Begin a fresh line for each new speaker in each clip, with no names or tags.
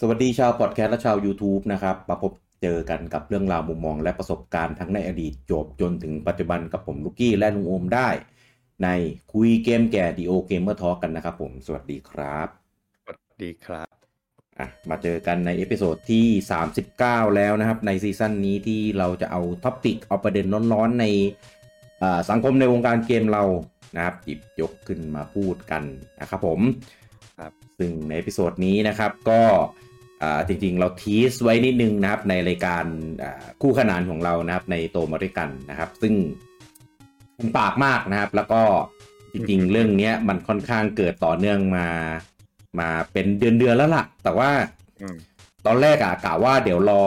สวัสดีชาวพอดแคสต์และชาว YouTube นะครับมาพบเจอกันกับเรื่องราวมุมมองและประสบการณ์ทั้งในอดีตจบจนถึงปัจจุบันกับผมลูกกี้และลุงโอมได้ ในคุยเกมแก่ดีโอเกมเมอร์ทอกันนะครับผมสวัสดีครับ
สวัสดีครับ
อ่ะมาเจอกันในเอพิโซดที่ 39 แล้วนะครับ ในซีซั่นนี้ที่เราจะเอาท็อปิกเอาประเด็นร้อนๆ ในอ่าสังคมในวงการเกมเรานะครับหยิบยกขึ้นมาพูดกันนะครับผม
ครับ
ซึ่งในเอพิโซดนี้นะครับก็อ่าจริงๆ เราทีสไว้นิดนึงนะครับในรายการอ่าคู่ขนานของเรานะครับในโตมาด้วยกันนะครับ ซึ่งมันปากมากนะครับ แล้วก็จริงๆ เรื่องเนี้ยมันค่อนข้างเกิดต่อเนื่องมามาเป็นเดือนๆแล้วล่ะ แต่ว่า
อืม
ตอนแรกอะกะว่าเดี๋ยวรอ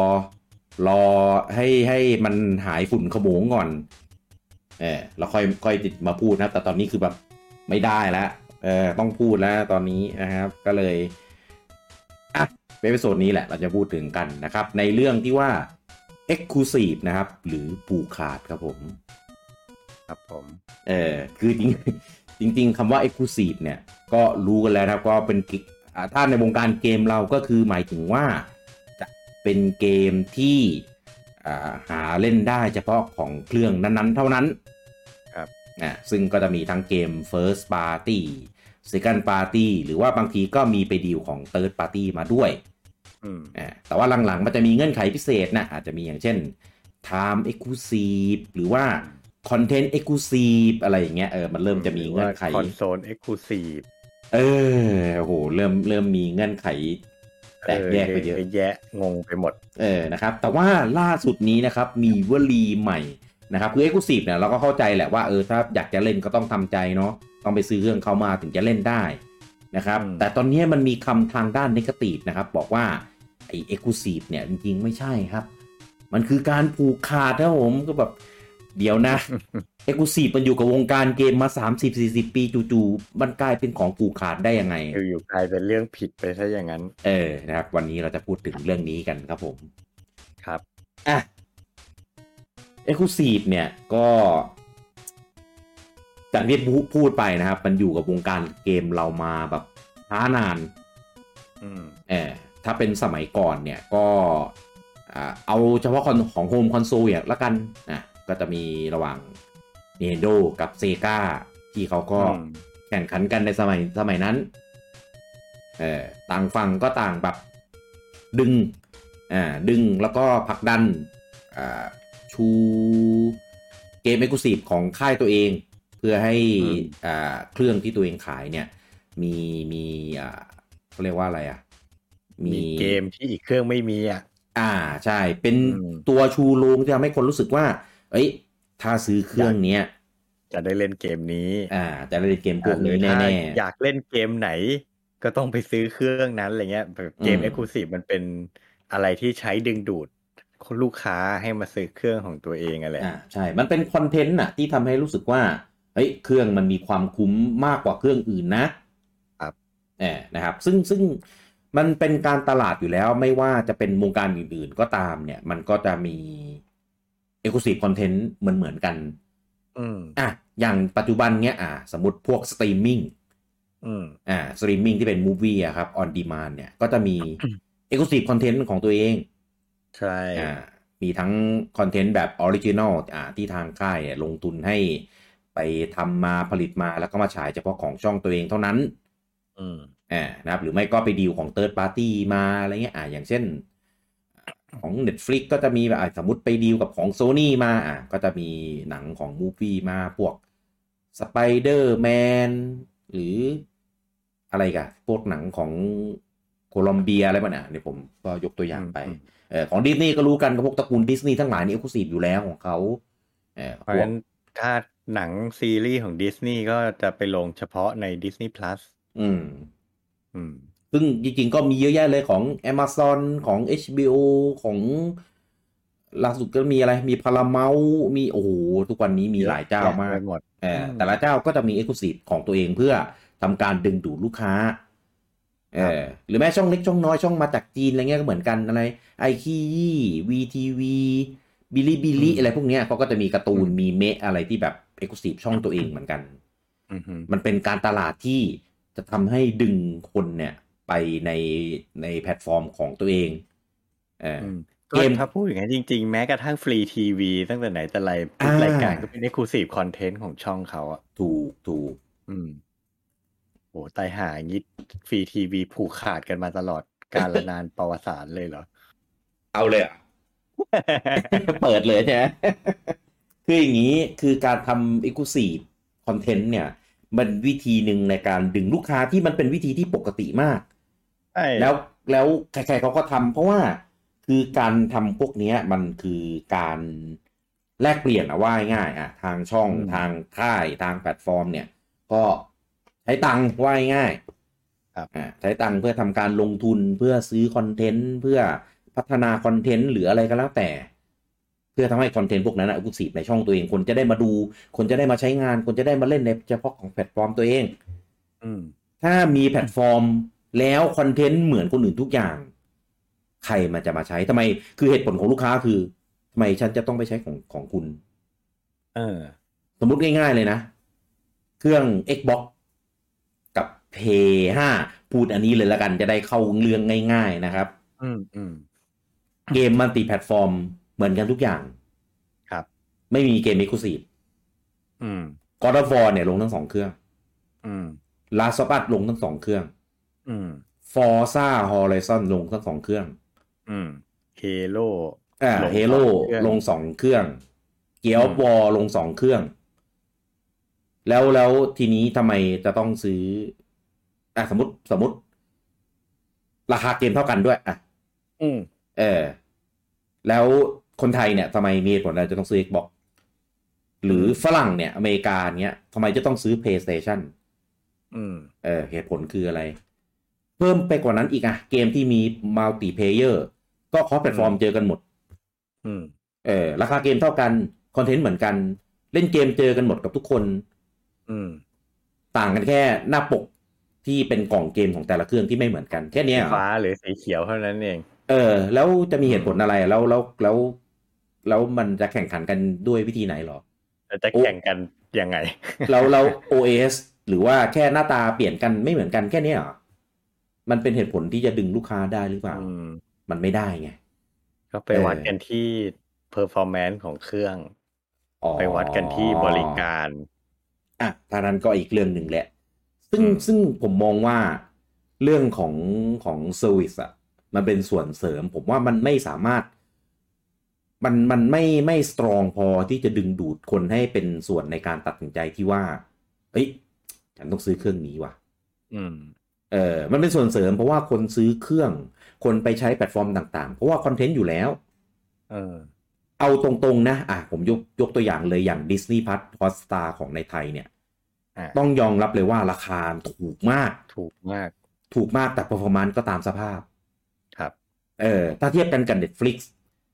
รอให้ให้มันหายฝุ่นขโมงก่อน เออแล้วค่อยค่อยติดมาพูดนะครับ แต่ตอนนี้คือแบบไม่ได้แล้วเออต้องพูดแล้วตอนนี้นะครับ ก็เลยอ่ะเป็นเอพิโซดนี้แหละ เราจะพูดถึงกันนะครับ ในเรื่องที่ว่า Exclusive นะครับ หรือผูกขาดครับผม
ครับผม
เออคือจริง จริง ๆคำว่า Exclusive เนี่ยก็รู้กันแล้วนะครับก็เป็นกิอ่าถ้าในวงการเกมเราก็คือหมายถึงว่า จะเป็นเกมที่อ่าหาเล่นได้เฉพาะของเครื่องนั้น ๆ เท่านั้น
ครับ
นะซึ่งก็จะมีทั้งเกม First Party Second Party หรือว่าบางทีก็มีไปดีลของ Third Party มาด้วย
อืม
อ่าแต่ว่าหลังๆ มันจะมีเงื่อนไขพิเศษนะ อาจจะมีอย่างเช่น Time Exclusive หรือว่า Content Exclusive อะไรอย่างเงี้ยเออมันเริ่มจะมีเงื่อนไข
คอนโซลเอ็กซ์คลูซีฟ
เออโอ้โหเริ่มเริ่มมีเงื่อนไข แตกแยกไปเยอะ
แยะงงไปหมด
เออ นะครับ แต่ว่าล่าสุดนี้นะครับ มีวลีใหม่นะครับ คือ Exclusive เนี่ยเราก็เข้าใจแหละว่า เออ ถ้าอยากจะเล่นก็ต้องทำใจเนาะ ต้องไปซื้อเครื่องเข้ามาถึงจะเล่นได้นะครับ
อืม
แต่ตอนนี้มันมีคำทางด้านนกตีฟนะครับ บอกว่า ไอ้ Exclusive เนี่ย จริงๆ ไม่ใช่ครับ มันคือการผูกขาดนะผม ก็แบบ เดี๋ยว นะ Exclusive มันอยู่กับวงการเกมมา 30-40 ปีจู่ๆ มันกลายเป็นของผูกขาดได้ยังไง
คืออยู่กลายเป็นเรื่องผิดไปซะอย่างนั้น
เออ นะครับ วันนี้เราจะพูดถึงเรื่องนี้กันครับผม
ครับ
อ่ะเอ็กซ์คลูซีฟเนี่ยก็จากที่พูพูดไปนะครับ มันอยู่กับวงการเกมเรามาแบบช้านาน
อืม
เออถ้าเป็นสมัยก่อนเนี่ยก็อ่าเอาเฉพาะคอนของโฮมคอนโซลอย่างละกันนะก็จะมีระหว่าง Nintendo กับ Sega ที่เขาก็
อืม
แข่งขันกันในสมัยสมัยนั้นเออต่างฝั่งก็ต่างแบบดึงอ่าดึงแล้วก็ผลักดันอ่าชูเกมเอ็กซ์คลูซีฟของค่ายตัวเอง เพื่อให้
อืม
อ่าเครื่องที่ตัวเองขายเนี่ย มีมีอ่าเขาเรียกว่าอะไรอ่ะ
มีเกมที่อีกเครื่องไม่มีอ่ะ
อ่าใช่ เป็น
อืม
ตัวชูโรงที่ทำให้คนรู้สึกว่า เอ้ย ถ้าซื้อเครื่องเนี้ย
จะได้เล่นเกมนี้
อ่าจะได้เล่นเกมพวก
หรื
นี้
ถ้า
แน่
อยากเล่นเกมไหน ก็ต้องไปซื้อเครื่องนั้นอะไรเงี้ยแบบเกม
อืม
เอ็กซ์คลูซีฟมันเป็นอะไรที่ใช้ดึงดูดคนลูกค้าให้มาซื้อเครื่องของตัวเองอะไร
ๆอ่าใช่ มันเป็นคอนเทนต์น่ะที่ทำให้รู้สึกว่าเฮ้ยเครื่องมันมีความคุ้มมากกว่าเครื่องอื่นนะครับ เออนะครับ ซึ่งซึ่งมันเป็นการตลาดอยู่แล้วไม่ว่าจะเป็นวงการอื่นๆก็ตามเนี่ย มันก็จะมีเอกลุศิคอนเทนต์เหมือนเหมือนๆกัน
อืม
อ่ะอย่างปัจจุบันเนี้ยอ่ะสมมติพวกสตรีมมิ่ง
อืม
อ่าสตรีมมิ่งที่เป็นมูฟวี่อะครับออนดีมานเนี่ยก็จะ มีเอกลุศิคอนเทนต์ของตัวเอง
ใช่
อ่ามีทั้งคอนเทนต์แบบออริจินอลอ่าที่ทางค่ายเนี่ยลงทุนให้ไปทำมาผลิตมาแล้วก็มาฉายเฉพาะของช่องตัวเองเท่านั้น
อืม
อ่านะครับหรือไม่ก็ไปดีลของเติร์ดปาร์ตี้มาอะไรเงี้ยอ่าอย่างเช่น ของ Netflix ก็จะมีแบบอ่ะสมมติไปดีลกับของ Sony มาอ่ะก็จะมีหนังของมูฟวี่มาพวก Spider-Man หรืออะไรกันพวกหนังของโคลอมเบียอะไรบ้างอ่ะเนี่ยผมก็ยกตัวอย่างไป
อืม
เออของดิสนีย์ก็รู้กันก็พวกตระกูลดิสนีย์ทั้งหลายนี่เอกลุศิอยู่แล้วของเขาเออ
เพราะ
พว
ฉะ
ก
นั้นถ้าหนังซีรีส์ของดิสนีย์ก็จะไปลงเฉพาะใน Disney Plus
อืม
อืม
ซึ่งจริงๆ ก็มีเยอะแยะเลยของ Amazon ของ HBO ของล่าสุดก็มีอะไร มีพาราเมามีโอ้โหทุกวันนี้มีหลายเจ้า
แยะ
มาก
ไปหมด
เออ
อืม
แต่ละเจ้าก็จะมีเอกลุศิของตัวเองเพื่อทำการดึงดูดลูกค้าเอ
ครับ
อหรือแม้ช่องเล็กช่องน้อยช่องมาจากจีนอะไรเงี้ยก็เหมือนกันอะไรไอคียี่วีทีวีบิลิบิลิอะไรพวกเนี้ยเขาก็จะมีการ์ตูนมีเมะอะไรที่แบบเอกลุศิช่องตัวเองเหมือนกัน
อือหือ
มันเป็นการตลาดที่จะทำให้ดึงคนเนี่ย ไปในในแพลตฟอร์มของตัวเองเออ
อืม
เกม
ถ้าพูดอย่างนั้นจริง ๆ แม้กระทั่งฟรีทีวีตั้งแต่ไหนแต่ไร
อ่า
รายการก็เป็น exclusive content ของช่องเขาอ่ะ
ถูกถูก
อืมโหตายหาอย่างนี้ฟรีทีวีผูกขาดกันมาตลอดการละนานประวัติศาสตร์เลยเหรอ
เอาเลยอ่ะ เปิดเลยใช่ไหม คืออย่างนี้คือการทำ exclusive content เนี่ย มันวิธีหนึ่งในการดึงลูกค้าที่มันเป็นวิธีที่ปกติมาก
ใช่
แล้วแล้วใครๆเขาก็ทำเพราะว่าคือการทำพวกเนี้ยมันคือการแลกเปลี่ยนอะว่าง่ายๆอะทางช่องทางค่ายทางแพลตฟอร์มเนี่ย ก็ใช้ตังค์ว่าง่ายๆ
ครับ
อ่าใช้ตังค์เพื่อทำการลงทุนเพื่อซื้อคอนเทนต์เพื่อพัฒนาคอนเทนต์หรืออะไรก็แล้วแต่ เพื่อทำให้คอนเทนต์พวกนั้นอุปสีในช่องตัวเองคนจะได้มาดู คนจะได้มาใช้งาน คนจะได้มาเล่นในเฉพาะของแพลตฟอร์มตัวเอง
อืม
ถ้ามีแพลตฟอร์มแล้วคอนเทนต์เหมือนคนอื่นทุกอย่าง ใครมันจะมาใช้ทำไม คือเหตุผลของลูกค้าคือทำไมฉันจะต้องไปใช้ของของคุณ
เออ
สมมุติง่ายๆเลยนะ เครื่อง Xbox กับ Play 5 พูดอันนี้เลยละกันจะได้เข้าเรื่องง่ายๆนะครับ
อืมอืม
เกมมัลติแพลตฟอร์มเหมือนกันทุกอย่าง
ครับ
ไม่มีเกม Exclusive
อืม
God of War เนี่ยลงทั้งสองเครื่อง
อืม
Last of Us ลงทั้งสองเครื่อง
อืม
Forza Horizon ลงทั้งสองเครื่อง
อืมเฮโล
อ่า
ลง
เฮโล
สองเครื่อง
ลงสองเครื่อง เกียร์ออฟ
อืม
วอลงสองเครื่อง แล้วแล้วทีนี้ทำไมจะต้องซื้อ อ่ะสมมติสมมติ ราคาเกมเท่ากันด้วย อ่ะ
อืม
เออ แล้วคนไทยเนี่ยทำไมมีเหตุผลอะไรจะต้องซื้อ Xbox หรือฝรั่งเนี่ย อเมริกาเนี่ยทำไมจะต้องซื้อ PlayStation
อืม
เออเหตุผลคืออะไร เพิ่มไปกว่านั้นอีกอ่ะ เกมที่มีมัลติเพเยอร์ก็คอสแพลตฟอร์มเจอกันหมด
อืม
เออราคาเกมเท่ากัน คอนเทนต์เหมือนกัน เล่นเกมเจอกันหมดกับทุกคน
อืม
ต่างกันแค่หน้าปกที่เป็นกล่องเกมของแต่ละเครื่องที่ไม่เหมือนกัน แค่เนี้ย
สีฟ้าหรือสีเขียวเท่านั้นเอง
เออ แล้วจะมีเหตุผลอะไรแล้วแล้วแล้วแล้วมันจะแข่งขันกันด้วยวิธีไหนหรอ
แต่จะ
โอ้
แข่งกันยังไง
แล้วแล้ว OS หรือว่าแค่หน้าตาเปลี่ยนกันไม่เหมือนกันแค่เนี้ยเหรอมันเป็นเหตุผลที่จะดึงลูกค้าได้หรือเปล่า
อืม
มันไม่ได้ไง
ก็ไปวัดกันที่ performance ของเครื่อง
อ๋อ
ไปวัดกันที่บริการ
อ่ะทางนั้นก็อีกเรื่องหนึ่งแหละ ซึ่ง
อืม
ซึ่งผมมองว่าเรื่องของของเซอร์วิสอ่ะ มันเป็นส่วนเสริม ผมว่ามันไม่สามารถ มันมันไม่ไม่สตรองพอที่จะดึงดูดคนให้เป็นส่วนในการตัดสินใจที่ว่า เอ้ย ฉันต้องซื้อเครื่องนี้ว่ะ
อืม
เออ มันเป็นส่วนเสริมเพราะว่าคนซื้อเครื่อง คนไปใช้แพลตฟอร์มต่างๆ เพราะว่าคอนเทนต์อยู่แล้ว
เออ
เอาตรงๆนะ อ่ะ ผมยกยกตัวอย่างเลยอย่าง Disney Plus Hotstar ของในไทยเนี่ย
อ่า
ต้องยอมรับเลยว่าราคาถูกมาก
ถูกมาก
ถูกมากแต่ performance ก็ตามสภาพ
ครับ
เออ ถ้าเทียบกันกับ Netflix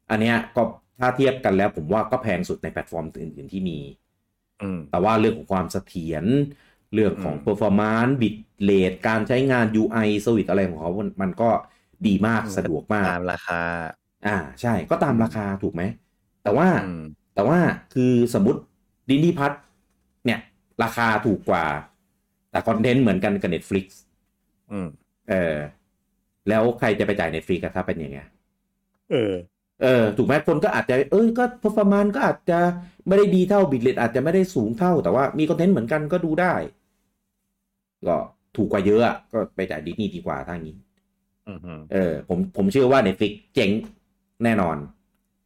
อันเนี้ยก็ถ้าเทียบกันแล้วผมว่าก็แพงสุดในแพลตฟอร์มอื่นๆที่มี
อืม
แต่ว่าเรื่องของความเสถียร เรื่องของ
อืม
performance bit rate การใช้งาน UI service อะไรของเขา มันมันก็ดีมาก
อืม
สะดวกมาก
ตามราคา
อ่า ใช่ ก็ตามราคาถูกไหม แต่ว่า
อืม
แต่ว่าคือสมมติดินนี่พัทเนี่ย ราคาถูกกว่า แต่คอนเทนต์เหมือนกันกับ Netflix
อืม
เออ แล้วใครจะไปจ่าย Netflix อะถ้าเป็นอย่างเงี้ย
เออ
เออ ถูกไหมคนก็อาจจะ เอ้ยก็ performance ก็อาจจะไม่ได้ดีเท่าบิตเรทอาจจะไม่ได้สูงเท่า แต่ว่ามีคอนเทนต์เหมือนกันก็ดูได้ ก็ถูกกว่าเยอะอะก็ไปจ่ายดิสนีย์ดีกว่าทางนี้
อืมอืม
เออ ผมผมเชื่อว่า Netflix เจ๋งแน่นอน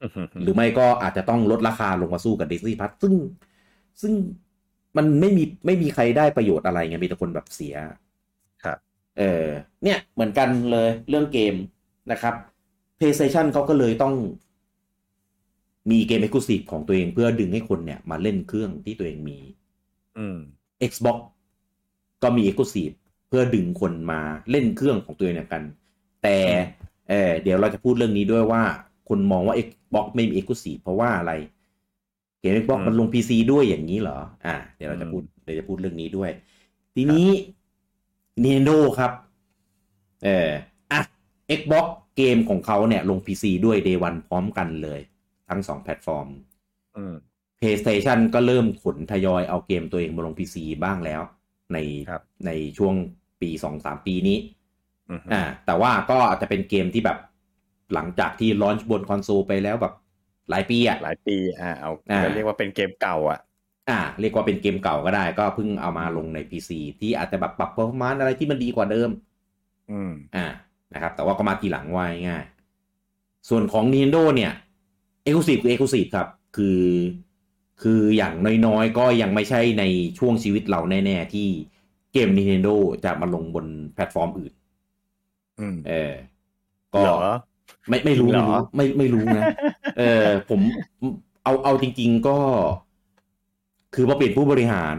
อืม
หรือไม่ก็อาจจะต้องลดราคาลงมาสู้กับ Disney Plus ซึ่งซึ่งมันไม่มีไม่มีใครได้ประโยชน์อะไรไงมีแต่คนแบบเสีย
ครับ
เออเนี่ยเหมือนกันเลยเรื่องเกมนะครับ PlayStation เขาก็เลยต้อง มีเกม Exclusive ของตัวเองเพื่อดึงให้คนเนี่ย มาเล่นเครื่องที่ตัวเองมี
อืม
Xbox ก็มี Exclusive เพื่อดึงคนมาเล่นเครื่องของตัวเองเหมือนกัน แต่เออเดี๋ยวเราจะพูดเรื่องนี้ด้วยว่า คนมองว่า Xbox ไม่มี Exclusive เพราะว่าอะไร เกม Xbox
อืม
มันลง PC ด้วยอย่างนี้เหรอ อ่า เดี๋ยวเราจะ
อืม
พูดเดี๋ยวจะพูดเรื่องนี้ด้วย ทีนี้ Nintendo ครับเอออ่ะ Xbox เกมของเขาเนี่ยลง PC ด้วย Day One พร้อมกันเลย ทั้งสองแพลตฟอร์ม
อืม
PlayStation ก็เริ่มขนทยอยเอาเกมตัวเองมาลง PC บ้างแล้ว ใน
ครับ
ในช่วงปี 2-3 ปีนี้
อืม
อ่าแต่ว่าก็อาจจะเป็นเกมที่แบบหลังจากที่ลอนช์บนคอนโซลไปแล้วแบบหลายปีอ่ะ
หลายปี อ่าเอา
อ่า
ก็เรียกว่าเป็นเกมเก่าอ่ะ
อ่า เรียกว่าเป็นเกมเก่าก็ได้ ก็เพิ่งเอามาลงใน PC ที่อาจจะแบบปรับประมาณอะไรที่มันดีกว่าเดิม
อืม
อ่านะครับ แต่ว่าก็มาทีหลังไว้ง่ายๆส่วนของ Nintendo เนี่ย e x c l u s i v e คือ e x c l u s i v e ครับ คือ คืออย่างน้อยๆ ก็ยังไม่ใช่ในช่วงชีวิตเราแน่ๆ ที่เกม Nintendo จะมาลงบนแพลตฟอร์มอื่น
อืม
เออ ก็
เหรอ
ไม่ไม่รู้
เหร
ไม่
อ
รู้ไม่ไม่รู้ นะ เออ ผมเอาเอาจริงๆก็ คือพอเปลี่ยนผู้บริหาร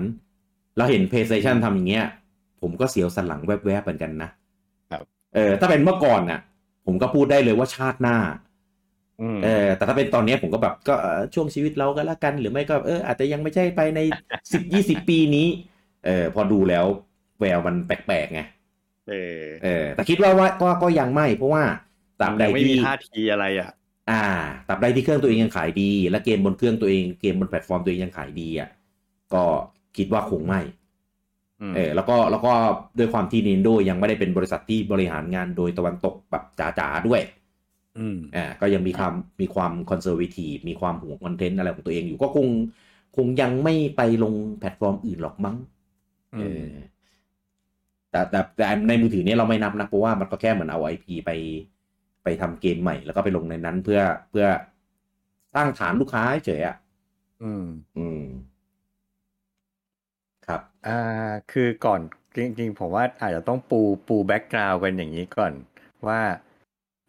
เราเห็น PlayStation ทำอย่างเงี้ย ผมก็เสียวสันหลังแวบๆเหมือนกันนะครับ เออ ถ้าเป็นเมื่อก่อนน่ะ ผมก็พูดได้เลยว่าชาติหน้า
อืม
เออ แต่ถ้าเป็นตอนเนี้ยผมก็แบบก็เอ่อช่วงชีวิตเราก็แล้วกัน หรือไม่ก็เอออาจจะยังไม่ใช่ไปในสิบยี่สิบปีนี้ เออ พอดูแล้วแววมันแปลกๆไง
เออ
เออ แต่คิดว่าว่าก็ก็ยังไม่ เพราะว่าตราบใด
ยังไม่มี
ที่
ท่าทีอะไรอ่ะ
อ่าตราบใดที่เครื่องตัวเองยังขายดี และเกมบนเครื่องตัวเองเกมบนแพลตฟอร์มตัวเองยังขายดีอ่ะก็คิดว่าคงไม่
อืม
เออแล้วก็แล้วก็ด้วยความที่ Nintendo ยังไม่ได้เป็นบริษัทที่บริหารงานโดยตะวันตกแบบจ๋าๆด้วย
อืม
อ่าก็ยังมีความมีความคอนเซอร์วทีฟมีความห่วงคอนเทนต์อะไรของตัวเองอยู่ก็คงคงยังไม่ไปลงแพลตฟอร์มอื่นหรอกมั้ง
อื
เอ
ม
อแต่แต่แต่ในมือถือเนี่ยเราไม่นับนะเพราะว่ามันก็แค่เหมือนเอาไอพีไป ไปทำเกมใหม่ แล้วก็ไปลงในนั้นเพื่อเพื่อสร้างฐานลูกค้าเฉยๆอ่ะ
อืม
อืม ครับ
อ่าคือก่อนจริงๆ ผมว่าอาจจะต้องปูปูแบ็กกราวกันอย่างนี้ก่อน ว่า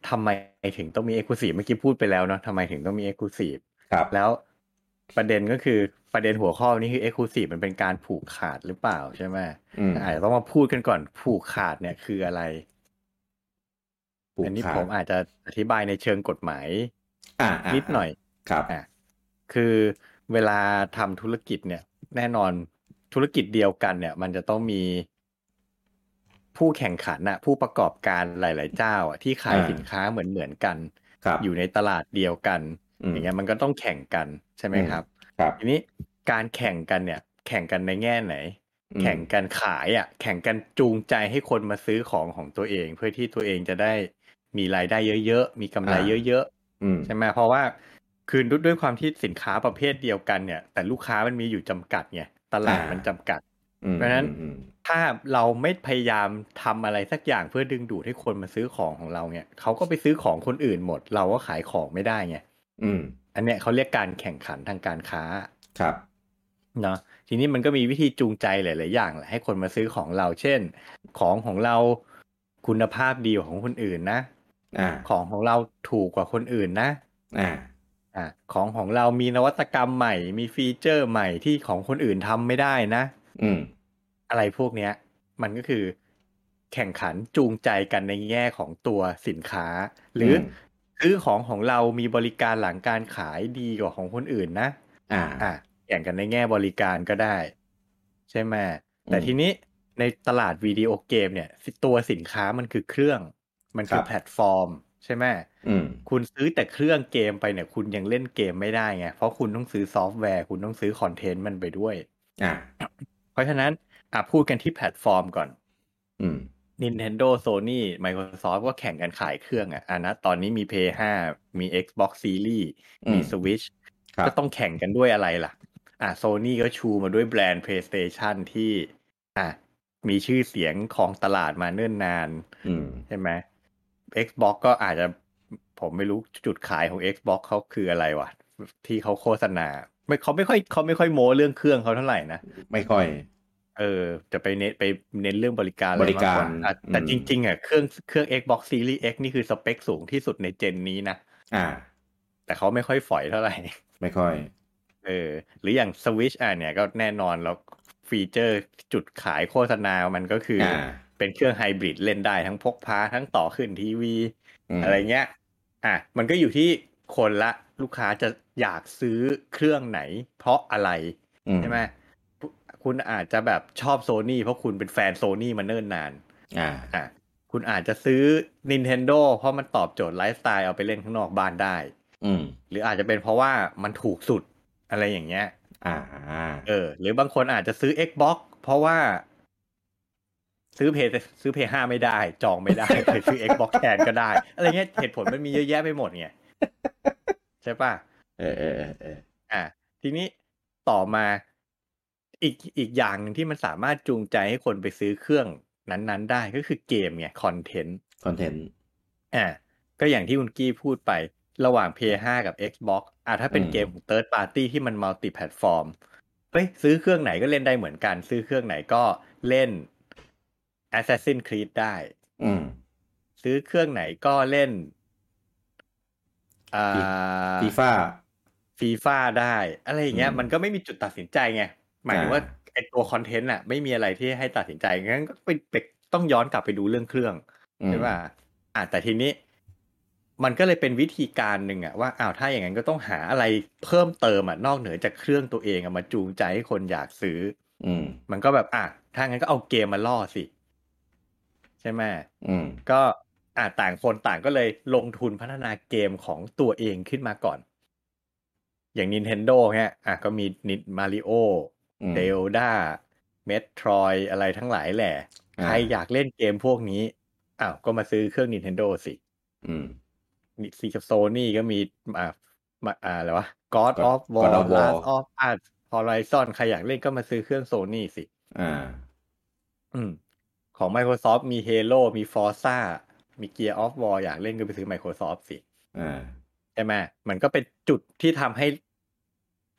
ทำไมถึงต้องมีเอกลุศีเมื่อกี้พูดไปแล้วเนาะทำไมถึงต้องมีเอกลุศี
ครับ
แล้วประเด็นก็คือประเด็นหัวข้อนี้คือเอกลุศีมันเป็นการผูกขาดหรือเปล่าใช่ไหม
อืม
อาจจะต้องมาพูดกันก่อนผูกขาดเนี่ยคืออะไร
ผูก
อันนี้
ขาด
ผมอาจจะอธิบายในเชิงกฎหมาย
อ่า
นิดหน่อย
ครับ
อ่ะคือเวลาทำธุรกิจเนี่ย แน่นอนธุรกิจเดียวกันเนี่ย มันจะต้องมีผู้แข่งขันน่ะ ผู้ประกอบการหลาย ๆ เจ้าอะที่ขาย
อ่า
สินค้าเหมือนเหมือนๆกัน
ครับ
อยู่ในตลาดเดียวกัน
อืม
อย่างเงี้ยมันก็ต้องแข่งกันใช่ไหม
อืม
ครับ
ครับ
ทีนี้การแข่งกันเนี่ย แข่งกันในแง่ไหน
อืม
แข่งกันขายอ่ะ แข่งกันจูงใจให้คนมาซื้อของของตัวเอง เพื่อที่ตัวเองจะได้มีรายได้เยอะ ๆ มีกำไรเยอะ ๆ
อืม
ใช่ไหมเพราะว่าคือด้วยด้วยความที่สินค้าประเภทเดียวกันเนี่ย แต่ลูกค้ามันมีอยู่จำกัดไงตลาดมันจำกัด
อืม
เพราะฉะนั้น
อืม
ถ้าเราไม่พยายามทำอะไรสักอย่างเพื่อดึงดูดให้คนมาซื้อของของเราเนี่ยเขาก็ไปซื้อของคนอื่นหมด เราก็ขายของไม่ได้ไง
อืม
อันเนี้ยเขาเรียกการแข่งขันทางการค้า
ครับ
เนาะทีนี้มันก็มีวิธีจูงใจหลาย ๆ อย่างแหละให้คนมาซื้อของเรา เช่น ของของเราคุณภาพดีกว่าของคนอื่นนะ
อ่า
ของของเราถูกกว่าคนอื่นนะ
อ่า
อ่ะของของเรามีนวัตกรรมใหม่ มีฟีเจอร์ใหม่ที่ของคนอื่นทำไม่ได้นะ
อืม
อะไรพวกเนี้ย มันก็คือแข่งขันจูงใจกันในแง่ของตัวสินค้า หรืออ
ม
ซื้อของของเรามีบริการหลังการขายดีกว่าของคนอื่นนะ
อ่า
อ่ะแข่งกันในแง่บริการก็ได้ ใช่ไหมแต่
อืม
ทีนี้ในตลาดวิดีโอเกมเนี่ย ตัวสินค้ามันคือเครื่อง มัน
ค
คือ
รับ
แพลตฟอร์ม ใช่ไหม
อืม
คุณซื้อแต่เครื่องเกมไปเนี่ย คุณยังเล่นเกมไม่ได้ไง เพราะคุณต้องซื้อซอฟต์แวร์ คุณต้องซื้อคอนเทนต์มันไปด้วย
อ่า
เพราะฉะนั้นอ่ะพูดกันที่แพลตฟอร์มก่อน
อืม
Nintendo Sony Microsoft ก็แข่งกันขายเครื่องอ่ะอ่ะนะตอนนี้มี p 5มี Xbox Series
อื
มี
ม
Switch
ครับ
ก็ต้องแข่งกันด้วยอะไรล่ะ อ่ะ Sony ก็ชูมาด้วยแบรนด์ PlayStation ที่อ่ะมีชื่อเสียงของตลาดมาเนิ่นนาน
อืม
ใช่ไหม Xbox ก็อาจจะผมไม่รู้จุดขายของ Xbox เขาคืออะไรวะ ที่เขาโฆษณา ไม่เขาไม่ค่อยเขาไม่ค่อยโม้เรื่องเครื่องเขาเท่าไหร่นะ
ไม่ค่อย
เออ จะไปเน้นไปเน้นเรื่องบริการอะ
บริการ
มว่อ่ะ
อืม
แต่จริงๆอ่ะเครื่องเครื่อง Xbox Series X นี่คือสเปคสูงที่สุดในเจนนี้นะ
อ่า
แต่เขาไม่ค่อยฝอยเท่าไหร่
ไม่ค่อย
เออ หรืออย่าง Switch อ่ะเนี่ยก็แน่นอนแล้วฟีเจอร์จุดขายโฆษณามันก็คืออา เป็นเครื่องไฮบริดเล่นได้ทั้งพกพาทั้งต่อขึ้นทีวี
ม
อะไรเงี้ย อ่ะ มันก็อยู่ที่คนละลูกค้าจะอยากซื้อเครื่องไหน เพราะอะไร
อื
ใช่ไหมคุคุณอาจจะแบบชอบโซนี่เพราะคุณเป็นแฟนโซนี่มาเนิ่นนาน
อ่า
อ่ะ คุณอาจจะซื้อ Nintendo เพราะมันตอบโจทย์ไลฟ์สไตล์เอาไปเล่นข้างนอกบ้านได้
อืม
หรืออาจจะเป็นเพราะว่ามันถูกสุดอะไรอย่างเงี้ย
อ่า
เออ หรือบางคนอาจจะซื้อ Xbox เพราะว่า ซื้อเพย์ซื้อเพย์ห้าไม่ได้ จองไม่ได้ ไปซื้อ Xbox แทนก็ได้ อะไรเงี้ยเหตุผลมันมีเยอะแยะไปหมดไงใช่ป่ะ
เออเออเออเออ
อ่ะทีนี้ต่อมาอีกอีกอย่างหนึ่งที่มันสามารถจูงใจให้คนไปซื้อเครื่องนั้น ๆ ได้ก็คือเกมไงคอนเทนต์
คอนเทนต์
อ่ะก็อย่างที่คุณกี้พูดไประหว่าง PS5 กับ Xbox อ่ะถ้าเป็น
อืม
เกมของ Third Party ที่มันมัลติแพลตฟอร์มเฮ้ยซื้อเครื่องไหนก็เล่นได้เหมือนกัน ซื้อเครื่องไหนก็เล่น Assassin's Creed ได้
อืม
ซื้อเครื่องไหนก็เล่นอ่า
ฟีฟ่า
ฟีฟ่าได้อะไรอย่างเงี้ย
อืม
มันก็ไม่มีจุดตัดสินใจไงหมายถึง
อ่า
ว่าไอตัวคอนเทนต์อะไม่มีอะไรที่ให้ตัดสินใจงั้นก็ไปไปต้องย้อนกลับไปดูเรื่องเครื่องใช่ป่ะอ่ะแต่ทีนี้ มันก็เลยเป็นวิธีการหนึ่งอะว่าอ้าวถ้าอย่างนั้นก็ต้องหาอะไรเพิ่มเติมอะนอกเหนือจากเครื่องตัวเองอะมาจูงใจให้คนอยากซื้อ
อืม
มันก็แบบอ่ะถ้างั้นก็เอาเกมมาล่อสิใช่ไหม
อืม
ก็อ่าต่างคนต่างก็เลยลงทุนพัฒนาเกมของตัวเองขึ้นมาก่อน อย่าง Nintendo เนี่ยอ่ะก็มีนิดมาริโอ
อืม
เดลดาเมทรอยอะไรทั้งหลายแหละ
อ่า
ใครอยากเล่นเกมพวกนี้อ้าวก็มาซื้อเครื่อง Nintendo สิ
อืม
ซีกับโซนี่ก็มีอ่ามาอ่าอะไรวะ God
God-
of War
God of War
Last of Us Horizon ใครอยากเล่นก็มาซื้อเครื่องโซนี่สิ
อ่า
อืมของ Microsoft มี Halo มี Forza มี Gear of War อยากเล่นก็ไปซื้อ Microsoft สิ
อ่า
ใช่ไหมมันก็เป็นจุดที่ทำให้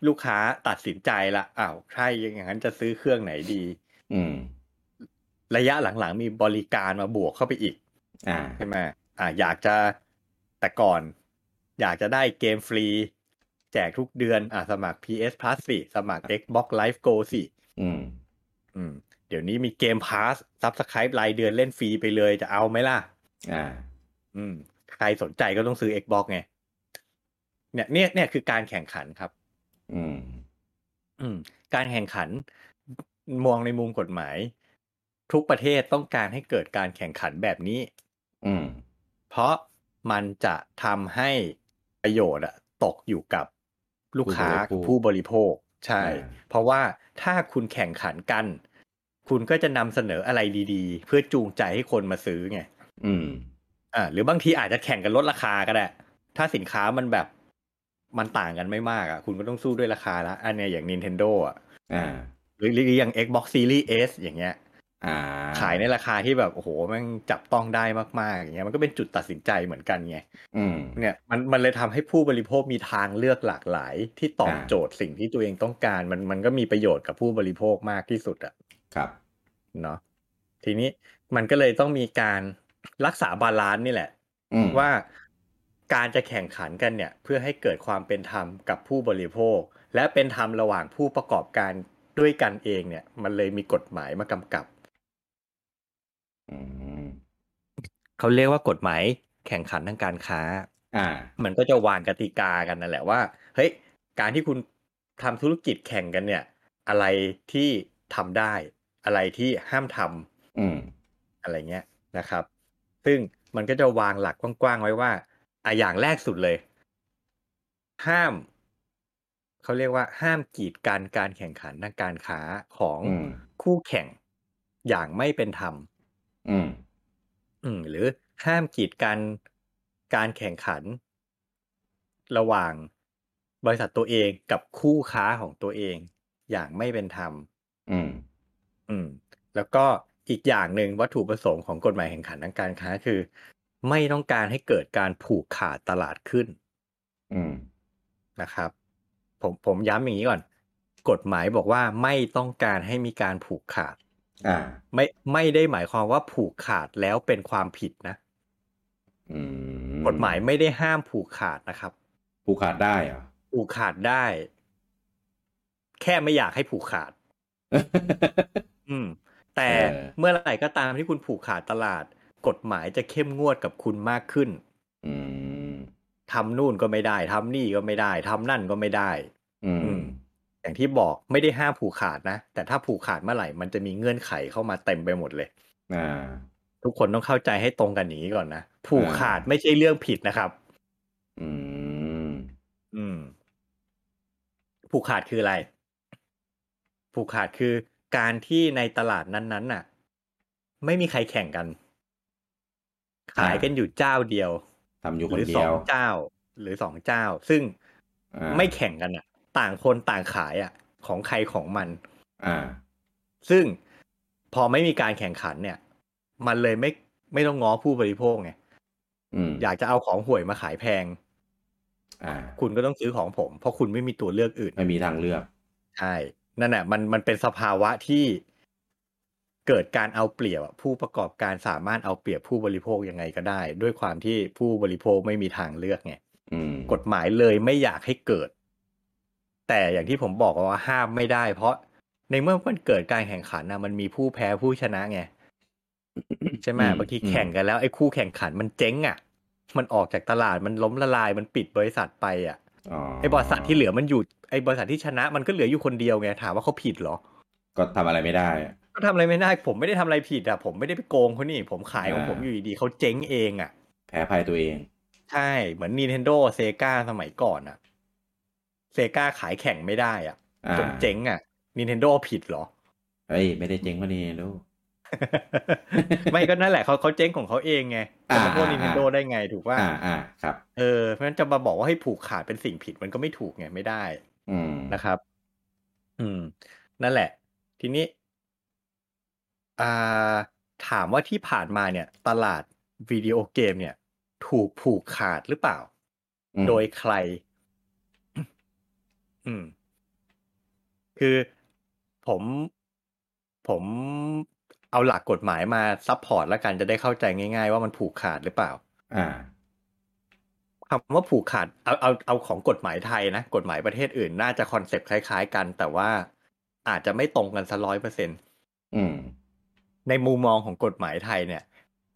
ลูกค้าตัดสินใจละอ้าวใช่อย่างนั้นจะซื้อเครื่องไหนดี
อืม
ระยะหลังๆ มีบริการมาบวกเข้าไปอีก
อ่า
ใช่ไหมอ่าอยากจะแต่ก่อน อยากจะได้เกมฟรี แจกทุกเดือนอ่าสมัคร PS Plus สิ สมัคร Xbox Live Go สิ
อืม
อืม เดี๋ยวนี้มีเกมพาสซับสไครป์รายเดือนเล่นฟรีไปเลยจะเอาไหมล่ะ
อ่า
อืม ใครสนใจก็ต้องซื้อ Xbox ไง เนี่ยเนี่ยเนี่ยคือการแข่งขันครับ
อืม
อืม การแข่งขันมองในมุมกฎหมาย ทุกประเทศต้องการให้เกิดการแข่งขันแบบนี้
อืม
เพราะมันจะทำให้ประโยชน์อะตกอยู่กับลูกค้า
ผู้บริโภค
ผู้บริโภค ใช่
อ่า
เพราะว่าถ้าคุณแข่งขันกัน คุณก็จะนำเสนออะไรดีๆ เพื่อจูงใจให้คนมาซื้อไง
อืม
อ่าหรือบางทีอาจจะแข่งกันลดราคาก็ได้ ถ้าสินค้ามันแบบมันต่างกันไม่มากอ่ะ คุณก็ต้องสู้ด้วยราคาละอันเนี้ยอย่าง Nintendo อ่ะ
อ่า
หรือหรืออย่าง Xbox Series S อย่างเงี้ย
อ่า
ขายในราคาที่แบบ โอ้โหแมันจับต้องได้มากๆ อย่างเงี้ยมันก็เป็นจุดตัดสินใจเหมือนกันไง
อืม
เนี่ยมันมันเลยทำให้ผู้บริโภคมีทางเลือกหลากหลาย ที่ตอบ
อ่า
โจทย์สิ่งที่ตัวเองต้องการ มันมันก็มีประโยชน์กับผู้บริโภคมากที่สุดอ่ะ
ครับ
เนาะทีนี้มันก็เลยต้องมีการรักษาบาลานซ์นี่แหละ
อืม
ว่าการจะแข่งขันกันเนี่ย เพื่อให้เกิดความเป็นธรรมกับผู้บริโภค และเป็นธรรมระหว่างผู้ประกอบการด้วยกันเองเนี่ย มันเลยมีกฎหมายมากำกับ
อืม
เขาเรียกว่ากฎหมายแข่งขันทางการค้า
อ่า
มันก็จะวางกติกากันนั่นแหละว่าเฮ้ยการที่คุณทำธุรกิจแข่งกันเนี่ย อะไรที่ทำได้ อะไรที่ห้ามทำ
อืม
อะไรเงี้ยนะครับ ซึ่งมันก็จะวางหลักกว้างๆไว้ว่าอ่ะอย่างแรกสุดเลย ห้าม เขาเรียกว่าห้ามกีดกันการแข่งขันทางการค้าของ
อืม
คู่แข่งอย่างไม่เป็นธรรม
อืม
อืม หรือห้ามกีดกันการแข่งขัน ระหว่างบริษัทตัวเองกับคู่ค้าของตัวเอง อย่างไม่เป็นธรรม
อืม
อืมแล้วก็อีกอย่างหนึ่งวัตถุประสงค์ของกฎหมายแข่งขันทางการค้าคือ ไม่ต้องการให้เกิดการผูกขาดตลาดขึ้น
อืม
นะครับ ผมผมย้ำอย่างนี้ก่อน กฎหมายบอกว่าไม่ต้องการให้มีการผูกขาด
อ่า
ไม่ไม่ได้หมายความว่าผูกขาดแล้วเป็นความผิดนะ
อืม
กฎหมายไม่ได้ห้ามผูกขาดนะครับ
ผูกขาดได้เหรอ
ผูกขาดได้ แค่ไม่อยากให้ผูกขาด อืม แต่
เออ
เมื่อไหร่ก็ตามที่คุณผูกขาดตลาด กฎหมายจะเข้มงวดกับคุณมากขึ้น
อืม
ทำนู่นก็ไม่ได้ ทำนี่ก็ไม่ได้ ทำนั่นก็ไม่ได้
อืม
อย่างที่บอกไม่ได้ห้ามผูกขาดนะ แต่ถ้าผูกขาดเมื่อไหร่ มันจะมีเงื่อนไขเข้ามาเต็มไปหมดเลย
อ่า
ทุกคนต้องเข้าใจให้ตรงกันอย่างนี้ก่อนนะ ผูกขาดไม่ใช่เรื่องผิดนะครับ
อืม
อืม ผูกขาดคืออะไร ผูกขาดคือการที่ในตลาดนั้นๆน่ะ ไม่มีใครแข่งกัน ขายกันอยู่เจ้าเดียว
ทำอยู่
ห
คน
รือส
เดี
อย ง
ว
เจ้า หรือสองเจ้า ซึ่ง
อ่า
ไม่แข่งกันอ่ะ ต่างคนต่างขายอ่ะ ของใครของมัน
อ่า
ซึ่งพอไม่มีการแข่งขันเนี่ย มันเลยไม่ไม่ต้องง้อผู้บริโภคไง
อืม
อยากจะเอาของห่วยมาขายแพง
อ่า
คุณก็ต้องซื้อของผม เพราะคุณไม่มีตัวเลือกอื่น
ไม่มีทางเลือก
ใช่ นั่นแหละมันมันเป็นสภาวะที่เกิดการเอาเปรียบอะผู้ประกอบการสามารถเอาเปรียบผู้บริโภคยังไงก็ได้ ด้วยความที่ผู้บริโภคไม่มีทางเลือกไง
อืม
กฎหมายเลยไม่อยากให้เกิด แต่อย่างที่ผมบอกว่าห้ามไม่ได้ เพราะในเมื่อมันเกิดการแข่งขันนะมันมีผู้แพ้ผู้ชนะไงใช่ไหมบางทีแข่งกันแล้วไอ้คู่แข่งขันมันเจ๊งอ่ะ มันออกจากตลาดมันล้มละลายมันปิดบริษัทไปอ่ะ ไอ้บริษัทที่เหลือมันอยู่ไอ้บริษัทที่ชนะมันก็เหลืออยู่คนเดียวไงถามว่าเขาผิดเหรอ
ก็ทำอะไรไม่ได้
ก็ทำอะไรไม่ได้ผมไม่ได้ทำอะไรผิดอ่ะผมไม่ได้ไปโกงเขานี่ ผมขายของ
อ่า
ผมอยู่ดีๆเขาเจ๊งเองอ่ะ
แพ้ภัยตัวเอง
ใช่เหมือน Nintendo Sega สมัยก่อนอ่ะ Sega ขายแข่งไม่ได้อ่ะ
อ่า
จนเจ๊งอ่ะ Nintendo ผิดเหรอ
เฮ้ยไม่ได้เจ๊งพอดีลูก
ไม่ก็นั่นแหละเขาเขาเจ๊งของเขาเองไงจะมาโทษ
อ่า
Nintendo ได้ไงถูกว่า
อ่าอ่าครับ
เออเพราะฉะนั้นจะมาบอกว่าให้ผูกขาดเป็นสิ่งผิดมันก็ไม่ถูกไงไม่ได้
อืม
นะครับ อืม นั่นแหละ ทีนี้อ่าถามว่าที่ผ่านมาเนี่ย ตลาดวิดีโอเกมเนี่ย ถูกผูกขาดหรือเปล่า
อืม
โดยใคร อืม คือผมผมเอาหลักกฎหมายมาซัพพอร์ตแล้วกันจะได้เข้าใจง่าย ๆ ว่ามันผูกขาดหรือเปล่า
อ่า
คำว่าผูกขาดเอาเอาเอาของกฎหมายไทยนะกฎหมายประเทศอื่นน่าจะคอนเซปต์คล้ายๆ กัน แต่ว่าอาจจะไม่ตรงกันซะร้อยเปอร์เซ็น
อืม
ในมุมมองของกฎหมายไทยเนี่ย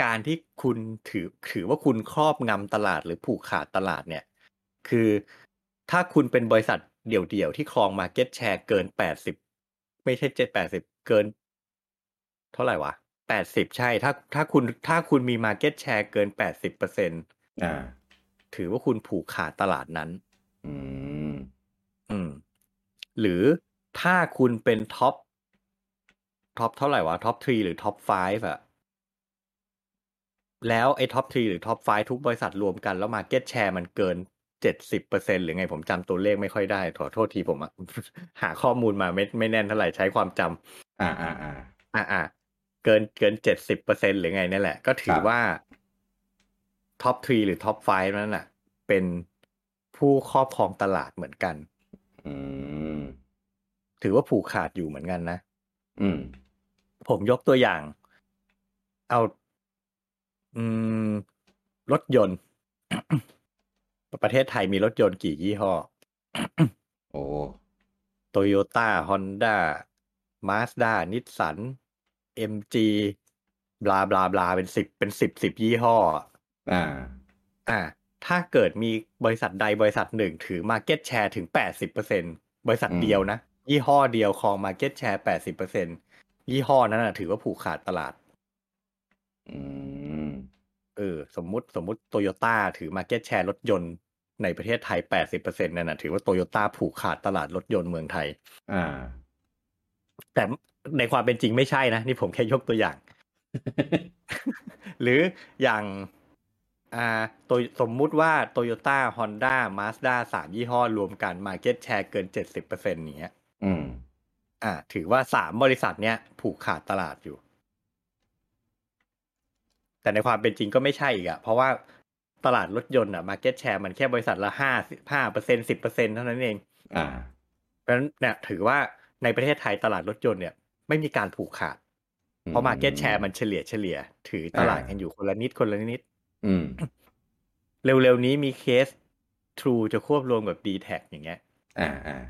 การที่คุณถือถือว่าคุณครอบงำตลาดหรือผูกขาดตลาดเนี่ย คือถ้าคุณเป็นบริษัทเดี่ยวๆ ที่ครองมาเก็ตแชร์เกินแปดสิบไม่ใช่เจ็ดแปดสิบเกิน เท่าไหร่วะแปดสิบใช่ ถ้าถ้าคุณถ้าคุณมีมาเก็ตแชร์เกินแปดสิบเปอร์เซ็น
อ่า
ถือว่าคุณผูกขาดตลาดนั้น
อืม
อืม หรือถ้าคุณเป็นท็อปท็อปเท่าไหร่วะท็อปทรีหรือท็อปไฟอะแล้วไอ้ท็อปทรีหรือท็อปไฟทุกบริษัทรวมกันแล้วมาเก็ตแชร์มันเกินเจ็ดสิบเปอร์เซ็นหรือไงผมจำตัวเลขไม่ค่อยได้ ขอโทษทีผมอะ หาข้อมูลมาไม่ไม่แน่นเท่าไหร่ใช้ความจำ
อ่าอ่าอ่า
อ่ะอ่ะเกินเกินเจ็ดสิบเปอร์เซ็นหรือไงนี่แหละ ก็ถื
ค
อ
รับ
ว่าท็อปทรีหรือท็อปไฟนั้นน่ะ เป็นผู้ครอบครองตลาดเหมือนกัน
อืม
ถือว่าผูกขาดอยู่เหมือนกันนะ
อืม
ผมยกตัวอย่าง เอา อืม รถยนต์ ประเทศไทยมีรถยนต์กี่ยี่ห้อ
โอ้
โตโยต้าฮอนด้ามาสด้านิสสันเอ็มจีบลาบลาบลาเป็นสิบเป็นสิบสิบยี่ห้อ
อ่า
อ่า ถ้าเกิดมีบริษัทใดบริษัทหนึ่งถือ Market Share ถึง 80%บริษัท
อืม
เดียวนะ ยี่ห้อเดียวครอง Market Share 80%ยี่ห้อนั้นนะถือว่าผูกขาดตลาด
อืม
เออสมมุติสมมุติโตโยต้าถือ Market Share รถยนต์ในประเทศไทย 80%นั่นนะถือว่าโตโยต้าผูกขาดตลาดรถยนต์เมืองไทย
อ่า
แต่ในความเป็นจริงไม่ใช่นะ นี่ผมแค่ยกตัวอย่าง หรืออย่างอ่าโตโยสมมุติว่า Toyota Honda Mazda สามยี่ห้อรวมกัน Market Share เกิน 70%อย่างเงี้ย
อืม
อ่าถือว่าสามบริษัทเนี้ยผูกขาดตลาดอยู่ แต่ในความเป็นจริงก็ไม่ใช่อีกอะเพราะว่าตลาดรถยนต์อะ Market Share มันแค่บริษัทละห้าห้าเปอร์เซ็นสิบเปอร์เซ็นเท่านั้นเอง
อ่า
เพราะฉะนั้นเนี่ยถือว่าในประเทศไทยตลาดรถยนต์เนี่ยไม่มีการผูกขาด เพราะ Market Share มันเฉลี่ยเฉลี่ย ถือตลาดกันอยู่คนละนิดคนละนิด
อืม
เร็วๆนี้มีเคส True จะควบรวมกับ d t แทอย่างเงี้ย
อ่าอ่า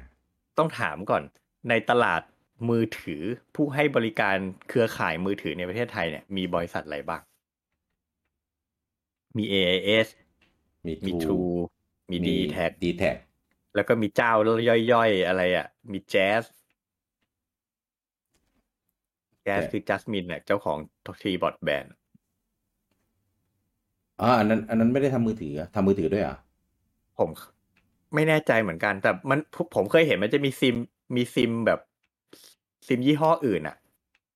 ต้องถามก่อน ในตลาดมือถือผู้ให้บริการเครือข่ายมือถือในประเทศไทยเนี่ยมีบริษัทอะไรบ้าง มี AIS
มี
มี True มี d t แท
ดีแท็ก
แล้วก็มีเจ้าย่อยๆ อะไรอ่ะ มี Jazz Jazz คือ Jasmine เนี่ยเจ้าของ t b o t b a n d
อ๋ออันนั้นอันนั้นไม่ได้ทำมือถืออะทำมือถือด้วยเหรอ่ะ
ผมไม่แน่ใจเหมือนกัน แต่มันผมเคยเห็นมันจะมีซิมมีซิมแบบซิมยี่ห้ออื่นอะ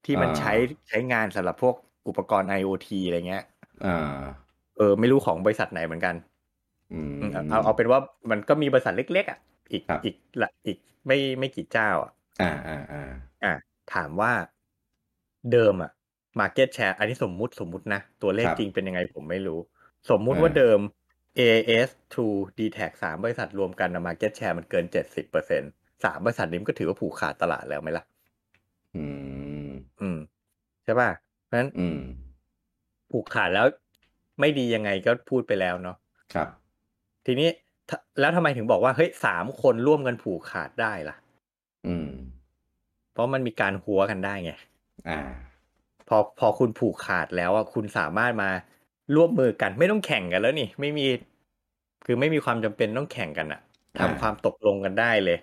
ที่มันใช้ใช้งานสำหรับพวก อุปกรณ์ IoT อะไรเงี้ย
อ่า
เออไม่รู้ของบริษัทไหนเหมือนกัน
อืม
อืมเอาเอาเป็นว่ามันก็มีบริษัทเล็ก ๆอ่ะอีก
ครับ
อีกละอีกไม่ไม่กี่เจ้าอ่ะ
อ่าอ่าอ่า
อ่ะถามว่าเดิมอะ Market Share อันนี้สมมุติสมมุตินะ ตัวเลขจริงเป็นยังไงผมไม่รู้ สมมุติว่าเดิม AS to d t a c สามบริษัทรวมกันนะ Market Share มันเกินเจ็ดสิบเปอร์เซ็นสามบริษัทนี้มันก็ถือว่าผูกขาดตลาดแล้วไหมล่ะ
อืม
อืม ใช่ป่ะ เพราะฉะนั้น
อืม
ผูกขาดแล้วไม่ดียังไงก็พูดไปแล้วเนาะ
ครับ
ทีนี้ถ้าแล้วทำไมถึงบอกว่าเฮ้ยสามคนร่วมกันผูกขาดได้ล่ะ
อืม
เพราะมันมีการหัวกันได้ไง
อ่า
พอพอคุณผูกขาดแล้วอ่ะคุณสามารถมาร่วมมือกันไม่ต้องแข่งกันแล้วนี่ ไม่มี คือไม่มีความจำเป็นต้องแข่งกันอ่ะทำ
อ่า
ความตกลงกันได้เลย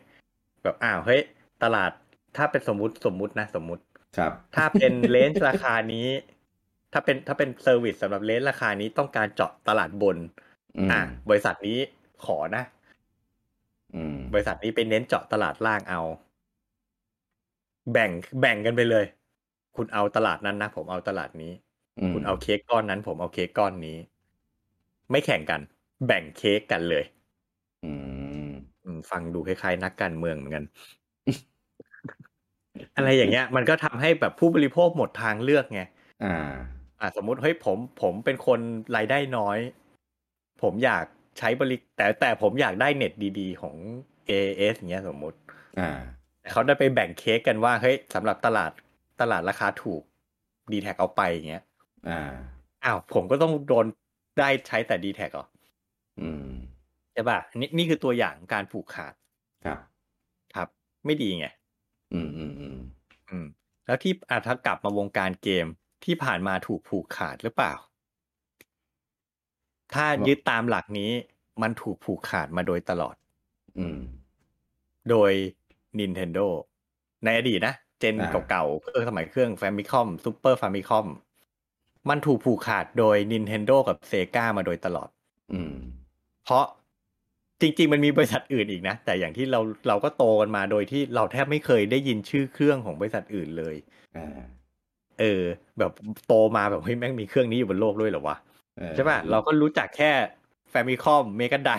แบบอ้าวเฮ้ย ตลาดถ้าเป็นสมมติสมมุตินะ สมมุติ
ครับ
ถ้า เป็นเลนส์ราคานี้ ถ้าเป็นถ้าเป็นเซอร์วิสสำหรับเลนส์ราคานี้ต้องการเจาะตลาดบน
อืม
อ่ะบริษัทนี้ขอนะ
อืม
บริษัทนี้ไปเน้นเจาะตลาดล่างเอา แบ่งแบ่งกันไปเลย คุณเอาตลาดนั้นนะผมเอาตลาดนี้
ม
คุณเอาเค้กก้อนนั้น ผมเอาเค้กก้อนนี้ ไม่แข่งกัน แบ่งเค้กกันเลย
อืม
อืมฟังดูคล้ายๆนักการเมืองเหมือน กัน อะไรอย่างเงี้ย มันก็ทำให้แบบผู้บริโภคหมดทางเลือกไง
อ่า
อ่ะสมมติเฮ้ยผม ผมเป็นคนรายได้น้อย ผมอยากใช้บริแต่แต่ผมอยากได้เน็ตดีๆ ของ AS อย่างเงี้ยสมมติ
อ่า
เขาได้ไปแบ่งเค้กกันว่าเฮ้ยสำหรับตลาดตลาดราคาถูกดีแท็เอาไปอย่างเงี้ย
อ่า
อ้าวผมก็ต้องโดนได้ใช้แต่ดีแท็เหรอ
อืม
ใช่ป่ะนี่นี่คือตัวอย่างการผูกขาด
ครับ
ครับ ไม่ดีไง
อืมอืมอืม
อืม แล้วที่อาถ้ากลับมาวงการเกมที่ผ่านมาถูกผูกขาดหรือเปล่า ถ้ายึดตามหลักนี้ มันถูกผูกขาดมาโดยตลอด
อืม
โดย Nintendo ในอดีตนะ เจน
อ่า
เก่าๆเครื่องสมัยเครื่อง Famicom Super Famicom มันถูกผูกขาดโดย Nintendo กับ Sega มาโดยตลอด
อืม
เพราะจริง ๆ มันมีบริษัทอื่นอีกนะ แต่อย่างที่เราเราก็โตกันมาโดยที่เราแทบไม่เคยได้ยินชื่อเครื่องของบริษัทอื่นเลย
อ่า
เออ แบบโตมาแบบเฮ้ยแม่งมีเครื่องนี้อยู่บนโลกด้วยเหรอวะ
เออ
ใช่ป่ะ เราก็รู้จักแค่แฟมิคอมเมกาได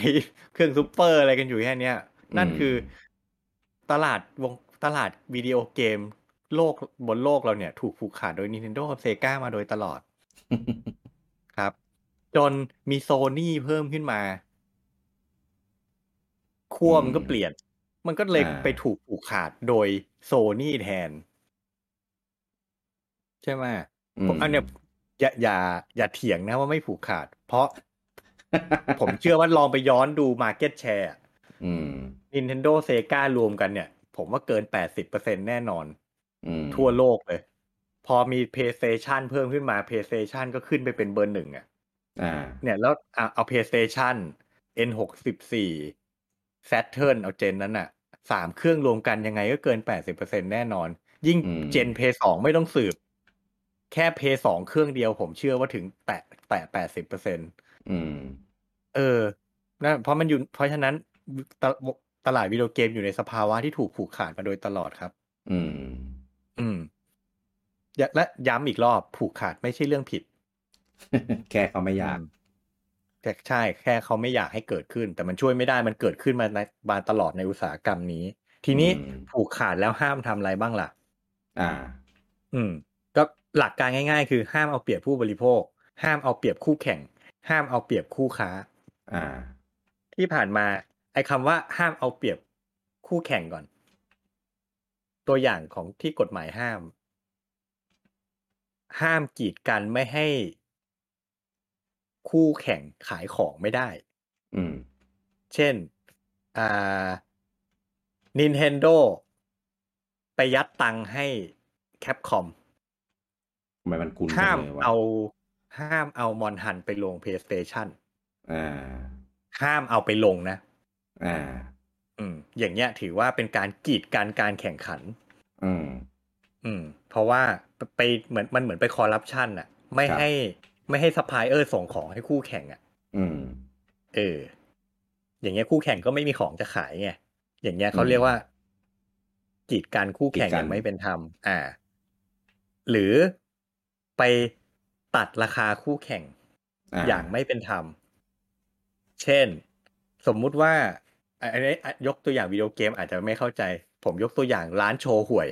เครื่องซูเปอร์อะไรกันอยู่แค่เนี้ย นั่นคือตลาดวงตลาดวิดีโอเกม โลกบนโลกเราเนี่ย ถูกผูกขาดโดย Nintendo กับ Sega มาโดยตลอดครับ จนมีโซนี่เพิ่มขึ้นมาขั้วมันก็เปลี่ยน มันก็เลย
อ่า
ไปถูกผูกขาดโดยโซนี่แทน ใช่ไหม ผมอันเนี้ยอย่าอย่าอย่าเถียงนะว่าไม่ผูกขาด เพราะ ผมเชื่อว่าลองไปย้อนดู Market Share อะ
อืม
Nintendo Sega รวมกันเนี่ย ผมว่าเกิน 80%แน่นอน
อืม
ทั่วโลกเลย พอมี PlayStation เพิ่มขึ้นมา PlayStation ก็ขึ้นไปเป็นเบอร์หนึ่งอ่ะ
อ่า
เนี่ยแล้วอ่ะเอา PlayStation N64 Saturn เอาเจนนั้นอ่ะสามเครื่องรวมกันยังไงก็เกิน 80%แน่นอน ยิ่ง
อืม
เจน PS2 ไม่ต้องสืบ แค่ PS2 เครื่องเดียวผมเชื่อว่าถึงแตะแตะ80%เปอร์เซ็นต์
อืม
เออนั่นเพราะมันอยู่ เพราะฉะนั้นตลตลาดวิดีโอเกมอยู่ในสภาวะที่ถูกผูกขาดมาโดยตลอดครับ
อืม
อืมอย่าและย้ำอีกรอบผูกขาดไม่ใช่เรื่องผิด
แค่เขาไม่อยาก
อืมแต่ใช่ แค่เขาไม่อยากให้เกิดขึ้น แต่มันช่วยไม่ได้มันเกิดขึ้นมาในมาตลอดในอุตสาหกรรมนี้ ทีนี้ผูกขาดแล้วห้ามทำอะไรบ้างล่ะ
อ่า
อืม ก็หลักการง่าย ๆ คือห้ามเอาเปรียบผู้บริโภค ห้ามเอาเปรียบคู่แข่ง ห้ามเอาเปรียบคู่ค้า
อ่า
ที่ผ่านมา ไอ้คำว่าห้ามเอาเปรียบคู่แข่งก่อน ตัวอย่างของที่กฎหมายห้าม ห้ามกีดกันไม่ให้ คู่แข่งขายของไม่ได้
อืม
เช่นอ่า Nintendo ไปยัดตังค์ให้ Capcom
ทำไมมันคุณ
ห้าม
จังลยวะ
เอาห้ามเอามอนหันไปลง PlayStation
อ่า
ห้ามเอาไปลงนะ
อ่า
อืมอย่างเงี้ยถือว่าเป็นการกีดกันการแข่งขัน
อืม
อืม เพราะว่าไปไปเหมือนมันเหมือนไปคอร์รัปชันอะไม่
ครับ
ให้ไม่ให้ซัพพลายเออร์ส่งของให้คู่แข่งอะ
อืม
เออ อย่างเงี้ยคู่แข่งก็ไม่มีของจะขายไงอย่างเงี้ยเขา
อืม
เรียกว่า กีดกันคู่แข่ง
กีดกั
อน ย่างไม่เป็นธรรมอ่า หรือไป ตัดราคาคู่แข่ง
ะ
อย่างไม่เป็นธรรม เช่น สมมุติว่าอ่ะอันนี้อ่ะยกตัวอย่างวิดีโอเกมอาจจะไม่เข้าใจ ผมยกตัวอย่างร้านโชว์หวย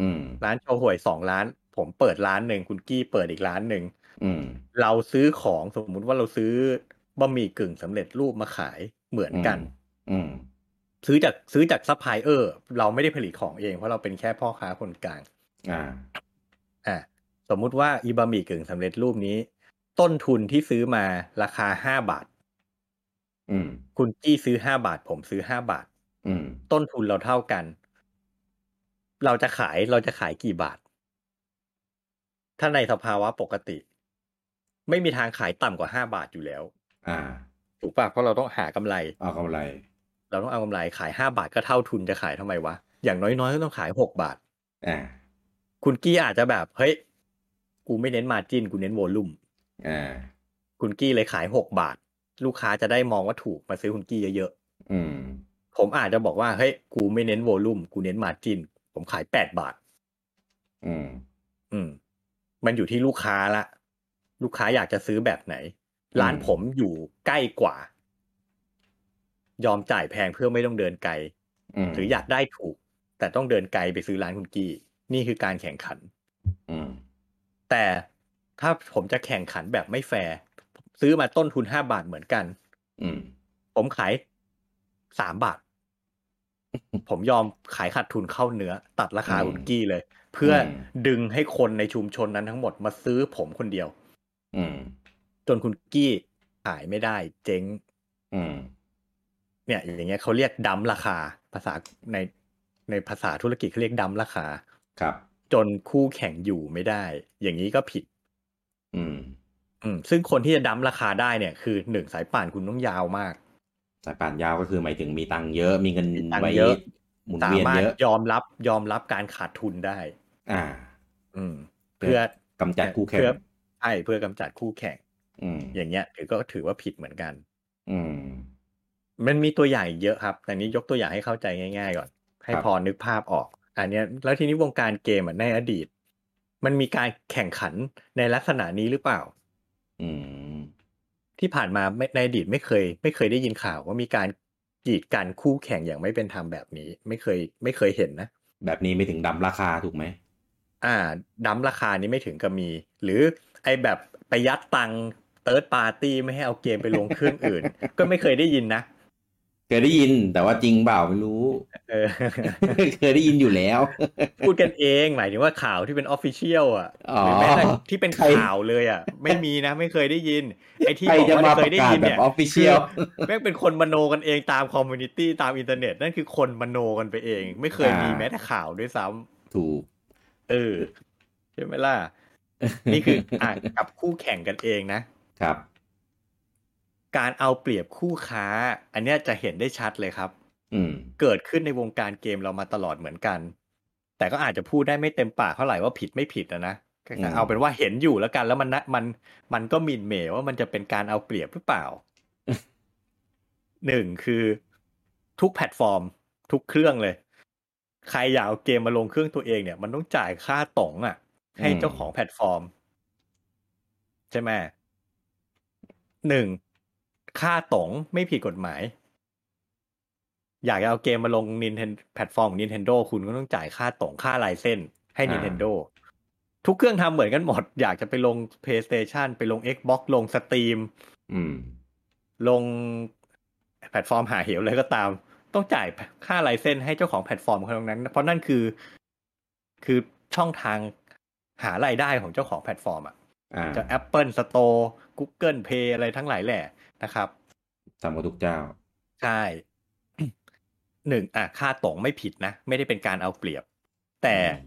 อืม
ร้านโชว์หวยสองร้าน ผมเปิดร้านหนึ่งคุณกี้เปิดอีกร้านหนึ่ง
อืม
เราซื้อของสมมุติว่าเราซื้อบะหมี่กึ่งสำเร็จรูปมาขายเหมือนกัน
อืม
ซื้อจากซื้อจากซัพพลายเออร์เราไม่ได้ผลิตของเองเพราะเราเป็นแค่พ่อค้าคนกลาง
อ่า
อ่ะสมมุติว่าอีบะหมี่กึ่งสำเร็จรูปนี้ ต้นทุนที่ซื้อมาราคาห้าบาท
อืม
คุณกี้ซื้อห้าบาท ผมซื้อห้าบาท
อืม
ต้นทุนเราเท่ากัน เราจะขายเราจะขายกี่บาท ถ้าในสภาวะปกติ ไม่มีทางขายต่ำกว่าห้าบาทอยู่แล้ว
อ่า
ถูกป่ะเพราะเราต้องหากำไร
เอากำไร
เราต้องเอากำไรขายห้าบาทก็เท่าทุนจะขายทำไมวะอย่างน้อยๆก็ต้องขายหกบาท
อ่า
คุณกี้อาจจะแบบเฮ้ยกูไม่เน้นมาจินกูเน้นโวลุ่ม
อ่า
คุณกี้เลยขายหกบาท ลูกค้าจะได้มองว่าถูกมาซื้อคุณกี้เยอะ
อืม
ๆ ผมอาจจะบอกว่าเฮ้ยกูไม่เน้นโวลุ่มกูเน้นมาจินผมขายแปดบาท
อืม
อืม มันอยู่ที่ลูกค้าละ ลูกค้าอยากจะซื้อแบบไหน ร้าน
อืม
ผมอยู่ใกล้กว่า ยอมจ่ายแพงเพื่อไม่ต้องเดินไกล
อืม
หรืออยากได้ถูก แต่ต้องเดินไกลไปซื้อร้านคุณกี้ นี่คือการแข่งขัน
อืม
แต่ถ้าผมจะแข่งขันแบบไม่แฟร์ซื้อมาต้นทุนห้าบาทเหมือนกัน
อืม
ผมขายสามบาท ผมยอมขายขาดทุนเข้าเนื้อ ตัดราคา
อืม
อุนกี้เลย เพื่ออ
ม
ดึงให้คนในชุมชนนั้นทั้งหมดมาซื้อผมคนเดียว
อืม
จนคุณกี้ขายไม่ได้ เจ๊ง
อืม
เนี่ย อย่างเงี้ยเขาเรียกดัมราคา ภาษาในในภาษาธุรกิจเขาเรียกดัมราคา
ครับ
จนคู่แข่งอยู่ไม่ได้ อย่างนี้ก็ผิด
อืม
อืมซึ่งคนที่จะดัมราคาได้เนี่ยคือหนึ่งสายป่านคุณต้องยาวมาก
สายป่านยาวก็คือหมายถึงมีตังค์เยอะ มีเงิน
มีตังค์
ไว้
เยอะ
หมุน
สา
เวียน
มารถ
เยอะ
ยอมรับยอมรับการขาดทุนได้
อ่า
อืม
เพื่
เพื่
อ
อก
ำจัดคู่แข่ง
เพื่อใช่เพื่อกำจัดคู่แข่ง
อืม
อย่างเงี้ยถือก็ถือว่าผิดเหมือนกัน
อืม
มันมีตัวอย่างอีกเยอะครับ แต่นี้ยกตัวอย่างให้เข้าใจง่าย ๆ ก่อน ให้
ครับ
พอนึกภาพออก อันเนี้ยแล้วทีนี้วงการเกมอ่ะในอดีต มันมีการแข่งขันในลักษณะนี้หรือเปล่า
อืม
ที่ผ่านมาไม่ในอดีตไม่เคย ไม่เคยได้ยินข่าวว่ามีการกีดกันคู่แข่งอย่างไม่เป็นธรรมแบบนี้ ไม่เคย ไม่เคยเห็นนะ
แบบนี้ไม่ถึงดำราคาถูกไหม
อ่าดัมราคานี้ไม่ถึงกับมี หรือไอแบบไปยัดตังเติร์ดปาร์ตี้ไม่ให้เอาเกมไปลงเครื่องอื่น ก็ไม่เคยได้ยินนะ
เคยได้ยินแต่ว่าจริงเปล่าไม่รู้
เอ อ
เคยได้ยินอยู่แล้ว
พูดกันเอง หมายถึงว่าข่าวที่เป็นออฟฟิเชียลอ่ะ
อ๋อ
หรือแม้แต่ที่เป็น
ใคร
ข่าวเลยอ่ะ ไม่มีนะ ไม่เคยได้ยิน ไอที่
ใคร
บอก
จะมา
ว่า
ป
เคย
ระ
ได้
กาศ
ยิน
แบ
เนี่
บ
ย
ออฟฟิเชียล
แม่งเป็นคนมโนกันเองตามคอมมูนิตี้ตามอินเทอร์เน็ต นั่นคือคนมโนกันไปเอง ไม่เคยมี
อ่า
แม้แต่ข่าวด้วยซ้ำ
ถูก
เออใช่ไหมล่ะ นี่คืออ่ะกับคู่แข่งกันเองนะ
ครับ
การเอาเปรียบคู่ค้า อันเนี้ยจะเห็นได้ชัดเลยครับ
อืม
เกิดขึ้นในวงการเกมเรามาตลอดเหมือนกัน แต่ก็อาจจะพูดได้ไม่เต็มปากเท่าไหร่ว่าผิดไม่ผิดนะนะก็
อืม
เอาเป็นว่าเห็นอยู่แล้วกัน แล้วมันนะมันมันก็หมินเหมว่ามันจะเป็นการเอาเปรียบหรือเปล่า หนึ่งคือทุกแพลตฟอร์ม ทุกเครื่องเลย ใครอยากเอาเกมมาลงเครื่องตัวเองเนี่ย มันต้องจ่ายค่าต๋องอะ่ะ ให้เจ้าของแพลตฟอร์ม ใช่ไหมหนึ่งค่าต๋องไม่ผิดกฎหมาย อยากจะเอาเกมมาลง Nintendo แพลตฟอร์มของ Nintendo คุณก็ต้องจ่ายค่าตรงค่าลายเส้นให้
อ่า
Nintendo ทุกเครื่องทำเหมือนกันหมด อยากจะไปลง PlayStation ไปลง Xbox ลง Steam
อืม
ลงแพลตฟอร์มหาเหวอะไรก็ตาม ต้องจ่ายค่าลายเส้นให้เจ้าของแพลตฟอร์มคนนั้น เพราะนั่นคือ คือช่องทางหารายได้ของเจ้าของแพลตฟอร์มอ่ะ
อ่า
จะ Apple Store Google Play อะไรทั้งหลายแหละนะครับ
ทำกับทุกเจ้า
ใช่ หนึ่งอ่ะค่าตรงไม่ผิดนะ ไม่ได้เป็นการเอาเปรียบ แต่
อืม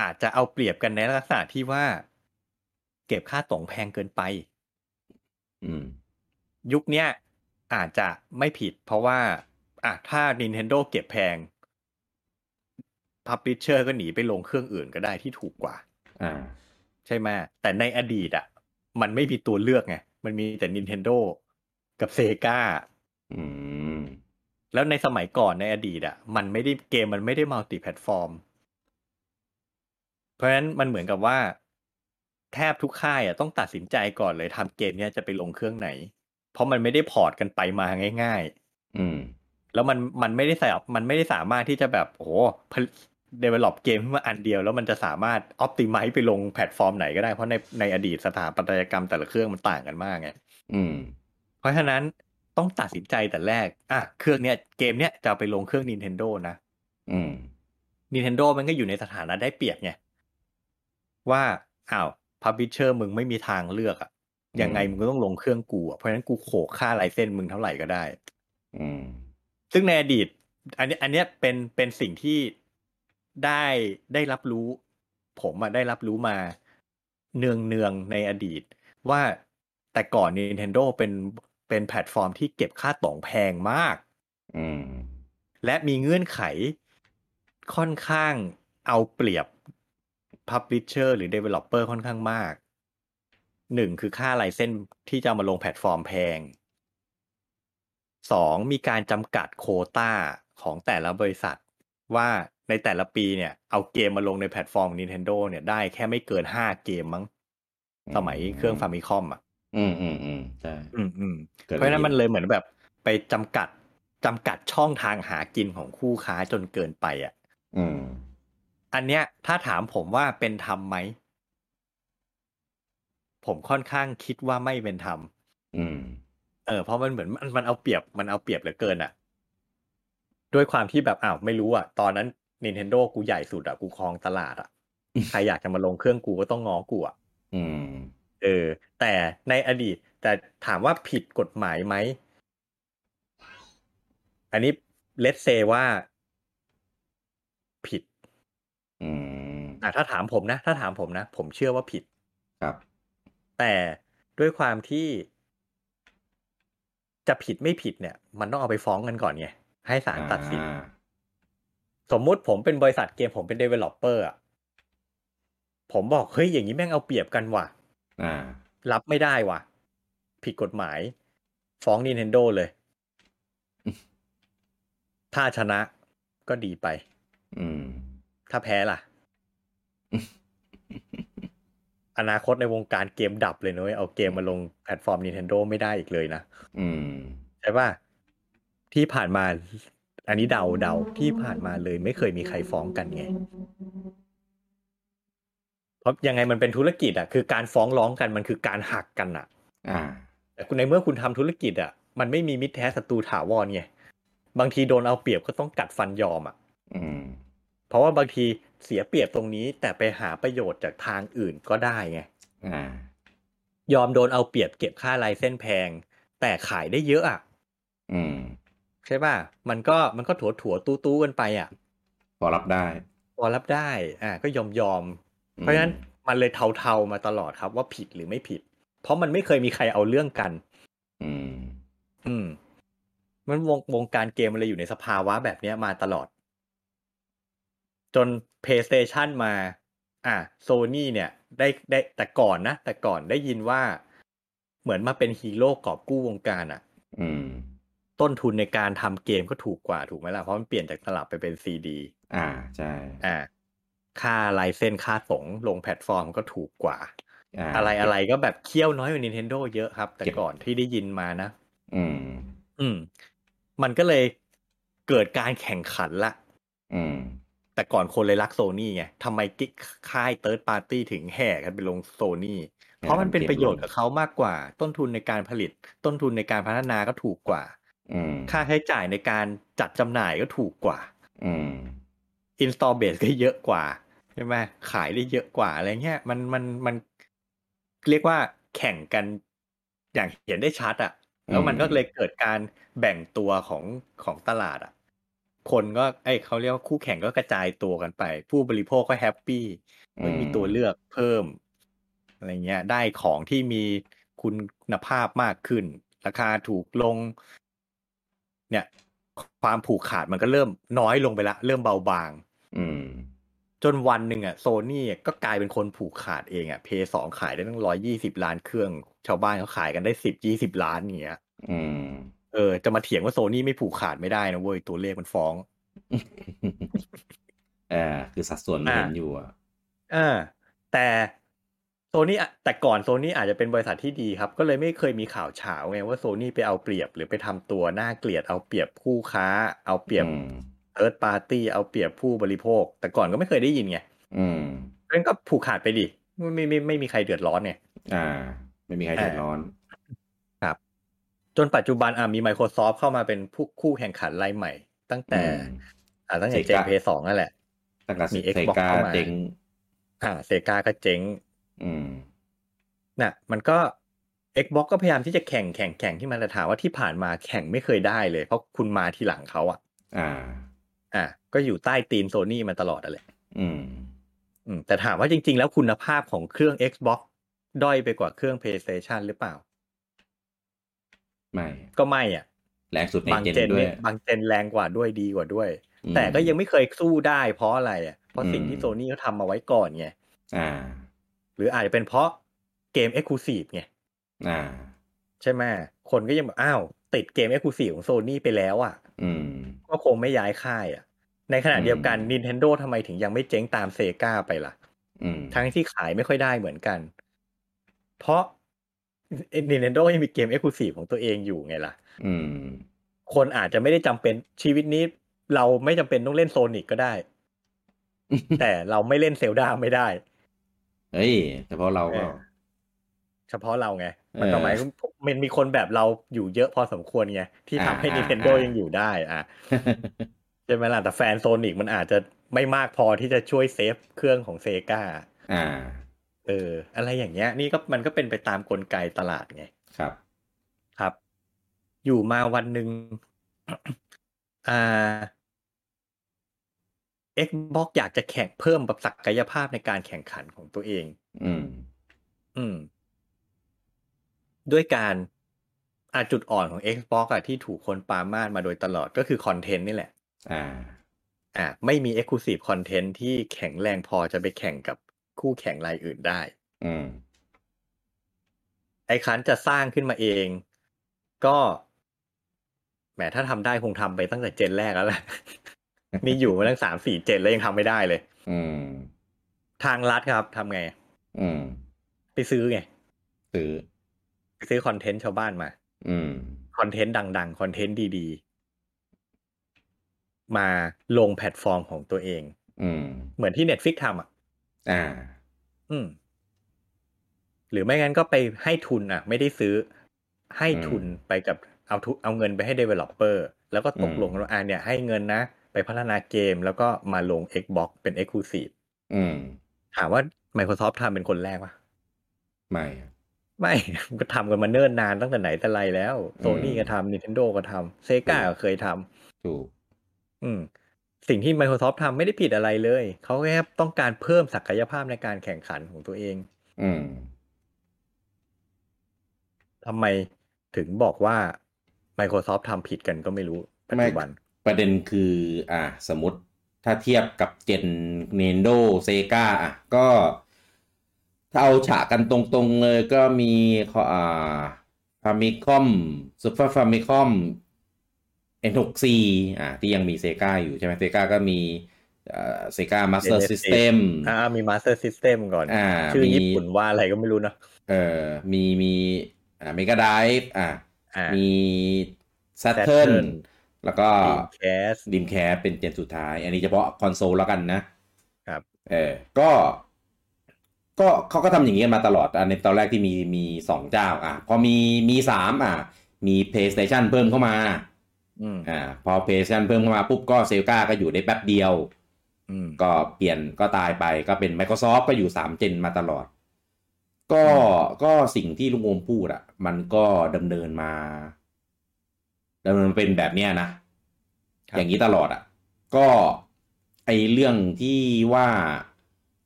อาจจะเอาเปรียบกันในลักษณะที่ว่า เก็บค่าตรงแพงเกินไป
อืม
ยุคเนี้ยอาจจะไม่ผิด เพราะว่าอ่ะถ้า Nintendo เก็บแพง Publisher ก็หนีไปลงเครื่องอื่นก็ได้ที่ถูกกว่า
อ่า
ใช่ไหมแต่ในอดีตอ่ะ มันไม่มีตัวเลือกไง มันมีแต่ Nintendo กับ Sega
อืม
แล้วในสมัยก่อนในอดีตอะมันไม่ได้เกมมันไม่ได้มัลติแพลตฟอร์ม เพราะฉะนั้นมันเหมือนกับว่า แทบทุกค่ายอ่ะต้องตัดสินใจก่อนเลยทำเกมเนี้ยจะไปลงเครื่องไหน เพราะมันไม่ได้พอร์ตกันไปมาง่าย ๆ
อืม
แล้วมันมันไม่ได้สามมันไม่ได้สามารถที่จะแบบโอ้โหเดเวล็อปเกมขึ้นมาอันเดียว แล้วมันจะสามารถออ t ติไม e ไปลงแพลตฟอร์มไหนก็ได้ เพราะในในอดีตสถาปัตยกรรมแต่ละเครื่องมันต่างกันมากไง
อืม
เพราะฉะนั้นต้องตัดสินใจแต่แรก อ่ะ เครื่องเนี้ยเกมเนี้ยจะเอาไปลงเครื่อง Nintendo นะ
อืม
Nintendo มันก็อยู่ในสถานะได้เปรียบไงว่าอ้าวพับบิเชอร์มึงไม่มีทางเลือกอะยังไงมึงก็ต้องลงเครื่องกูอะเพราะฉะนั้นกูโขกค่าลายเส้นมึงเท่าไหร่ก็ได้
อืม
ซึ่งในอดีต อันนี้อันเนี้ยเป็นเป็นสิ่งที่ได้ได้รับรู้ ผมอะได้รับรู้มาเนืองเนืองๆในอดีต ว่าแต่ก่อน Nintendo เป็นเป็นแพลตฟอร์มที่เก็บค่าต่องแพงมาก
อืม
และมีเงื่อนไขค่อนข้างเอาเปรียบ Publisher หรือ Developer ค่อนข้างมากหนึ่งคือค่าลายเส้นที่จะเอามาลงแพลตฟอร์มแพงสองมีการจำกัดโควต้าของแต่ละบริษัท ว่าในแต่ละปีเนี่ย เอาเกมมาลงในแพลตฟอร์ม Nintendo เนี่ยได้แค่ไม่เกินห้าเกมมั้ง สมัยเครื่องฟามิคอมอ่ะ
อืมอืมอืมใช่
อืมอืม
กิด
เพราะฉะนั้นมันเลยเหมือนแบบไปจำกัดจำกัดช่องทางหากินของคู่ค้าจนเกินไปอ่ะ
อืม
อันเนี้ยถ้าถามผมว่าเป็นธรรมไหม ผมค่อนข้างคิดว่าไม่เป็นธรรม
อืม
เออเพราะมันเหมือนมันมันเอาเปรียบมันเอาเปรียบเหลือเกินอะด้วยความที่แบบอ้าวไม่รู้อะตอนนั้น Nintendo กูใหญ่สุดอะกูครองตลาดอะใครอยากจะมาลงเครื่องกูก็ต้องงอกูอะ
อืม
เออแต่ในอดีตแต่ถามว่าผิดกฎหมายไหม อันนี้เลตเซว่าผิด
อืม
อ่ะถ้าถามผมนะ ถ้าถามผมนะ ผมเชื่อว่าผิด
ครับ
แต่ด้วยความที่ จะผิดไม่ผิดเนี่ย มันต้องเอาไปฟ้องกันก่อนไง ให้ศาลตัดสิน
อ่า
สมมุติผมเป็นบริษัทเกมผมเป็น developer อ่ะผมบอก เฮ้ย อย่างนี้แม่งเอาเปรียบกันว่ะ
อ่า
รับไม่ได้ว่ะ ผิดกฎหมาย ฟ้อง Nintendo เลย ถ้าชนะก็ดีไป
อืม
ถ้าแพ้ล่ะ อนาคตในวงการเกมดับเลยนุ้ยเอาเกมมาลงแพลตฟอร์ม Nintendo ไม่ได้อีกเลยนะ
อืม
ใช่ป่ะ ที่ผ่านมา อันนี้เดาเดาที่ผ่านมาเลยไม่เคยมีใครฟ้องกันไง เพราะยังไงมันเป็นธุรกิจอะคือการฟ้องร้องกันมันคือการหักกันอะ
อ่า
แต่คุณในเมื่อคุณทำธุรกิจอ่ะมันไม่มีมิตรแท้ศัตรูถาวรไงบางทีโดนเอาเปรียบก็ต้องกัดฟันยอมอ่ะ
อืม
เพราะว่าบางทีเสียเปรียบตรงนี้ แต่ไปหาประโยชน์จากทางอื่นก็ได้ไง
อ่า
ยอมโดนเอาเปรียบเก็บค่าลายเส้นแพง แต่ขายได้เยอะอ่ะ
อืม
ใช่ป่ะมันก็มันก็ถัวถัวตู้ตู้ๆกันไปอ่ะ
พอรับได้
พอรับได้อ่าก็ยอมยอม
อืม
เพราะฉะนั้นมันเลยเทาๆมาตลอดครับว่าผิดหรือไม่ผิด เพราะมันไม่เคยมีใครเอาเรื่องกัน
อืม
อืม มันวงวงการเกมมันเลยอยู่ในสภาวะแบบเนี้ยมาตลอด จน PlayStation มา อ่ะโซนี่เนี่ย ได้ได้แต่ก่อนนะ แต่ก่อนได้ยินว่าเหมือนมาเป็นฮีโร่กอบกู้วงการอะ่ะ
อืม
ต้นทุนในการทำเกมก็ถูกกว่าถูกไหมล่ะ เพราะมันเปลี่ยนจากตลับไปเป็นซีดี
อ่า ใช่
อ่า ค่าลายเส้นค่าส่งลงแพลตฟอร์มก็ถูกกว่า
อ่า
อะไรอะไรก็แบบเคี่ยวน้อยกว่า Nintendo เยอะครับ แต่
เก็บ
ก่อนที่ได้ยินมานะ
อืม
อืม มันก็เลยเกิดการแข่งขันละ
อืม
แต่ก่อนคนเลยรักโซนี่ไงทำไมกิ๊กค่ายเติร์ดปาร์ตี้ถึงแห่กันไปลงโซนี่เพราะมันเป็นประโยชน์กับเขามากกว่า ต้นทุนในการผลิต ต้นทุนในการพัฒนาก็ถูกกว่า
อืม
ค่าใช้จ่ายในการจัดจำหน่ายก็ถูกกว่า
อืม
อินสตอลเบสก็เยอะกว่าใช่ไหมขายได้เยอะกว่าอะไรเงี้ยมันมันมันเรียกว่าแข่งกันอย่างเห็นได้ชัดอะ่ะ แล้วมันก็เลยเกิดการแบ่งตัวของของตลาดอะ่ะ คนก็ไอยเขาเรียกว่าคู่แข่งก็กระจายตัวกันไป ผู้บริโภคก็แฮปปี้
อืม
ไม่มีตัวเลือกเพิ่มอะไรเงี้ย ได้ของที่มีคุณภาพมากขึ้น ราคาถูกลง เนี่ย ความผูกขาดมันก็เริ่มน้อยลงไปละ เริ่มเบาบาง
อืม
จนวันหนึ่งอ่ะโซนี่ก็กลายเป็นคนผูกขาดเองอ่ะเพย์สองขายได้ตั้งร้อยยี่สิบล้านเครื่อง ชาวบ้านเขาขายกันได้สิบยี่สิบล้านอย่างเงี้ย
อืม
เออจะมาเถียงว่าโซนี่ไม่ผูกขาดไม่ได้นะเว้ย ตัวเลขมันฟ้อง
อ่า คือสัดส่วนมันเห็นอยู่อ่ะ
เออ แต่โซ นี่แต่ก่อนโซนี่อาจจะเป็นบริษัทที่ดีครับ ก็เลยไม่เคยมีข่าวเฉาไงว่าโซนี่ไปเอาเปรียบ หรือไปทำตัวน่าเกลียดเอาเปรียบคู่ค้า เอาเปรียบ
อืม
เอิร์ p ปาร์ตี้เอาเปรียบผู้บริโภค แต่ก่อนก็ไม่เคยได้ยินไง
อืม
งั้นก็ผูกขาดไปดิไม่ไม่ไม่ไม่มีใครเดือดร้อนไง
อ่า ไม่มีใครเดือดร้อน
จนปัจจุบันอ่ะมี Microsoft เข้ามาเป็นผู้คู่แข่งขันรายใหม่ ตั้งแต่
อืม
อ่ะตั้งแต่
Sega
JP สองนั่นแหละ
ตั้งแต่
มี
เซ
Xbox
กา
เข้ามา
เจ๊ง
อ่าเซกาก็เจ๊ง
อืม
น่ะมันก็ Xbox ก็พยายามที่จะแข่งแข่งแข่งที่มันแต่ถามว่าที่ผ่านมาแข่งไม่เคยได้เลย เพราะคุณมาทีหลังเขาอ่ะ
อ่า
อ่ะก็อยู่ใต้ตีนโซนี่มาตลอดอะแหละ
อืม
อืมแต่ถามว่าจริง ๆ แล้วคุณภาพของเครื่อง Xbox ด้อยไปกว่าเครื่อง PlayStation หรือเปล่า
ไม่
ก็ไม่อ่ะ
แรงสุดใน
บาง
เจน
เจน
ด้วย
เนี่ยบางเจนแรงกว่าด้วยดีกว่าด้วย
อืม
แต่ก็ยังไม่เคยสู้ได้เพราะอะไรอ่ะเพราะสิ่งที่
อืม
โซนี่เขาทำมาไว้ก่อนไง
อ่า
หรืออาจจะเป็นเพราะเกม e x c l u s i v e ไง
อ่า
ใช่ไหมคนก็ยังแบบอ้าว ติดเกม e x c l u s i v e ของโซ n y ไปแล้วอะ่ะ
อืม
ก็คงไม่ย้ายค่ายอะ่ะ ในขณะเดียวกัน
อืม
Nintendo ทำไมถึงยังไม่เจ๊งตามเซกาไปล่ะ
อืม
ทั้งที่ขายไม่ค่อยได้เหมือนกัน เพราะ Nintendo ยังมีเกม e x c l u s i v e ของตัวเองอยู่ไงล่ะ
อืม
คนอาจจะไม่ได้จำเป็นชีวิตนี้ เราไม่จำเป็นต้องเล่นโซนิกก็ได้ แต่เราไม่เล่นเซลดาไม่ได้
เฮ้ยแต่เพราะเราก็
เฉพาะเราไง มัน
เออ
ก็หมายความมันมีคนแบบเราอยู่เยอะพอสมควรไง ที่ทำให้
อ่า
Nintendo ยังอยู่ได้อ่ะใช่ไหมล่ะแต่แฟนโซนิกมันอาจจะไม่มากพอที่จะช่วยเซฟเครื่องของเซกา
อ่า
เออ อะไรอย่างเงี้ย นี่ก็มันก็เป็นไปตามกลไกตลาดไง
ครับ
ครับ อยู่มาวันหนึ่ง อ่า Xbox อยากจะแข่งเพิ่มแบบศักยภาพในการแข่งขันของตัวเอง
อืม
อืม ด้วยการอาจุดอ่อนของ Xbox อะที่ถูกคนปรามาสมาโดยตลอดก็คือคอนเทนต์นี่แหละ
อ่า
อ่า ไม่มี Exclusive Content ที่แข็งแรงพอจะไปแข่งกับคู่แข่งรายอื่นได้
อืม
ไอ้คันจะสร้างขึ้นมาเอง ก็แหมถ้าทำได้คงทำไปตั้งแต่เจนแรกแล้วแหละ นี่อยู่มาตั้งสามสี่เจนแล้วยังทำไม่ได้เลย
อืม
ทางรัฐครับทำไง
อืม
ไปซื้อไง
ซื้อ
ไปซื้อคอนเทนต์ชาวบ้านมา
อืม
คอนเทนต์ดังๆ คอนเทนต์ดีๆ มาลงแพลตฟอร์มของตัวเอง
อืม
เหมือนที่ Netflix ทำอ่ะ
อ่า
อืม หรือไม่งั้นก็ไปให้ทุนอ่ะ ไม่ได้ซื้อ ให้ทุนไปกับเอาทุเอาเงินไปให้ developer แล้วก็ตกลง
อืม
ว่าอ่าเนี่ย ให้เงินนะ ไปพัฒนาเกมแล้วก็มาลง Xbox เป็น Exclusive
อืม
ถามว่า Microsoft ทำเป็นคนแรกปะ
ไม่อะ
ไม่ ก็ทำกันมาเนิ่นนานตั้งแต่ไหนแต่ไรแล้วโซนี่
อืม
ก็ทำ Nintendo ก็ทำ Sega ก็เคยทำ
ถูก
อืมสิ่งที่ Microsoft ทำไม่ได้ผิดอะไรเลย เขาแค่ต้องการเพิ่มศักยภาพในการแข่งขันของตัวเอง
อืม
ทำไมถึงบอกว่า Microsoft ทำผิดกันก็ไม่รู้ปัจจุบัน
ประเด็นคือ อ่า สมมติถ้าเทียบกับเจน Nintendo Sega อ่ะ ก็ถ้าเอาฉากกันตรงๆเลยก็มีขออ่าฟามิคอมซูเปอร์ฟามิคอม N64 อ่า ที่ยังมี Sega อยู่ใช่ไหม Sega ก็มีอ่า Sega Master
Genesis
System
อ่ามี Master System ก่อน
อ่า
ชื่อ
มี
ญี่ปุ่นว่าอะไรก็ไม่รู้นะ
เอ่อมีมีอ่า Mega Drive อ่า
อ่า
มี Saturn
Saturn
แล้วก็
แคส
ดิมแคสเป็นเจนสุดท้าย อันนี้เฉพาะคอนโซลแล้วกันนะครับ เออก็ก็เขาก็ทำอย่างนี้กันมาตลอดอันในตอนแรกที่มีมีสองเจ้า อ่ะ พอมีมีสามอ่ะ มี PlayStation เพิ่มเข้ามา
อืม
อ่า พอ PlayStation เพิ่มเข้ามาปุ๊บก็เซลกาก็อยู่ได้แป๊บเดียว
อืม
ก็เปลี่ยนก็ตายไปก็เป็น Microsoft ก็อยู่ 3 เจนมาตลอด ก็ก็สิ่งที่ลุงโอมพูดอะมันก็ดำเนินมาดำเนินเป็นแบบเนี้ยนะ
ครั
อ
บ
ย่างนี้ตลอดอะก็ไอเรื่องที่ว่า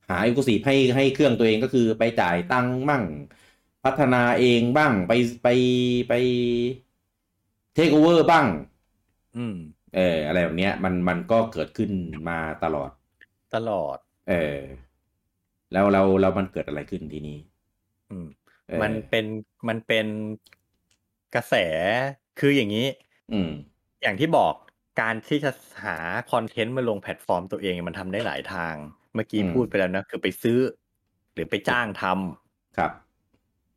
หาเอกสีให้ให้เครื่องตัวเองก็คือไปจ่ายตังค์มั่ง พัฒนาเองบ้างไปไปไปเทคโอเวอร์บ้าง
อืม
เอออะไรแบบเนี้ยมันมันก็เกิดขึ้นมาตลอด
ตลอด
เออ แล้วเราเรามันเกิดอะไรขึ้นทีนี้
อืม
เออ
มันเป็นมันเป็นกระแสคืออย่างนี้
อืม
อย่างที่บอกการที่จะหาคอนเทนต์มาลงแพลตฟอร์มตัวเองมันทำได้หลายทาง เมื่อกี้
อืม
พูดไปแล้วนะ คือไปซื้อ หรือไปจ้างทำ
ครับ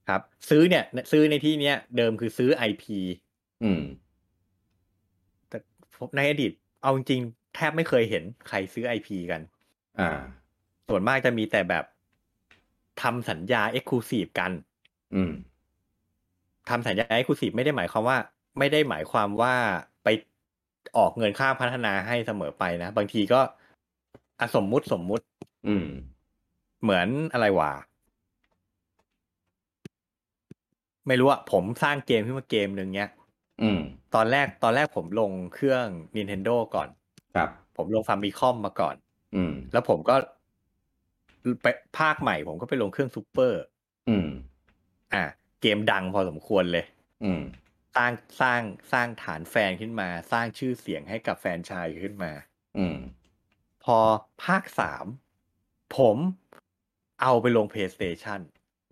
ครับ ซื้อเนี่ย ซื้อในที่เนี้ยเดิมคือซื้อ IP
อืม
แต่ในอดีตเอาจริงๆแทบไม่เคยเห็นใครซื้อ IP กัน
อ่า
ส่วนมากจะมีแต่แบบทำสัญญา Exclusive กัน
อืม
ทำสัญญา Exclusive ไม่ได้หมายความว่า ไม่ได้หมายความว่าไปออกเงินค่าพัฒนาให้เสมอไปนะ บางทีก็อะสมมุติสมมุติ
อืม
เหมือนอะไรวะไม่รู้อะผมสร้างเกมขึ้นมาเกมหนึ่งเนี้ย
อืม
ตอนแรกตอนแรกผมลงเครื่อง Nintendo ก่อน
ครับ
ผมลงฟาร์ม c คอมมาก่อน
อืม
แล้วผมก็ไปภาคใหม่ผมก็ไปลงเครื่องซูเปอร์
อืม
อ่ะเกมดังพอสมควรเลย
อืม
สร้างสร้างสร้างฐานแฟนขึ้นมา สร้างชื่อเสียงให้กับแฟนชายขึ้นมา
อืม
พอภาคสามผมเอาไปลง PlayStation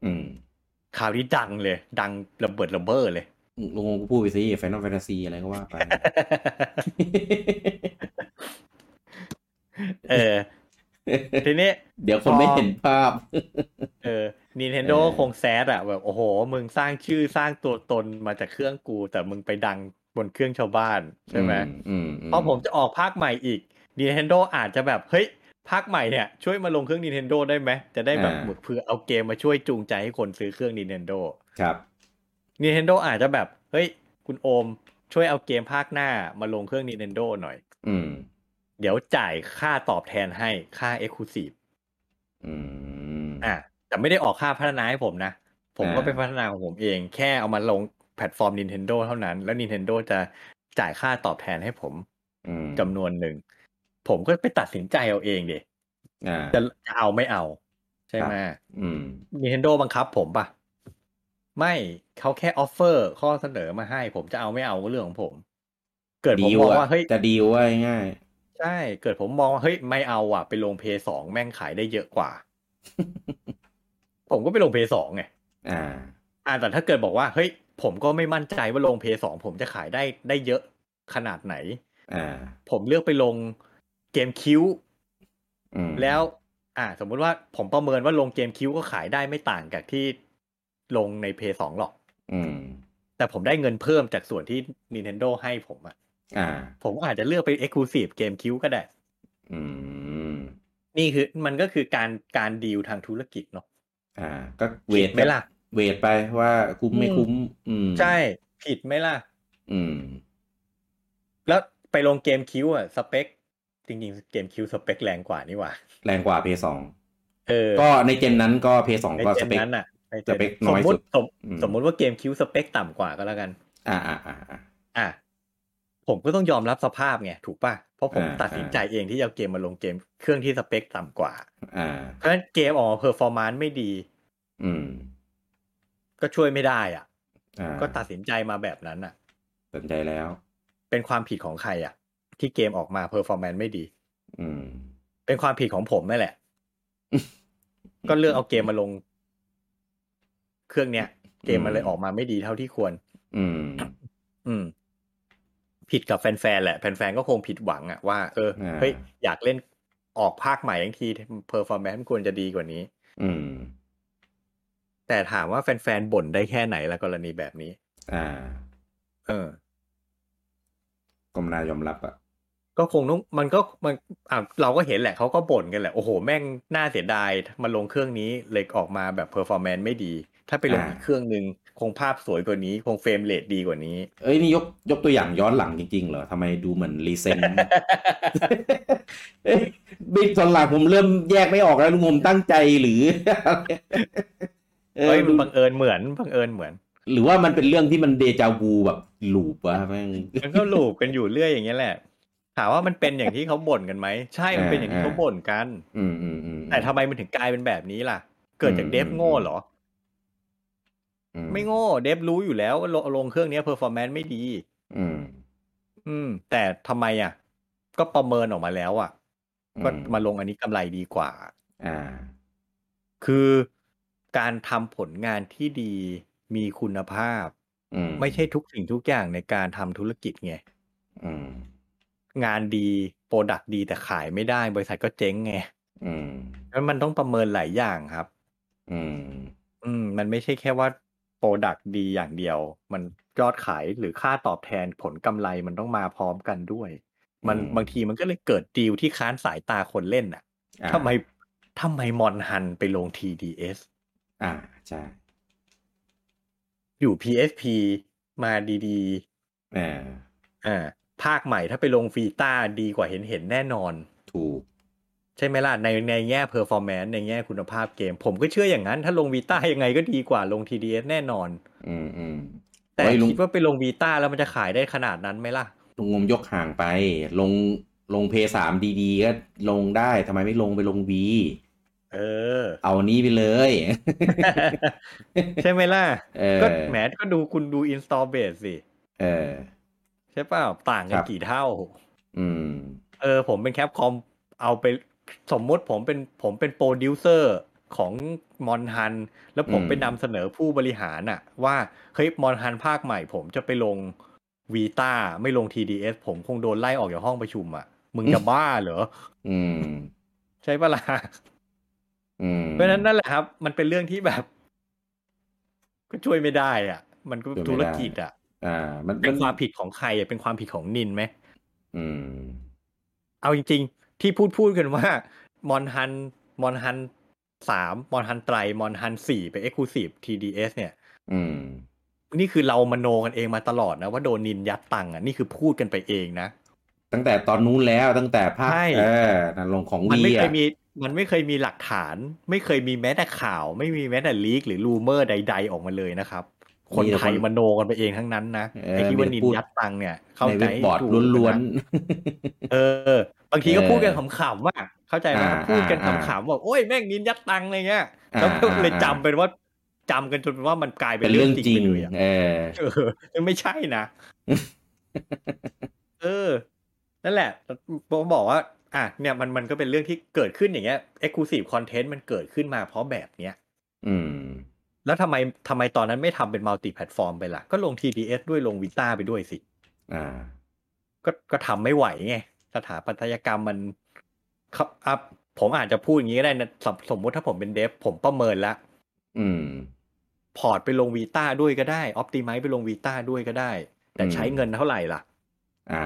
อืม
คราวนี้ดังเลย ดังระเบิดระเบ้อเลย
ลุงก็พูดไปสิแฟน a ฟนตาซีอะไรก็ว่าไป
เออ ทีนี้
เดี๋ยวคนไม่เห็นภาพ
เออ Nintendo
เออ
คงแซดอะแบบโอ้โห มึงสร้างชื่อสร้างตัวตนมาจากเครื่องกู แต่มึงไปดังบนเครื่องชาวบ้าน ใช่ไหม
อืม
พอผมจะออกภาคใหม่อีก Nintendo อาจจะแบบเฮ้ยภาคใหม่เนี่ย ช่วยมาลงเครื่อง Nintendo ได้ไหม จะได้แบบเหมือนเพื่อเอาเกมมาช่วยจูงใจให้คนซื้อเครื่อง Nintendo
ครับ
Nintendo อาจจะแบบ เฮ้ย คุณโอม ช่วยเอาเกมภาคหน้ามาลงเครื่อง Nintendo หน่อย
อืม
เดี๋ยวจ่ายค่าตอบแทนให้ค่า Exclusive
อืม
อ่ะแต่ไม่ได้ออกค่าพัฒนาให้ผมนะ ผมก็
อ่า
ไปพัฒนาของผมเอง แค่เอามาลงแพลตฟอร์ม Nintendo เท่านั้น แล้ว Nintendo จะจ่ายค่าตอบแทนให้ผม
อืม
จำนวนหนึ่ง ผมก็ไปตัดสินใจเอาเองเด
อ่า
จะจะเอาไม่เอา ใช่ไหม
อืม
Nintendo บังคับผมปะไม่เขาแค่ออฟเฟอร์ข้อเสนอมาให้ ผมจะเอาไม่เอาก็เรื่องของผม เกิดผม
ดีล
มอง
อะ
ว่าเฮ้ย
จะดีลว่าง่าย
ใช่ เกิดผมมองว่าเฮ้ยไม่เอาอ่ะ ไปลงเพย์สองแม่งขายได้เยอะกว่า ผมก็ไปลงเพย์สองไง
ๆอ่า
อ่าแต่ถ้าเกิดบอกว่าเฮ้ยผมก็ไม่มั่นใจว่าลงเพย์สองผมจะขายได้ได้เยอะขนาดไหน
อ่า
ผมเลือกไปลงเกมคิ้ว
อืม
แล้ว อ่า สมมุติว่าผมประเมินว่าลงเกมคิวก็ขายได้ไม่ต่างจากที่ลงในเพย์สองหรอก
อืม
แต่ผมได้เงินเพิ่มจากส่วนที่ Nintendo ให้ผมอะ
อ่า
ผมอาจจะเลือกไป Exclusive เกมคิวก็ได้
อืม
นี่คือมันก็คือการการดีลทางธุรกิจเนาะ
อ่า ก็เวท
ผิดไหมล่ะ
เวทไปว่าคุ้มไม่คุ้ม อืม
ใช่ ผิดไหมล่ะ
อืม
แล้วไปลงเกมคิวอะสเปค จริงๆ เกมคิวสเปคแรงกว่านี่หว่า
แรงกว่าเพย์สอง
เออ
ก็ในเกมนั้นก็เพย์สอง
ใน
ก็
เก
ส
ม
เปค
นั้นอะในกม
สเปคน้อยสุด
สมมติ
อื
สมสมมุติว่าเกมคิวสเปคต่ำกว่าก็แล้วกัน
อ่าอ่าอ่าอ่า
อ่ะผมก็ต้องยอมรับสภาพไงถูกป่ะ เพราะผม
อ่า
ตัดสินใจเองที่จะเอาเกมมาลงเกมเครื่องที่สเปคต่ำกว่า
อ่า
เพราะฉะนั้นเกมออกมาเพอร์ฟอร์มานซ์ไม่ดี
อืม
ก็ช่วยไม่ได้อ่ะ
อ่า
ก็ตัดสินใจมาแบบนั้นอ่ะ
สนใจแล้ว
เป็นความผิดของใครอ่ะ ที่เกมออกมาเพอร์ฟอร์แมนซ์ไม่ดี
อืม
เป็นความผิดของผมนั่นแหละ ก็เลือกเอาเกมมาลง เครื่องเนี้ย เกมมันเลยออกมาไม่ดีเท่าที่ควร
อืม
อืม ผิดกับแฟนๆแหละ แฟนๆก็คงผิดหวังอะว่าเออ
อ่า
เฮ้ยอยากเล่นออกภาคใหม่ทั้งทีเพอร์ฟอร์แมนซ์ควรจะดีกว่านี้
อืม
แต่ถามว่าแฟนๆบ่นได้แค่ไหนละกรณีแบบนี้
อ่า
เออ
กรมนายอมรับอ่ะ
ก็คงต้องมันก็มันอ่ะเราก็เห็นแหละเขาก็บ่นกันแหละ โอ้โห แม่งน่าเสียดายมาลงเครื่องนี้เลยออกมาแบบเพอร์ฟอร์แมนซ์ไม่ดี ถ้าไปลง
อ่า
อีกเครื่องหนึ่งคงภาพสวยกว่านี้ คงเฟรมเรทดีกว่านี้
เอ้ยนี่ยกยกตัวอย่างย้อนหลังจริงๆเหรอทำไมดูเหมือนรีเซน เอ้ยบิ๊กตอนหลังผมเริ่มแยกไม่ออกแล้วลุงผมตั้งใจหรือ เออ
เฮ้ยมันบังเอิญเหมือนบังเอิญเหมือน
หรือว่ามันเป็นเรื่องที่มันเดจาวูแบบลูปวะแม่ง
มันก็ลูบกันอยู่เรื่อยอย่างเงี้ยแหละ ถามว่ามันเป็นอย่างที่เขาบ่นกันไหม ใช่ มันเป็นอย่างที่เขาบ่นกัน
อืมอืมอืม
แต่ทำไมมันถึงกลายเป็นแบบนี้ล่ะ เกิดจากเดฟ
อืม
โง่เหรอ
อื
ไม่โง่ เดฟรู้อยู่แล้วว่าลงลงเครื่องเนี้เพอร์ฟอร์แมนซ์ไม่ดี
อืม
อืม แต่ทำไมอ่ะ ก็ประเมินออกมาแล้วอ่ะ ก็มาลงอันนี้กำไรดีกว่า
อ่า
คือการทำผลงานที่ดีมีคุณภาพ
อืม
ไม่ใช่ทุกสิ่งทุกอย่างในการทำธุรกิจไง
อืม
งานดีโปรดักดีแต่ขายไม่ได้ บริษัทก็เจ๊งไง
อืม
แล้วมันต้องประเมินหลายอย่างครับ
อืม
อืมมันไม่ใช่แค่ว่าโปรดักต์ดีอย่างเดียว มันยอดขายหรือค่าตอบแทนผลกำไรมันต้องมาพร้อมกันด้วย มัน
อืม
บางทีมันก็เลยเกิดดีลที่ค้านสายตาคนเล่นอ่ะ
อ่า
ทำไมทำไมมอนฮันไปลง TDS
อ่าใช่
อยู่ PSP มาดี
เออ
ๆอ่าภาคใหม่ถ้าไปลงฟีต้าดีกว่าเห็นเห็นๆแน่นอน
ถูก
ใช่ไหมล่ะ ในในแง่ performance ในแง่คุณภาพเกม ผมก็เชื่ออย่างนั้น ถ้าลงวีต้ายังไงก็ดีกว่าลง TDS แน่นอน
อืมอืม
แต่
โอ้ยลุง
คิดว่าไปลงวีต้าแล้วมันจะขายได้ขนาดนั้นไหมล่ะ
ลุงงมยกห่างไป ลงลงเพย์สามดีๆก็ลงได้ทำไมไม่ลงไปลงบี
เออ
เอาอันนี้ไปเลย
ใช่ไหมล่ะ
เออ
ก็แหมก็ดูคุณดู install base สิ
เออ
ใช่เปล่าต่าง
คน
กั
รับ
กี่เท่า
อืม
เออ ผมเป็นแคปคอมเอาไปสมมติผมเป็นผมเป็นโปรดิวเซอร์ของมอนฮัน แล้วผม
อืม
ไปนำเสนอผู้บริหารน่ะ ว่าเฮ้ยมอนฮันภาคใหม่ ผมจะไปลงวีต้าไม่ลง TDS ผมคงโดนไล่ออกจากห้องประชุมอ่ะ มึงจะบ้าเหรอ
อืม
ใช่ปะล่ะ
อืม
เพราะฉะนั้นนั่นแหละครับ มันเป็นเรื่องที่แบบ ก็ช่วยไม่ได้อ่ะ มันก็
ช่
ธุ
วย
ร
ไม่ได้
กิจอ่ะ
อ่า มัน
เป็น
น
ความผิดของใครอะเป็นความผิดของนินไหม
อืม
เอาจริงๆ ที่พูดพูดกันว่า มอนฮัน มอนฮันสามมอนฮันไตร มอนฮันสี่ไปเอ็กซ์คลูซีฟ TDS เนี่ย
อืม
นี่คือเรามโนกันเองมาตลอดนะ ว่าโดนนินยัดตังค์อ่ะ นี่คือพูดกันไปเองนะ
ตั้งแต่ตอนนู้นแล้วตั้งแต่ภาค
ใช่
เออนั่นลงของ
มัน
วี
ไม่เค
อ่ะ
ยมี มันไม่เคยมีหลักฐาน ไม่เคยมีแม้แต่ข่าว ไม่มีแม้แต่ลีกหรือรูเมอร์ใด ๆ ออกมาเลยนะครับ คนไทยมโนกันไปเองทั้งนั้นนะ
เออ
ไอ้ที่ว่านิน
พูด
ยัดตังค์เนี่ยเข้า
ใน
ใจ
เว็บบอร์ด
ถูก
ล้วน
นะ
ๆ
เออ บางทีก็
เออ
พูดกันขำๆว่าเข้าใจไหม
อ่า
พูดกัน
อ่า
ขำๆว่าโอ้ยแม่งนินยัดตังค์อะไรเงี้ย
อ่า
แล้วก็เลย
อ่า
จำเป็นว่าจำกันจนว่ามันกลายเป็
เป็น นเรื่องจริง
ไปเลยอะ
เออ
เออมันไม่ใช่ นะ เออ นั่นแหละผมบอกว่า อ่ะเนี่ยมันมันก็เป็นเรื่องที่เกิดขึ้นอย่างเงี้ย exclusive content มันเกิดขึ้นมาเพราะแบบเนี้ย
อืม
แล้วทำไมทำไมตอนนั้นไม่ทำเป็น multi platform ไปล่ะ ก็ลง TDS ด้วยลง Vita ไปด้วยสิ
อ่า
ก็ก็ทำไม่ไหวไงสถาปัตยกรรมมันครับอ่ะผมอาจจะพูดอย่างนี้ก็ได้นะสมสมมติถ้าผมเป็นเดฟผมประเมินละ
อืม
พอร์ตไปลงวีต้าด้วยก็ได้ออ t ติไม e ไปลงวีต้าด้วยก็ได้ แต่
อืม
ใช้เงินเท่าไหร่ล่ะ
อ่า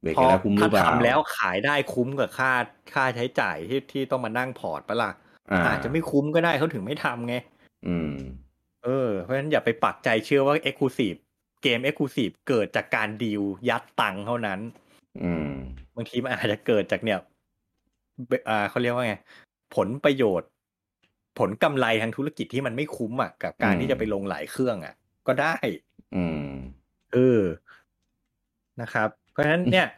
เบรก
พอ
แล้วคุ้มหรื
ถ้า
อเปล่า
ทำแล้วขายได้คุ้มกับค่าค่าใช้จ่ายที่ที่ต้องมานั่งพอร์ตปะล่ะ
อ่า
อาจจะไม่คุ้มก็ได้เขาถึงไม่ทำไง
อืม
เออเพราะฉะนั้นอย่าไปปักใจเชื่อว่า Exclusive เกม Exclusive เกิดจากการดีลยัดตังค์เท่านั้น
อืม
บางทีมันอาจจะเกิดจากเนี่ยเบอ่าเขาเรียกว่าไง ผลประโยชน์ ผลกำไรทางธุรกิจที่มันไม่คุ้มอ่ะกับการ
อืม
ที่จะไปลงหลายเครื่องอ่ะ ก็ได้
อืม
เออนะครับ เพราะฉะนั้นเนี่ย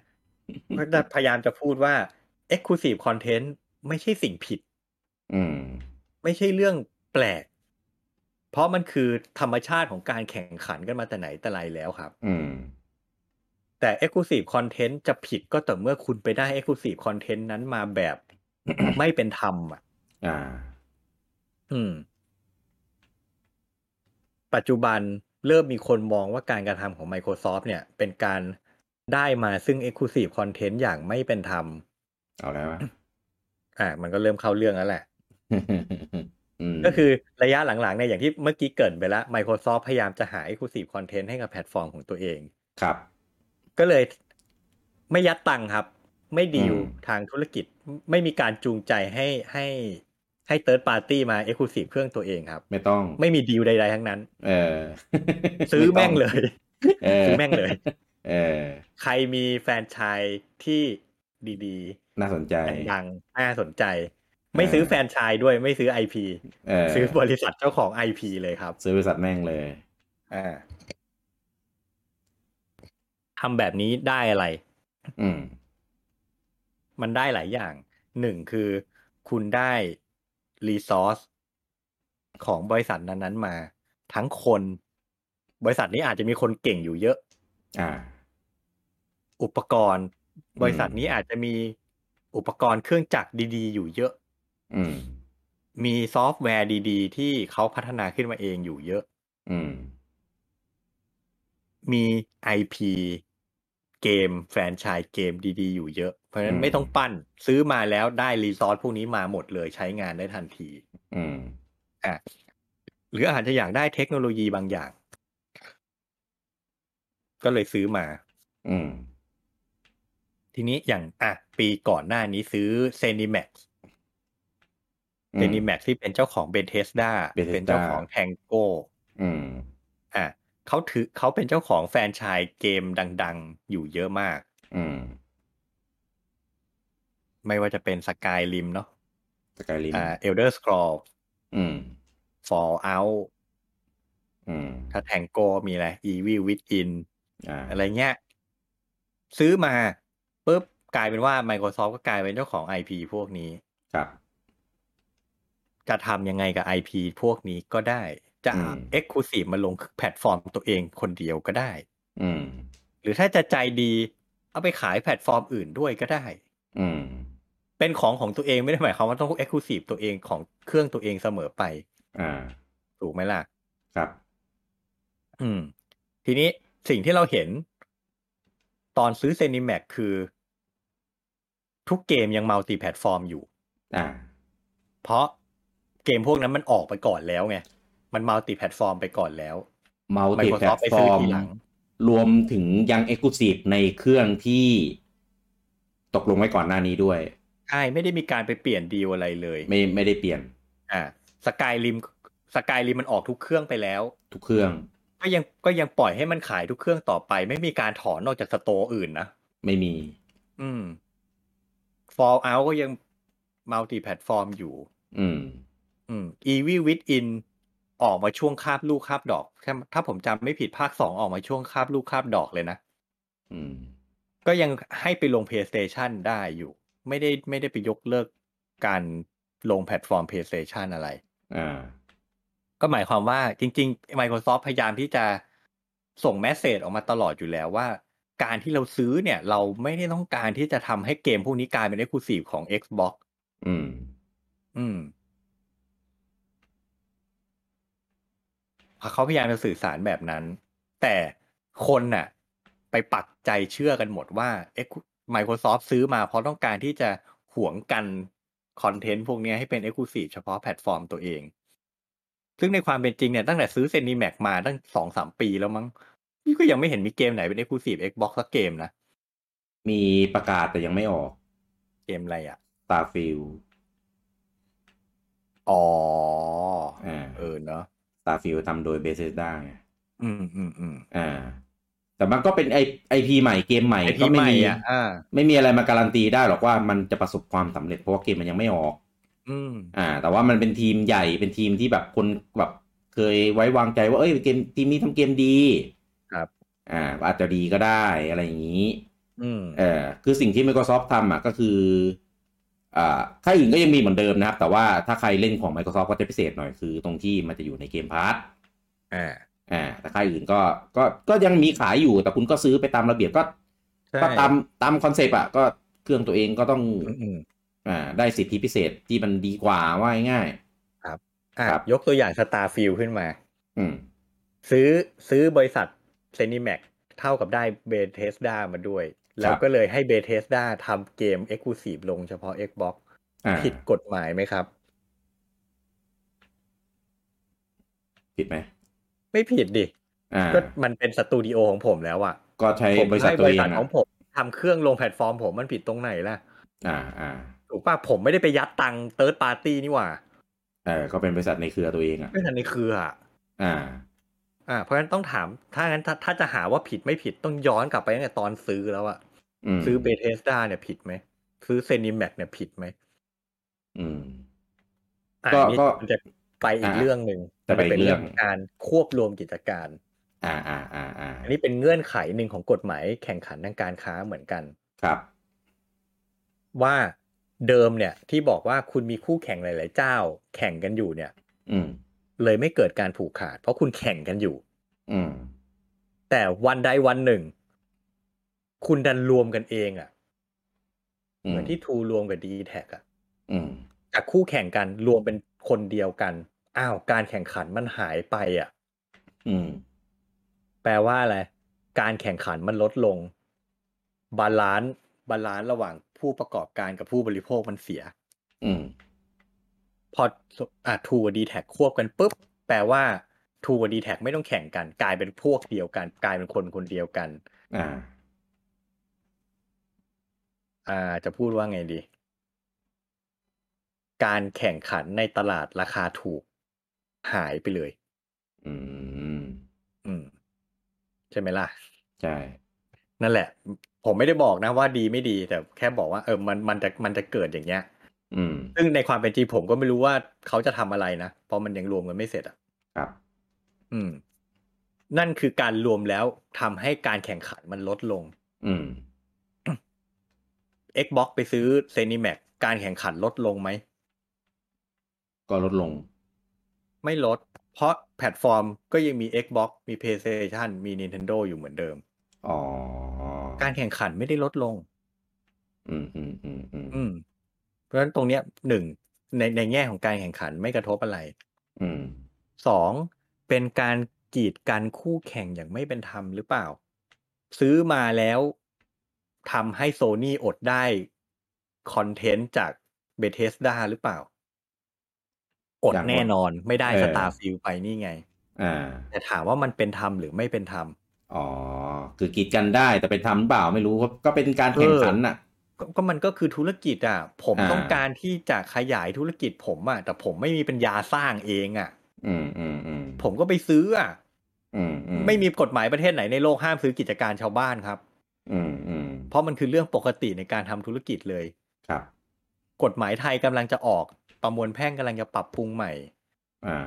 ก็จะพยายามจะพูดว่า Exclusive Content ไม่ใช่สิ่งผิด
อืม
ไม่ใช่เรื่องแปลก เพราะมันคือธรรมชาติของการแข่งขันกันมาแต่ไหนแต่ไรแล้วครับ
อืม
แต่ Exclusive Content จะผิดก็ต่อเมื่อคุณไปได้ Exclusive Content นั้นมาแบบ ไม่เป็นธรรมอ่ะ
อ่า
อืม ปัจจุบันเริ่มมีคนมองว่าการกระทำของ Microsoft เนี่ย เป็นการได้มาซึ่ง Exclusive Content อย่างไม่เป็นธรรม
เอา แล้วอะ
อ่ะมันก็เริ่มเข้าเรื่องแล้วแหละ
ม
ก็คือระยะหลังๆเนี่ยอย่างที่เมื่อกี้เกรินไปแล้ว Microsoft พยายามจะหา Exclusive Content ให้กับแพลตฟอร์มของตัวเอง
ครับ
ก็เลยไม่ยัดตังค์ครับ ไม่ดีล
อืม
ทางธุรกิจไม่มีการจูงใจให้ให้ให้เติร์ดปาร์ตี้มา Exclusive เครื่องตัวเองครับ
ไม่ต้อง
ไม่มีดีลใดๆทั้งนั้น
เออ
ซื้อ
ไต้
แม่งเลย
เออ
ซื้อแม่งเลย
เออ
ใครมีแฟรนไชายที่ดี
น่าสนใจ
ๆดังๆน่าสนใจ ไม่ซื้อแฟรนไชายด้วยไม่ซื้อ IP
เออ
ซื้อบริษัทเจ้าของ IP เลยครับ
ซื้อบริษัทแม่งเลย
อ่าทำแบบนี้ได้อะไร
อืม
มันได้หลายอย่างหนึ่งคือคุณได้รีซอสของบริษัทนั้นๆมา ทั้งคน บริษัทนี้อาจจะมีคนเก่งอยู่เยอะ
อ่า
อุปกรณ์ บริษัทนี้อาจจะมีอุปกรณ์เครื่องจักรดี ๆ อยู่เยอะ
อืม
มีซอฟต์แวร์ดี ๆ ที่เขาพัฒนาขึ้นมาเองอยู่เยอะ
อืม
มี IP เกม แฟรนไชส์เกมดี ๆ อยู่เยอะ เพราะฉะนั้
อื
น
ม
ไม่ต้องปั้น ซื้อมาแล้วได้รีซอสพวกนี้มาหมดเลยใช้งานได้ทันที
อืม
อ่ะหรืออาจจะอยากได้เทคโนโลยีบางอย่าง ก็เลยซื้อมา
อืม
ทีนี้อย่างอ่ะปีก่อนหน้านี้ซื้อ ZeniMax
อืม
เซนิแม็กที่เป็นเจ้าของเบนเทสดา
Bethesda
เป็นเจ้าของแทงโก้
อืม
อ่ะเขาถือเขาเป็นเจ้าของแฟรนไชายเกมดังๆ อยู่เยอะมาก
อืม
ไม่ว่าจะเป็นสกายริมเนาะ
สกายลิม
อ่าเอลเดอร์สครอล
อืม
ฟอลเอา
อืม
ถ้าแทงโก้มีอะไรอีวิวิดอิน
อ่า
อะไรเงี้ย ซื้อมาปุ๊บกลายเป็นว่า Microsoft ก็กลายเป็นเจ้าของ IP พวกนี้
ครับ
จะทำยังไงกับ IP พวกนี้ก็ได้ จะ
อืม
Exclusive มาลงแพลตฟอร์มตัวเองคนเดียวก็ได้
อืม
หรือถ้าจะใจดีเอาไปขายแพลตฟอร์มอื่นด้วยก็ได้
อืม
เป็นของของตัวเองไม่ได้หมายความว่าต้องเอ็กซ์คลูซีฟตัวเองของเครื่องตัวเองเสมอไป
อ่า
ถูกไหมล่ะ
ครับ
อืม ทีนี้สิ่งที่เราเห็น ตอนซื้อเซนิแม็กคือ ทุกเกมยังมัลติแพลตฟอร์มอยู่
อ่า
เพราะเกมพวกนั้นมันออกไปก่อนแล้วไง มันมัลติแพลตฟอร์มไปก่อนแล้ว
มัลติแพลต
Microsoft ไป
ฟ
ซื้
อ
อ
ร์ม
ทีหลัง
รวมถึงยังเอ็กซ์คลูซีฟในเครื่องที่ตกลงไว้ก่อนหน้านี้ด้วย
ใช่ไม่ได้มีการไปเปลี่ยนดีลอะไรเลย
ไม่ไม่ได้เปลี่ยน
อ่าสกายริมสกายริมมันออกทุกเครื่องไปแล้ว
ทุกเครื่อง
ก็ยังก็ยังปล่อยให้มันขายทุกเครื่องต่อไป ไม่มีการถอนออกจากสโตร์อื่นนะ
ไม่มี
อืม Fallout ก็ยังมัลติแพลตฟอร์มอยู่
อืม
อืม Evil Within ออกมาช่วงคาบลูกคาบดอกถ้าถ้าผมจำไม่ผิดภาคสองออกมาช่วงคาบลูกคาบดอกเลยนะ
อืม
ก็ยังให้ไปลง PlayStation ได้อยู่ ไม่ได้ไม่ได้ไปยกเลิกการลงแพลตฟอร์ม PlayStation อะไร
อ่า
ก็หมายความว่าจริง ๆ Microsoft พยายามที่จะส่งแมสเซจออกมาตลอดอยู่แล้วว่า การที่เราซื้อเนี่ย เราไม่ได้ต้องการที่จะทำให้เกมพวกนี้กลายเป็นเอ็กซ์คลูซีฟของ Xbox
อืม
อืมเขาพยายามจะสื่อสารแบบนั้น แต่คนน่ะ ไปปักใจเชื่อกันหมดว่า Ex- Microsoft ซื้อมาเพราะต้องการที่จะหวงกันคอนเทนต์พวกเนี้ยให้เป็น Exclusive เฉพาะแพลตฟอร์มตัวเอง ซึ่งในความเป็นจริงเนี่ยตั้งแต่ซื้อ ZeniMax มาตั้งสองสามปีแล้วมั้งนี่ก็ยังไม่เห็นมีเกมไหนเป็น Exclusive Xbox สักเกมนะ
มีประกาศแต่ยังไม่ออก
เกมอะไรอ่ะ
ตาฟิล
อ๋อ
อ่า
เออเนาะ
ตาฟิลทำโดยเบเซด้าไง
อืมอืมอืม
อ่า แต่มันก็เป็นไอไอพีใหม่เกมใหม่
ไอ
ก็
ที่
ไม่
ใหม่
มี
อ่ะอ่า
ไม่มีอะไรมาการันตีได้หรอกว่ามันจะประสบความสำเร็จเพราะว่าเกมมันยังไม่ออก
อืม
อ่า แต่ว่ามันเป็นทีมใหญ่เป็นทีมที่แบบคนแบบเคยไว้วางใจว่าเอ้ยเกมทีมนี้ทำเกมดี
ครับ
อ่า อาจจะดีก็ได้อะไรอย่างนี้
อืม
เออคือสิ่งที่ Microsoft ทำอ่ะก็คืออ่าค่ายอื่นก็ยังมีเหมือนเดิมนะครับ แต่ว่าถ้าใครเล่นของ Microsoft ก็จะพิเศษหน่อยคือตรงที่มันจะอยู่ในเกมพาร์ท
อ่า
อ่าแต่ค่ายอื่นก็ก็ก็ยังมีขายอยู่แต่คุณก็ซื้อไปตามระเบียบก็
ใช่
ก็ตามตามคอนเซปต์อ่ะก็เครื่องตัวเองก็ต้อง
อืมอืม
อ่าได้สิทธิพิเศษที่มันดีกว่าว่าง่าย
อ่ะ
ครับ
ยกตัวอย่างสตาร์ฟิลขึ้นมา
ๆอืม
ซื้อซื้อบริษัทเซนิแม็กเท่ากับได้เบเทสดามาด้วย แล้วก็เลยให้เบเทสดาทำเกม e x c l u s i v e ลงเฉพาะ Xbox
อ่า
ผิดกฎหมายไหมครับ
ผิดไหม
ไม่ผิดดิ
อ่า
ก็มันเป็นสตูดิโอของผมแล้วอะ
ก็ใช้
ผม
บริษัท
ให้
ตั
บ
ว
ริ
เอ
ษัท
ง
ข
อ่ะ
องผมทำเครื่องลงแพลตฟอร์มผมมันผิดตรงไหนล่ะ
อ่าอ่า
ถูกป่ะผมไม่ได้ไปยัดตังเติร์ดปาร์ตี้นี่หว่า
เออก็เป็นบริษัทในเครือตัวเองอ่ะ
ไม่ทันในเครืออะ
อ่า
อ่าเพราะฉะนั้นต้องถามถ้างั้นถ้าถ้าจะหาว่าผิดไม่ผิดต้องย้อนกลับไปตั้งแต่ตอนซื้อแล้วอะ
อืม
ซื้อเบเทสดาเนี่ยผิดไหม ซื้อเซนิแมกเนี่ยผิดไหม
อืม
อ่า
ก็
นี่
ก็
มันจะไปอีก
อ่า
เรื่องหนึ่ง
จะไปอีก
มัเป็น
เรื่
เรื่
อ
อง งการควบรวมกิจการ
อ่าอ่าอ่าอ่า
อันนี้เป็นเงื่อนไขหนึ่งของกฎหมายแข่งขันทางการค้าเหมือนกัน
ครับ
ว่าเดิมเนี่ยที่บอกว่าคุณมีคู่แข่งหลาย ๆ เจ้า แข่งกันอยู่เนี่ย
อืม
เลยไม่เกิดการผูกขาด เพราะคุณแข่งกันอยู่
อืม
แต่วันใดวันหนึ่ง คุณดันรวมกันเองอะ เหมือนที่ทูรวมกับดีแท็กอะ
อืม
จากคู่แข่งกันรวมเป็นคนเดียวกัน อ้าว การแข่งขันมันหายไปอะ
อืม
แปลว่าอะไร การแข่งขันมันลดลง บาลานซ์บาลานซ์ระหว่างผู้ประกอบการกับผู้บริโภคมันเสีย
อืม
พออ่ะทูกับดีแท็ควบกันปุ๊บ แปลว่าทูกับดีแท็ไม่ต้องแข่งกัน กลายเป็นพวกเดียวกัน กลายเป็นคนคนเดียวกัน
อ่า
อ่าจะพูดว่าไงดี การแข่งขันในตลาดราคาถูกหายไปเลย
อืม
อืม ใช่ไหมล่ะ
ใช่
นั่นแหละ ผมไม่ได้บอกนะว่าดีไม่ดี แต่แค่บอกว่าเออมันมันจะมันจะเกิดอย่างเงี้ย
อืม
ซึ่งในความเป็นจริงผมก็ไม่รู้ว่าเขาจะทำอะไรนะ เพราะมันยังรวมกันไม่เสร็จอ่ะ
ครับ
อืม นั่นคือการรวมแล้วทำให้การแข่งขันมันลดลง
อืม
Xbox ไปซื้อ ZeniMax การแข่งขันลดลงไหม
ก็ลดลง
ไม่ลด เพราะแพลตฟอร์มก็ยังมี Xbox มี PlayStation มี Nintendo อยู่เหมือนเดิม
อ๋อ
การแข่งขันไม่ได้ลดลง
อืมอืมอืมอืม
อืม เพราะฉะนั้นตรงเนี้ยหนึ่งในในแง่ของการแข่งขันไม่กระทบอะไร
อืม
สองเป็นการกีดกันคู่แข่งอย่างไม่เป็นธรรมหรือเปล่า ซื้อมาแล้วทำให้โซนี่อดได้คอนเทนต์จากเบเทสดาหรือเปล่า อด
อย่างว่า
แน่นอนไม่ได้
เออ
สตาร์ฟิลไปนี่ไง
อ่า
แต่ถามว่ามันเป็นธรรมหรือไม่เป็นธรรม
อ๋อ คือกีดกันได้แต่เป็นทำหรือเปล่าไม่รู้ก็ก็เป็นการแข่งขันน่ะ
ก็ก็มันก็คือธุรกิจอ่ะ ผม
อ่า
ต้องการที่จะขยายธุรกิจผมอ่ะ แต่ผมไม่มีปัญญาสร้างเองอ่ะ
อืมอืมอืม
ผมก็ไปซื้ออ่ะ
อืมอื
ไม่มีกฎหมายประเทศไหนในโลกห้ามซื้อกิจการชาวบ้านครับ
อืมอืม
เพราะมันคือเรื่องปกติในการทำธุรกิจเลย
ครับ
กฎหมายไทยกำลังจะออก ประมวลแพ่งกำลังจะปรับปรุงใหม่
อ่า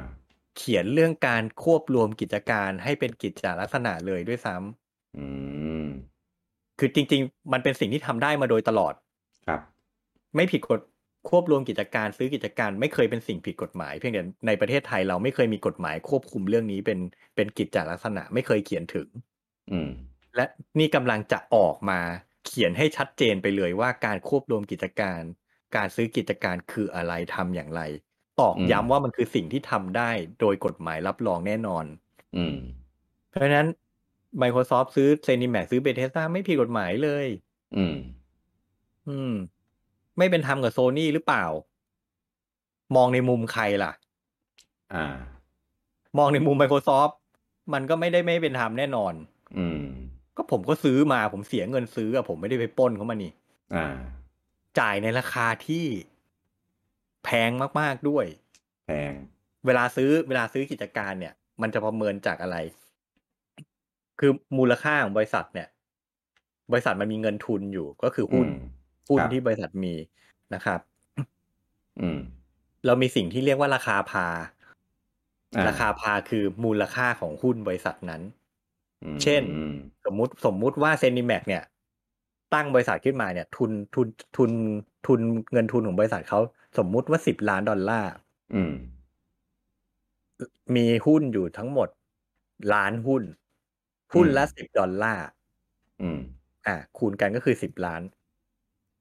เขียนเรื่องการควบรวมกิจการให้เป็นกิจจลักษณะเลยด้วยซ้ำ
อืม
คือจริง ๆ มันเป็นสิ่งที่ทำได้มาโดยตลอด
ครับ
ไม่ผิดกฎควบรวมกิจการซื้อกิจการไม่เคยเป็นสิ่งผิดกฎหมายเพียงแต่ในประเทศไทยเราไม่เคยมีกฎหมายควบคุมเรื่องนี้เป็นเป็นกิจจลักษณะไม่เคยเขียนถึง
อืม
และนี่กำลังจะออกมาเขียนให้ชัดเจนไปเลยว่าการควบรวมกิจการ การซื้อกิจการคืออะไรทำอย่างไรตอก
อืม
ย้ำว่ามันคือสิ่งที่ทำได้โดยกฎหมายรับรองแน่นอน
อืม
เพราะฉะนั้น Microsoft ซื้อ ZeniMax ซื้อ Bethesda ไม่ผิดกฎหมายเลย
อืม
อืม ไม่เป็นธรรมกับโซนี่หรือเปล่า มองในมุมใครล่ะ
อ่า
มองในมุม Microsoft มันก็ไม่ได้ไม่เป็นธรรมแน่นอน
อืม
ก็ผมก็ซื้อมาผมเสียเงินซื้ออะผมไม่ได้ไปปล้นเขามานี่
อ่า
จ่ายในราคาที่แพงมาก ๆ ด้วย
แพง
เวลาซื้อเวลาซื้อกิจการเนี่ย มันจะประเมินจากอะไร คือมูลค่าของบริษัทเนี่ย บริษัทมันมีเงินทุนอยู่ก็คือหุ้น
อืม
หุ้น
ครับ
ที่บริษัทมีนะครับ
อืม
เรามีสิ่งที่เรียกว่าราคาพา
อ่
ราคาพาคือมูลค่าของหุ้นบริษัทนั้น
อืม
เช่น
อืม
สมมุติสมมุติว่าเซนิแมกเนี่ย ตั้งบริษัทขึ้นมาเนี่ย ทุนทุนทุนทุนเงินทุนของบริษัทเขาสมมุติว่าสิบล้านดอลลาร์
อืม
มีหุ้นอยู่ทั้งหมดล้านหุ้น หุ้นละสิบดอลลาร์
อืม
อ่ะคูณกันก็คือสิบล้าน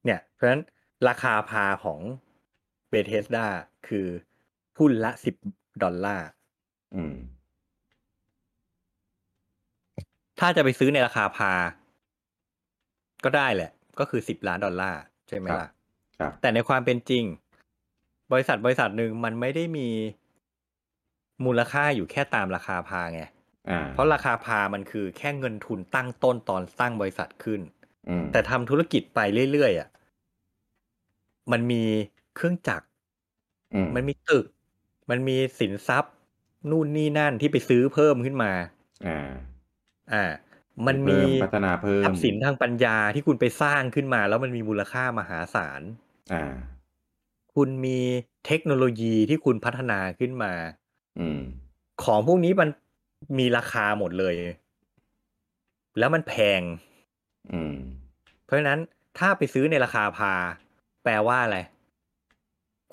เนี่ย เพราะฉะนั้นราคาพาของเบเทสดาคือหุ้นละสิบดอลลาร์
อืม
ถ้าจะไปซื้อในราคาพา ก็ได้แหละ ก็คือสิบล้านดอลลาร์ใช่ไหมล่ะ
ครับ
แต่ในความเป็นจริง บริษัทบริษัทหนึ่งมันไม่ได้มีมูลค่าอยู่แค่ตามราคาพาไง
อ่า
เพราะราคาพามันคือแค่เงินทุนตั้งต้นตอนตั้งบริษัทขึ้น
อืม
แต่ทำธุรกิจไปเรื่อยๆอ่ะ มันมีเครื่องจักร
อืม
มันมีตึก มันมีสินทรัพย์ นู่นนี่นั่นที่ไปซื้อเพิ่มขึ้นมา
อ่า
อ่า มันมี
เพิ่มพัฒนาเพิ่ม
ทรัพย์สินทางปัญญาที่คุณไปสร้างขึ้นมา แล้วมันมีมูลค่ามหาศาล
อ่า
คุณมีเทคโนโลยีที่คุณพัฒนาขึ้นมา
อืม
ของพวกนี้มันมีราคาหมดเลย แล้วมันแพง
อืม
เพราะฉะนั้นถ้าไปซื้อในราคาพา แปลว่าอะไร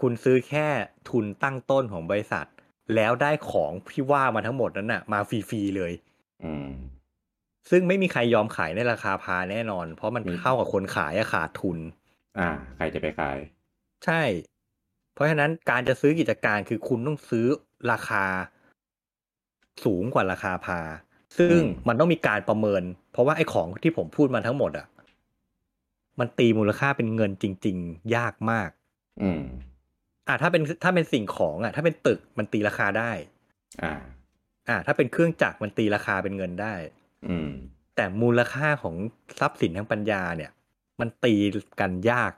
คุณซื้อแค่ทุนตั้งต้นของบริษัท แล้วได้ของที่ว่ามาทั้งหมดนั้นน่ะ มาฟรีๆเลย
อืม
ซึ่งไม่มีใครยอมขายในราคาพาแน่นอน เพราะมัน
มี
เท่ากับคนขายอะขาดทุน
อ่า ใครจะไปขาย
ใช่ เพราะฉะนั้นการจะซื้อกิจการคือคุณต้องซื้อราคาสูงกว่าราคาพา ซึ่ง
อืม
มันต้องมีการประเมิน เพราะว่าไอ้ของที่ผมพูดมาทั้งหมดอ่ะ มันตีมูลค่าเป็นเงินจริง ๆ ยากมาก
อืม
อ่าถ้าเป็นถ้าเป็นสิ่งของอ่ะ ถ้าเป็นตึกมันตีราคาได้
อ่า
อ่า ถ้าเป็นเครื่องจักรมันตีราคาเป็นเงินได้
อืม
แต่มูลค่าของทรัพย์สินทางปัญญาเนี่ย มันตีกันยาก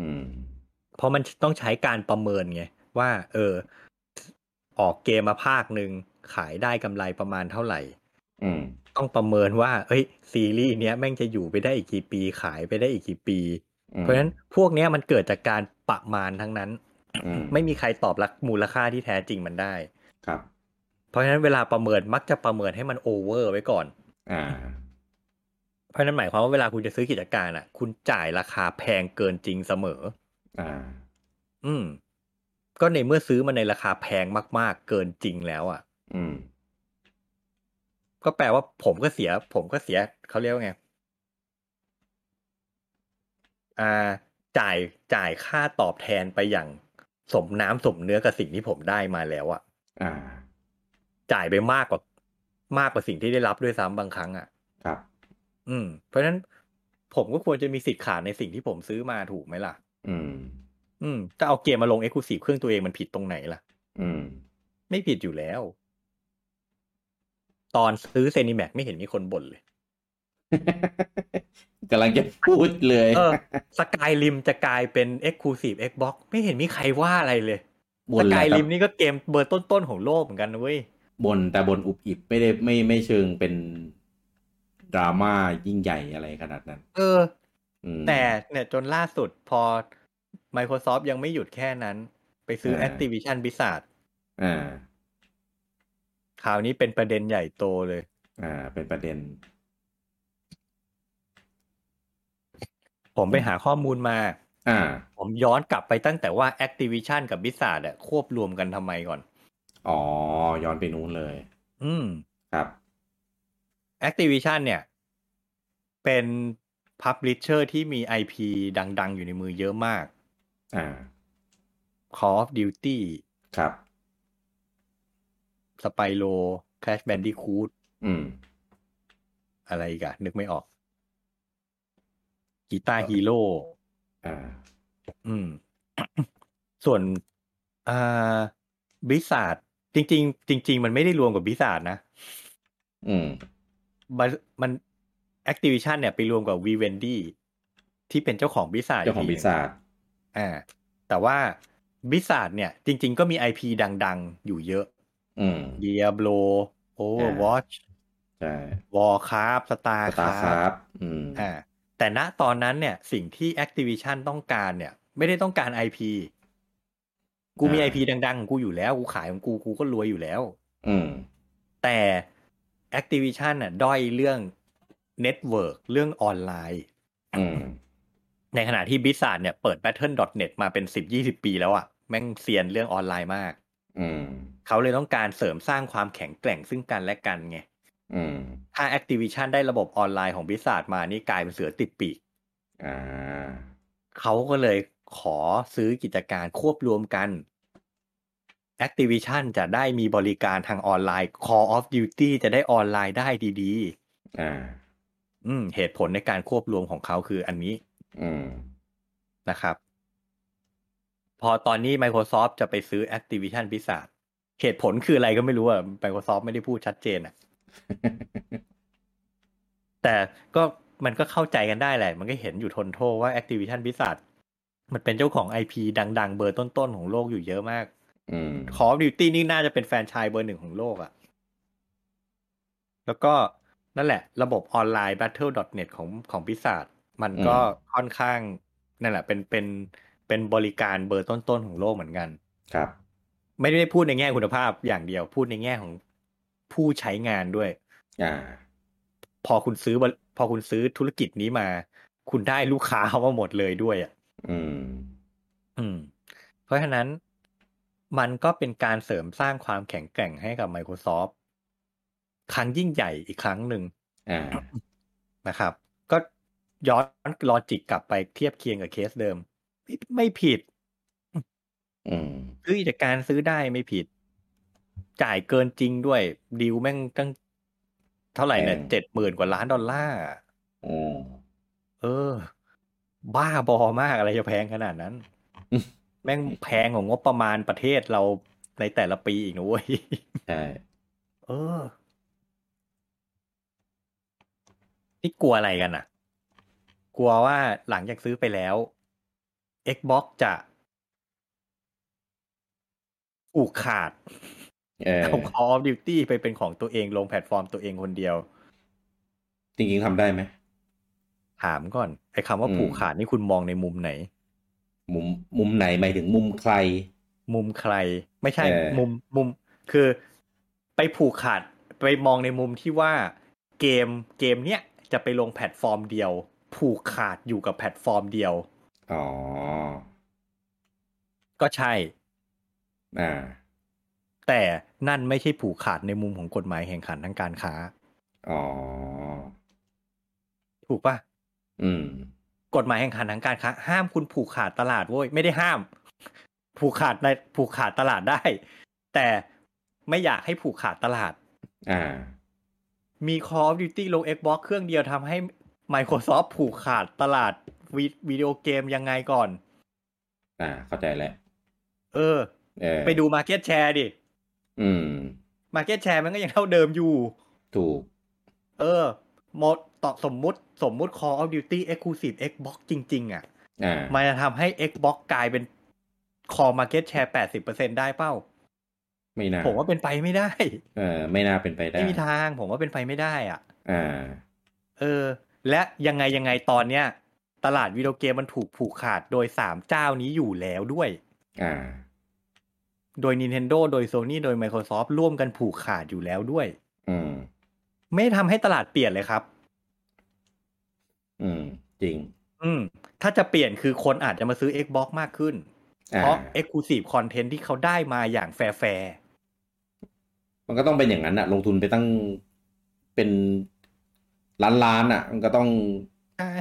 อืม
เพราะมันต้องใช้การประเมินไง ว่า เออ ออกเกมมาภาคหนึ่งขายได้กำไรประมาณเท่าไหร่
อืม
ต้องประเมินว่า เอ้ย ซีรีส์เนี้ยแม่งจะอยู่ไปได้อีกกี่ปี ขายไปได้อีกกี่ปี
อืม
เพราะฉะนั้นพวกเนี้ยมันเกิดจากการประมาณทั้งนั้น
อืม
ไม่มีใครตอบรับมูลค่าที่แท้จริงมันได้
ครับ
เพราะฉะนั้นเวลาประเมินมักจะประเมินให้มันโอเวอร์ไว้ก่อน
อ่า
เพราะฉะนั้นหมายความว่าเวลาคุณจะซื้อกิจการอ่ะ คุณจ่ายราคาแพงเกินจริงเสมอ
อ่า
อืม ก็ในเมื่อซื้อมันในราคาแพงมาก ๆ เกินจริงแล้วอ่ะ
อืม
ก็แปลว่าผมก็เสีย ผมก็เสียเขาเรียกว่าไง อ่า จ่ายจ่ายค่าตอบแทนไปอย่างสมน้ำสมเนื้อกับสิ่งที่ผมได้มาแล้วอะ
อ่า
จ่ายไปมากกว่ามากกว่าสิ่งที่ได้รับด้วยซ้ำบางครั้งอะ
ครับ
อืม เพราะฉะนั้นผมก็ควรจะมีสิทธิ์ขาดในสิ่งที่ผมซื้อมาถูกไหมล่ะ
อืม
อืมถ้าเอาเกมมาลงเอ็กซ์คลูซีฟเครื่องตัวเองมันผิดตรงไหนล่ะ
อืม
ไม่ผิดอยู่แล้ว ตอนซื้อเซนิแม็กไม่เห็นมีคนบ่นเลย
กำลังจะพูดเลย
เออสกายริมจะกลายเป็น Exclusive Xbox ไม่เห็นมีใครว่าอะไรเลย
บ
ส
นแห
กา
ละ
ย
แต่
ริมนี่ก็เกมเบอร์ต้นๆของโลกเหมือนกันนะเว้ย
บนแต่บนอุบอิบไม่ได้ไม่ไม่เชิงเป็นดราม่ายิ่งใหญ่อะไรขนาดนั้น
เออ
อืม
แต่เนี่ยจนล่าสุดพอ Microsoft ยังไม่หยุดแค่นั้น ไปซื้อ
อ่า
Activision Blizzard
อ่า
ข่าวนี้เป็นประเด็นใหญ่โตเลย
อ่า เป็นประเด็น
ผมไปหาข้อมูลมา
อ่า
ผมย้อนกลับไปตั้งแต่ว่า Activision กับ Blizzard อะควบรวมกันทำไมก่อน
อ๋อ ย้อนไปนู้นเลย
อืม
ครับ
Activision เนี่ย เป็น Publisher ที่มี IP ดังๆ อยู่ในมือเยอะมาก
อ่า
Call of Duty
ครับ
สไปโ o Crash Bandicoot
อืม
อะไรอีกอะนึกไม่ออกกีตาร์ฮีโร่
อ่า
อืม ส่วนอ่าบิสาดจริง ๆ จริง ๆ มันไม่ได้รวมกับบิสาดนะ
อืม
มันมันแอคทิวิชันเนี่ยไปรวมกับวีเวนดี้ที่เป็นเจ้าของบิสาด
เจ้าของบิซาร์ด
อ่า แต่ว่าบิสาดเนี่ย จริง ๆ ก็มีไอพีดัง ๆ อยู่เยอะ
อืม
Diablo Overwatch
ใช่
Warcraft Starcraft
ตาครับอืม
อ่าแต่ณตอนนั้นเนี่ยสิ่งที่ Activision ต้องการเนี่ย ไม่ได้ต้องการ IP กูมี
อ่า
IP ดังๆของกูอยู่แล้ว กูขายของกูกูก็รวยอยู่แล้ว
อืม
แต่ Activision น่ะด้อยเรื่อง Network เรื่องออนไลน์
อืม
ในขณะที่ Blizzard เนี่ยเปิด Battle.net มาเป็น 10-20 ปีแล้วอะ่ะแม่งเซียนเรื่องออนไลน์มาก
อืม
เขาเลยต้องการเสริมสร้างความแข็งแกร่งซึ่งกันและกันไง
อืม
ถ้า Activision ได้ระบบออนไลน์ของ Blizzard มานี่กลายเป็นเสือติดปีก
อ่า
เขาก็เลยขอซื้อกิจการควบรวมกัน Activision จะได้มีบริการทางออนไลน์ Call of Duty จะได้ออนไลน์ได้ดี
อ่า
ๆ อืม เหตุผลในการควบรวมของเขาคืออันนี้
อืม
นะครับ พอตอนนี้ Microsoft จะไปซื้อ Activision Blizzard เหตุผลคืออะไรก็ไม่รู้อ่ะ Microsoft ไม่ได้พูดชัดเจนอ่ะ แต่ก็มันก็เข้าใจกันได้แหละ มันก็เห็นอยู่ทนโทษว่า Activision Blizzard มันเป็นเจ้าของ IP ดัง ๆ เบอร์ต้นๆของโลกอยู่เยอะมาก
อืม
คอ l ดิวตี้นี่น่าจะเป็นแฟรนไชายเบอร์หนึ่งของโลกอะแล้วก็นั่นแหละ ระบบออนไลน์ battle.net ของของพิศาจมันก็
อืม
ค่อนข้างนั่นแหละ เป็นเป็นเป็นบริการเบอร์ต้นๆของโลกเหมือนกัน
ครับ
ไม่ได้พูดในแง่คุณภาพอย่างเดียว พูดในแง่ของผู้ใช้งานด้วย
อ่า
พอคุณซื้อบริพอคุณซื้อธุรกิจนี้มา คุณได้ลูกค้า เขามาหมดเลยด้วยอะ
อืม
อืม เพราะฉะนั้นมันก็เป็นการเสริมสร้างความแข็งแกร่งให้กับ Microsoft ครั้งยิ่งใหญ่อีกครั้งหนึ่ง
อ่า
นะครับ ก็ย้อนลอจิกกลับไปเทียบเคียงกับเคสเดิม ไม่ไม่ผิด
อืม
ซื้อกิจการซื้อได้ไม่ผิด จ่ายเกินจริงด้วยดีลแม่งตั้งเท่าไหร่เนี่ย
แพง
เจ็ดหมื่นกว่าล้านดอลลาร์
โอ้
เออ บ้าบอมากอะไรจะแพงขนาดนั้น แม่งแพงของงบประมาณประเทศเราในแต่ละปีอีกนะเว้ย
ใช่
เออ นี่กลัวอะไรกันอ่ะ กลัวว่าหลังจากซื้อไปแล้ว Xbox จะผูกขาด
เออ
เอา Call of Duty ไปเป็นของตัวเองลงแพลตฟอร์มตัวเองคนเดียว
จริงๆทำได้ไหม
ถามก่อน ไอ้คำว่า
อืม
ผูกขาดนี่คุณมองในมุมไหน
มุมมุมไหนหมายถึงมุมใคร
มุมใคร ไม่ใช่
เออ
มุมมุม คือไปผูกขาดไปมองในมุมที่ว่าเกมเกมเนี้ยจะไปลงแพลตฟอร์มเดียว ผูกขาดอยู่กับแพลตฟอร์มเดียว
อ๋อ
ก็ใช่
อ่า
แต่นั่นไม่ใช่ผูกขาดในมุมของกฎหมายแห่งขันทางการค้า
อ๋อ
ถูกปะ
อืม
กฎหมายแห่งขันทางการค้า ห้ามคุณผูกขาดตลาดเว้ยไม่ได้ห้าม ผูกขาดในผูกขาดตลาดได้ แต่ไม่อยากให้ผูกขาดตลาด
อ่า
มี Call of Duty ลง Xbox เครื่องเดียวทำให้ Microsoft ผูกขาดตลาดวิวิดีโอเกมยังไงก่อน
อ่า เข้าใจแล้ว
เออ
เออ
ไปดู Market Share ดิ
อืม
Market Share มันก็ยังเท่าเดิมอยู่
ถูก
เออหมดต่อสมมุติสมมุติ Call of Duty Exclusive Xbox จริง ๆ อ่ะ
อ่า
มันจะทำให้ Xbox กลายเป็น Call Market Share 80%ได้เป้า
ไม่น่า
ผมว่าเป็นไปไม่ได้
เออ ไม่น่าเป็นไปได้
ไม่มีทาง ผมว่าเป็นไปไม่ได้อ่ะ
อ่า
เออ และยังไงยังไงตอนเนี้ย ตลาดวิดีโอเกมมันถูกผูกขาดโดยสามเจ้านี้อยู่แล้วด้วย
อ่า
โดย Nintendo โดย Sony โดย Microsoft ร่วมกันผูกขาดอยู่แล้วด้วย
อืม
ไม่ทำให้ตลาดเปลี่ยนเลยครับ
อืม จริง
อืม ถ้าจะเปลี่ยนคือคนอาจจะมาซื้อ Xbox มากขึ้น
อ่า
เพราะ Exclusive Content ที่เขาได้มาอย่างแฟร์
มันก็ต้องเป็นอย่างนั้นอะลงทุนไปตั้งเป็นล้านล้านอะมันก็ต้อง
ๆใช่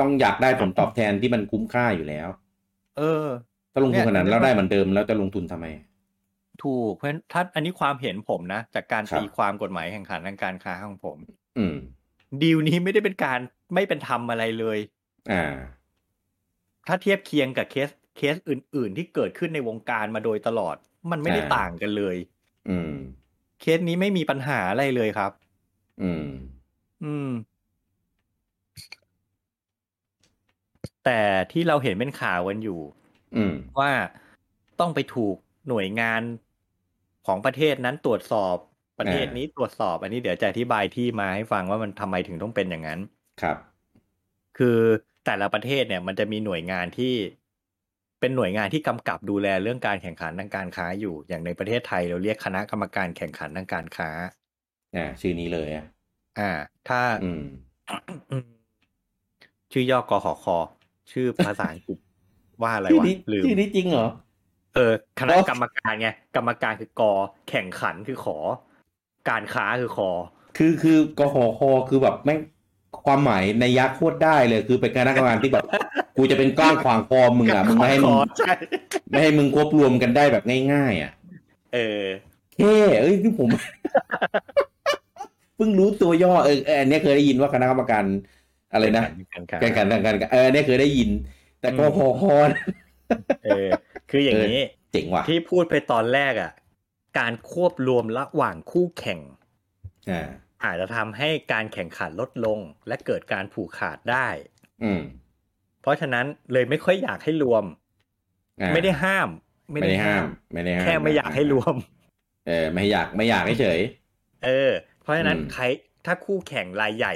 ต้องอยากได้ผลตอบแทนที่มันคุ้มค่าอยู่แล้ว
เออ
ถ้าลงทุนขนาดนั้นแล้วได้เหมือนเดิมแล้วจะลงทุนทำไม
ถูกเพราะฉะนั้นถ้าอันนี้ความเห็นผมนะ จากการ
ครับ
ตีความกฎหมายแห่งขันทางการค้าของผม
อืม
ดีลนี้ไม่ได้เป็นการไม่เป็นธรรมอะไรเลย
อ่า
ถ้าเทียบเคียงกับเคสเคสอื่น ๆ ที่เกิดขึ้นในวงการมาโดยตลอด มันไม่ได้
อ่า
ต่างกันเลย
อืม
เคสนี้ไม่มีปัญหาอะไรเลยครับ
อืม
อืม แต่ที่เราเห็นเป็นข่าวกันอยู่
อืม
ว่าต้องไปถูกหน่วยงานของประเทศนั้นตรวจสอบประเทศนี้ตรวจสอบ อันนี้เดี๋ยวจะอธิบายที่มาให้ฟังว่ามันทำไมถึงต้องเป็นอย่างนั้น
ครับ
คือแต่ละประเทศเนี่ย มันจะมีหน่วยงานที่เป็นหน่วยงานที่กำกับดูแลเรื่องการแข่งขันทางการค้าอยู่ อย่างในประเทศไทยเราเรียกคณะกรรมการแข่งขันทางการค้า
อ่า ชื่อนี้เลยอะ
อ่า ถ้า
อืม
อืมชื่อย่อกอหอคอ ชื่อภาษาอัง กฤษว่าอะไร
ชื่อ
วะ
นี้
ลืม
ชื่อนี้จริงเหรอ
เออคณะกรรมการไงกรรมการคือกอแข่งขันคือขอ การค้าคือคอ
คือคือกหคคือแบบแม่งความหมายในยะโคตรได้เลย คือเป็นการนักงานที่แบบ กูจะเป็นก้างขวางคอมึงอ่ะมึงไม่ให้
ข
มึ
อง ใช่
ไม่ให้มึงควบรวมกันได้แบบง่ายๆอ่ะ
เออ
เท่เอ้ยที่ผม เพิ่งรู้ตัวย่อเออเอออันเนี้ยเคยได้ยินว่าคณะกรรมการอะไรนะ
การ
กา
ค้าร
การการเอออันเนี้ยเคยได้ยิน แต่ก็พอพอนะ
เออ คืออย่างนี้
เจ๋งว่ะ
ที่พูดไปตอนแรกอ่ะ การควบรวมระหว่างคู่แข่ง
อ่า
อาจจะทำให้การแข่งขันลดลง และเกิดการผูกขาดได้
อืม
เพราะฉะนั้นเลยไม่ค่อยอยากให้รวม
อ่า
ไม่ได้ห้าม
ไม่ได้ห้าม ไม่ได้ห้าม
แค่ไม่อยากให้รวม
เออไม่อยากไม่อยากเฉย
เออ เพราะฉะนั้น
อืม
ใครถ้าคู่แข่งรายใหญ่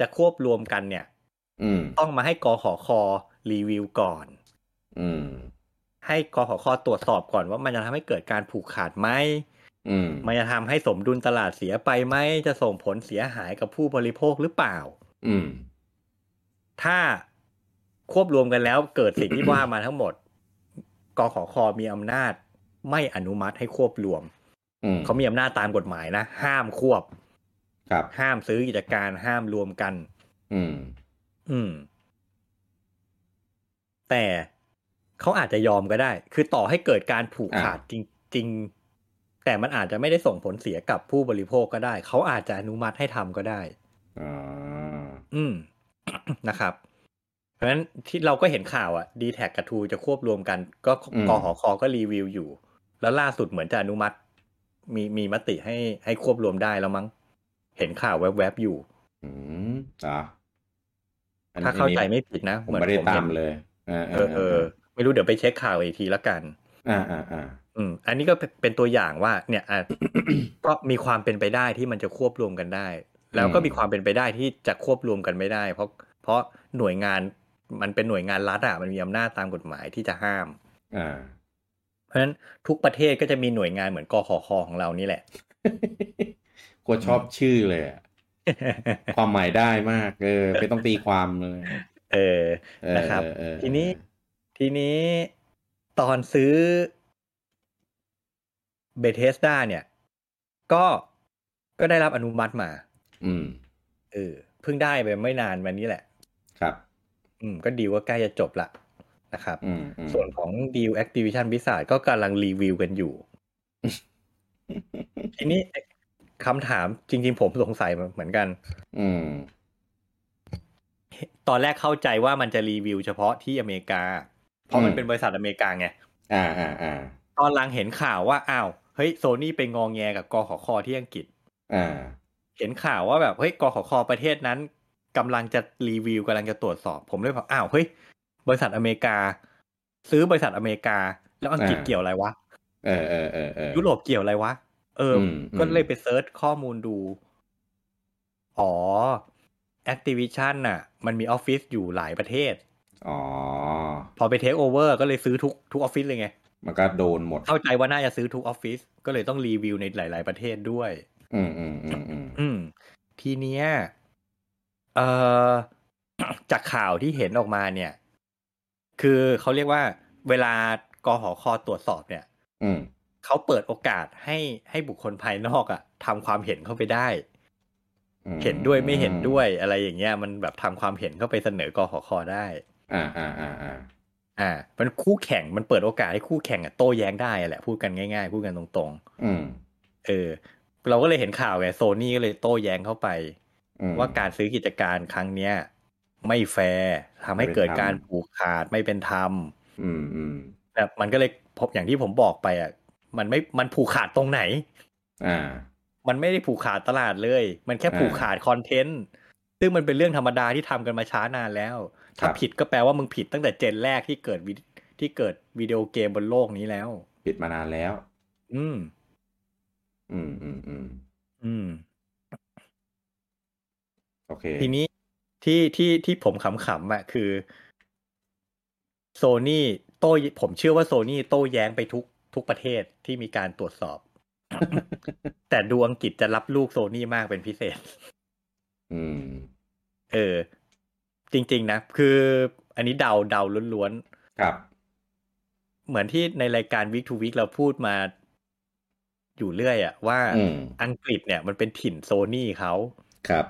จะควบรวมกันเนี่ย
ๆอืม
ต้องมาให้กอหอคอรีวิวก่อน
อืม
ให้กอหอคอตรวจสอบก่อนว่ามันจะทำให้เกิดการผูกขาดไหม
อืม
มันจะทำให้สมดุลตลาดเสียไปไหมจะส่งผลเสียหายกับผู้บริโภคหรือเปล่า
อืม
ถ้าควบรวมกันแล้วเกิดสิ่งที่ ว่ามาทั้งหมดกอหอคอมีอำนาจ ไม่อนุมัติให้ควบรวม
อืม
เขามีอำนาจตามกฎหมายนะ ห้ามควบ
ครับ
ห้ามซื้อกิจการห้ามรวมกัน
อืม
อืม แต่เขาอาจจะยอมก็ได้ คือต่อให้เกิดการผูก
อ่า
ขาดจริง ๆ แต่มันอาจจะไม่ได้ส่งผลเสียกับผู้บริโภคก็ได้ เขาอาจจะอนุมัติให้ทำก็ได้
อ่า
อืม นะครับ เพ ราะฉะนั้นที่เราก็เห็นข่าวอ่ะดีแท็กกับทูจะควบรวมกัน ก็
อืม
กหอคอก็รีวิวอยู่ แล้วล่าสุดเหมือนจะอนุมัติ มีมีมติให้ให้ควบรวมได้แล้วมั้ง เห็นข่าวแวบๆอยู่
อืมอ่ะอันนี้
ถ้าเข้าใจไม่ผิดนะ
ผมไม่ได้
ห็
ตาน มเลยอ่า
เออเออไม่รู้เดี๋ยวไปเช็คข่าวอีกทีละกัน
อ่าอ่าอ่า
อืมอันนี้ก็เป็นตัวอย่างว่าเนี่ยอ่ะ ก็มีความเป็นไปได้ที่มันจะควบรวมกันได้ แล้วก็มีความเป็นไปได้ที่จะควบรวมกันไม่ได้ เพราะเพราะหน่วยงานมันเป็นหน่วยงานรัฐอ่ะมันมีอำนาจตามกฎหมายที่จะห้าม
อ่า
เพราะฉะนั้นทุกประเทศก็จะมีหน่วยงานเหมือนกขคของเรานี่แหละ
กลัวชอบชื่อเลยอะความหมายได้มาก เออไม่ต้องตีความเลย
เออ
เออ
นะครับ
เออเออ
ทีนี้ทีนี้ตอนซื้อเบเทสดาเนี่ย ก็ก็ได้รับอนุมัติมา
อืม
เออเพิ่งได้ไปไม่นานวันนี้แหละ
ครับ
อืมก็ดีลว่าใกล้จะจบละนะครับ
อืมอืม
ส่วนของดีล Activision Blizzard ก็กำลังรีวิวกัน อยู่ ทีนี้คำถามจริง ๆ ผมสงสัยเหมือนกัน
อืม
ตอนแรกเข้าใจว่ามันจะรีวิวเฉพาะที่อเมริกา เพราะมันเป็นบริษัทอเมริกาไง
อ่าอ่าอ่า
ตอนหลังเห็นข่าวว่า อ้าว เฮ้ยโซนี่ไปงองแงกับกขคที่อังกฤษ
อ่า
เห็นข่าวว่าแบบ เฮ้ยกขคประเทศนั้นกำลังจะรีวิวกำลังจะตรวจสอบ ผมเลยบอกอ้าวเฮ้ยบริษัทอเมริกา ซื้อบริษัทอเมริกา แล้วอังกฤษ
อ่า
เกี่ยวอะไรวะ
เออเออเออเออ
ยุโรปเกี่ยวอะไรวะ เอออ
ม
ก็
อืม
เลยไปเซิร์ชข้อมูลดู อ๋อ Activision น่ะ มันมีออฟฟิศอยู่หลายประเทศ
อ๋อ
พอไปเทคโอเวอร์ก็เลยซื้อทุกทุกออฟฟิศเลยไง
มันก็โดนหมด
เข้าใจว่าน่าจะซื้อทุกออฟฟิศ ก็เลยต้องรีวิวในหลาย ๆ ประเทศด้วย
อืมอืมอืมอืม
อืม ทีเนี้ย เอ่อ จากข่าวที่เห็นออกมาเนี่ย คือเขาเรียกว่า เวลากหอคอตรวจสอบเนี่ย
อืม
เขาเปิดโอกาสให้ให้บุคคลภายนอกอะทำความเห็นเข้าไปได้
อืม
เห็นด้วยไม่เห็นด้วยอะไรอย่างเงี้ยมันแบบทำความเห็นเข้าไปเสนอกหคได้
อ่าอ่าอ่าอ่า
อ่า มันคู่แข่งมันเปิดโอกาสให้คู่แข่งอะโต้แย้งได้แหละพูดกันง่ายๆ พูดกันตรง
อืม
ๆ เออ เราก็เลยเห็นข่าวไงโซนี่ก็เลยโต้แย้งเข้าไป
อืม
ว่าการซื้อกิจการครั้งเนี้ยไม่แฟร์ทำให้เกิด
ไม่เป็นธรรม
การผูกขาดไม่เป็นธรรม
อืมอืม
แบบมันก็เลยพบอย่างที่ผมบอกไปอ่ะมันไม่มันผูกขาดตรงไหน
อ่า
มันไม่ได้ผูกขาดตลาดเลย มันแค่
อ่า
ผูกขาดคอนเทนต์ ซึ่งมันเป็นเรื่องธรรมดาที่ทำกันมาช้านานแล้ว
ค
ถ้า
รับ
ผิดก็แปลว่ามึงผิดตั้งแต่เจนแรกที่เกิดวิดที่เกิดวิดีโอเกมบนโลกนี้แล้ว
ปิดมานานแล้ว
อืม
อืมอืมอืม
อืม
โอเค
ทีนี้ที่ที่ที่ผมขำๆอ่ะคือโซนี่โต้ผมเชื่อว่าโซนี่โต้แย้งไปทุกทุกประเทศที่มีการตรวจสอบ แต่ดูอังกฤษจะรับลูกโซนี่มากเป็นพิเศษ
อืม
เออ จริง ๆ นะ คืออันนี้เดาเดาล้วน
ครับ
ๆ เหมือนที่ในรายการ Week to Week เราพูดมาอยู่เรื่อยอะว่า
อืม
อังกฤษเนี่ยมันเป็นถิ่นโซนี่เขา
ครับ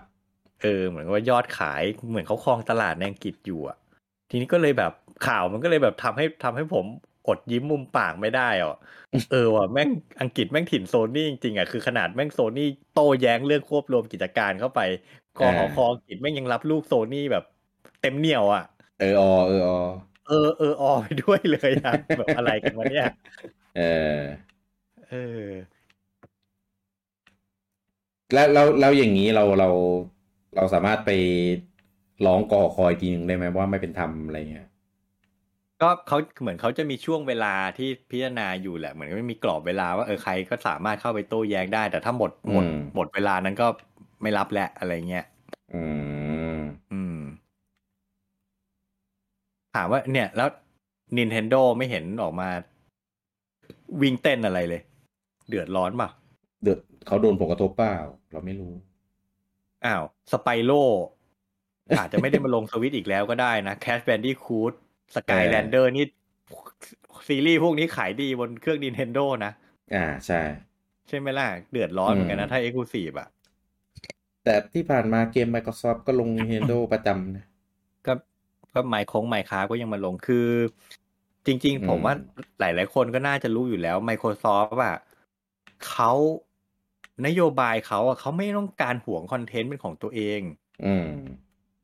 เออ เหมือนกับว่ายอดขายเหมือนเขาครองตลาดในอังกฤษอยู่อะทีนี้ก็เลยแบบข่าวมันก็เลยแบบทำให้ทำให้ผมอดยิ้มมุมปากไม่ได้อะเออว่ะแม่งอังกฤษแม่งถิ่นโซนี่จริงๆอะคือขนาดแม่งโซนี่โต้แย้งเรื่องควบรวมกิจการเข้าไปกอหอคออังกฤษแม่งยังรับลูกโซนี่แบบ เต็มเหนียวอะ
เอออเอออ
เออเออออ ไปด้วยเลยอะ แบบอะไรกันวะเนี่ย
เออ
เออ
แล้วแล้วแล้วอย่างนี้เราเราเราสามารถไปร้องกอคอยทีนึงได้ไหมว่าไม่เป็นธรรมอะไรเงี้ย
ก็เขาเหมือนเขาจะมีช่วงเวลาที่พิจารณาอยู่แหละ เหมือนไม่มีกรอบเวลาว่าเออใครก็สามารถเข้าไปโต้แย้งได้ แต่ถ้าหมดหมดหมดเวลานั้นก็ไม่รับแล้วอะไรเงี้ย
อืม
อืม ถามว่าเนี่ย แล้ว Nintendo ไม่เห็นออกมา วิ่งเต้นอะไรเลย เดือดร้อนป่ะ
เดือดเขาโดนผลกระทบเปล่า เราไม่รู้
อ้าวสไปโลอาจจะไม่ได้มาลงสวิตช์อีกแล้วก็ได้นะแคชแบนดี้คูดสกายแลนเดอร์นี่ ซีรีส์พวกนี้ขายดีบนเครื่อง Nintendo นะ
อ่าใช่
ใช่ไหมล่ะ เดือดร้อนเหมือนกันนะ ถ้า Exclusive อ่ะ
แต่ที่ผ่านมาเกม Microsoft ก็ลง Nintendo ประจำนะ
ก็ก็ไมค์คงไมค์ค้าก็ยังมาลงคือ จริง
อืม
ๆ ผมว่าหลาย ๆ คนก็น่าจะรู้อยู่แล้ว Microsoft อ่ะเขานโยบายเขาอ่ะเขาไม่ต้องการห่วงคอนเทนต์เป็นของตัวเอง
อืม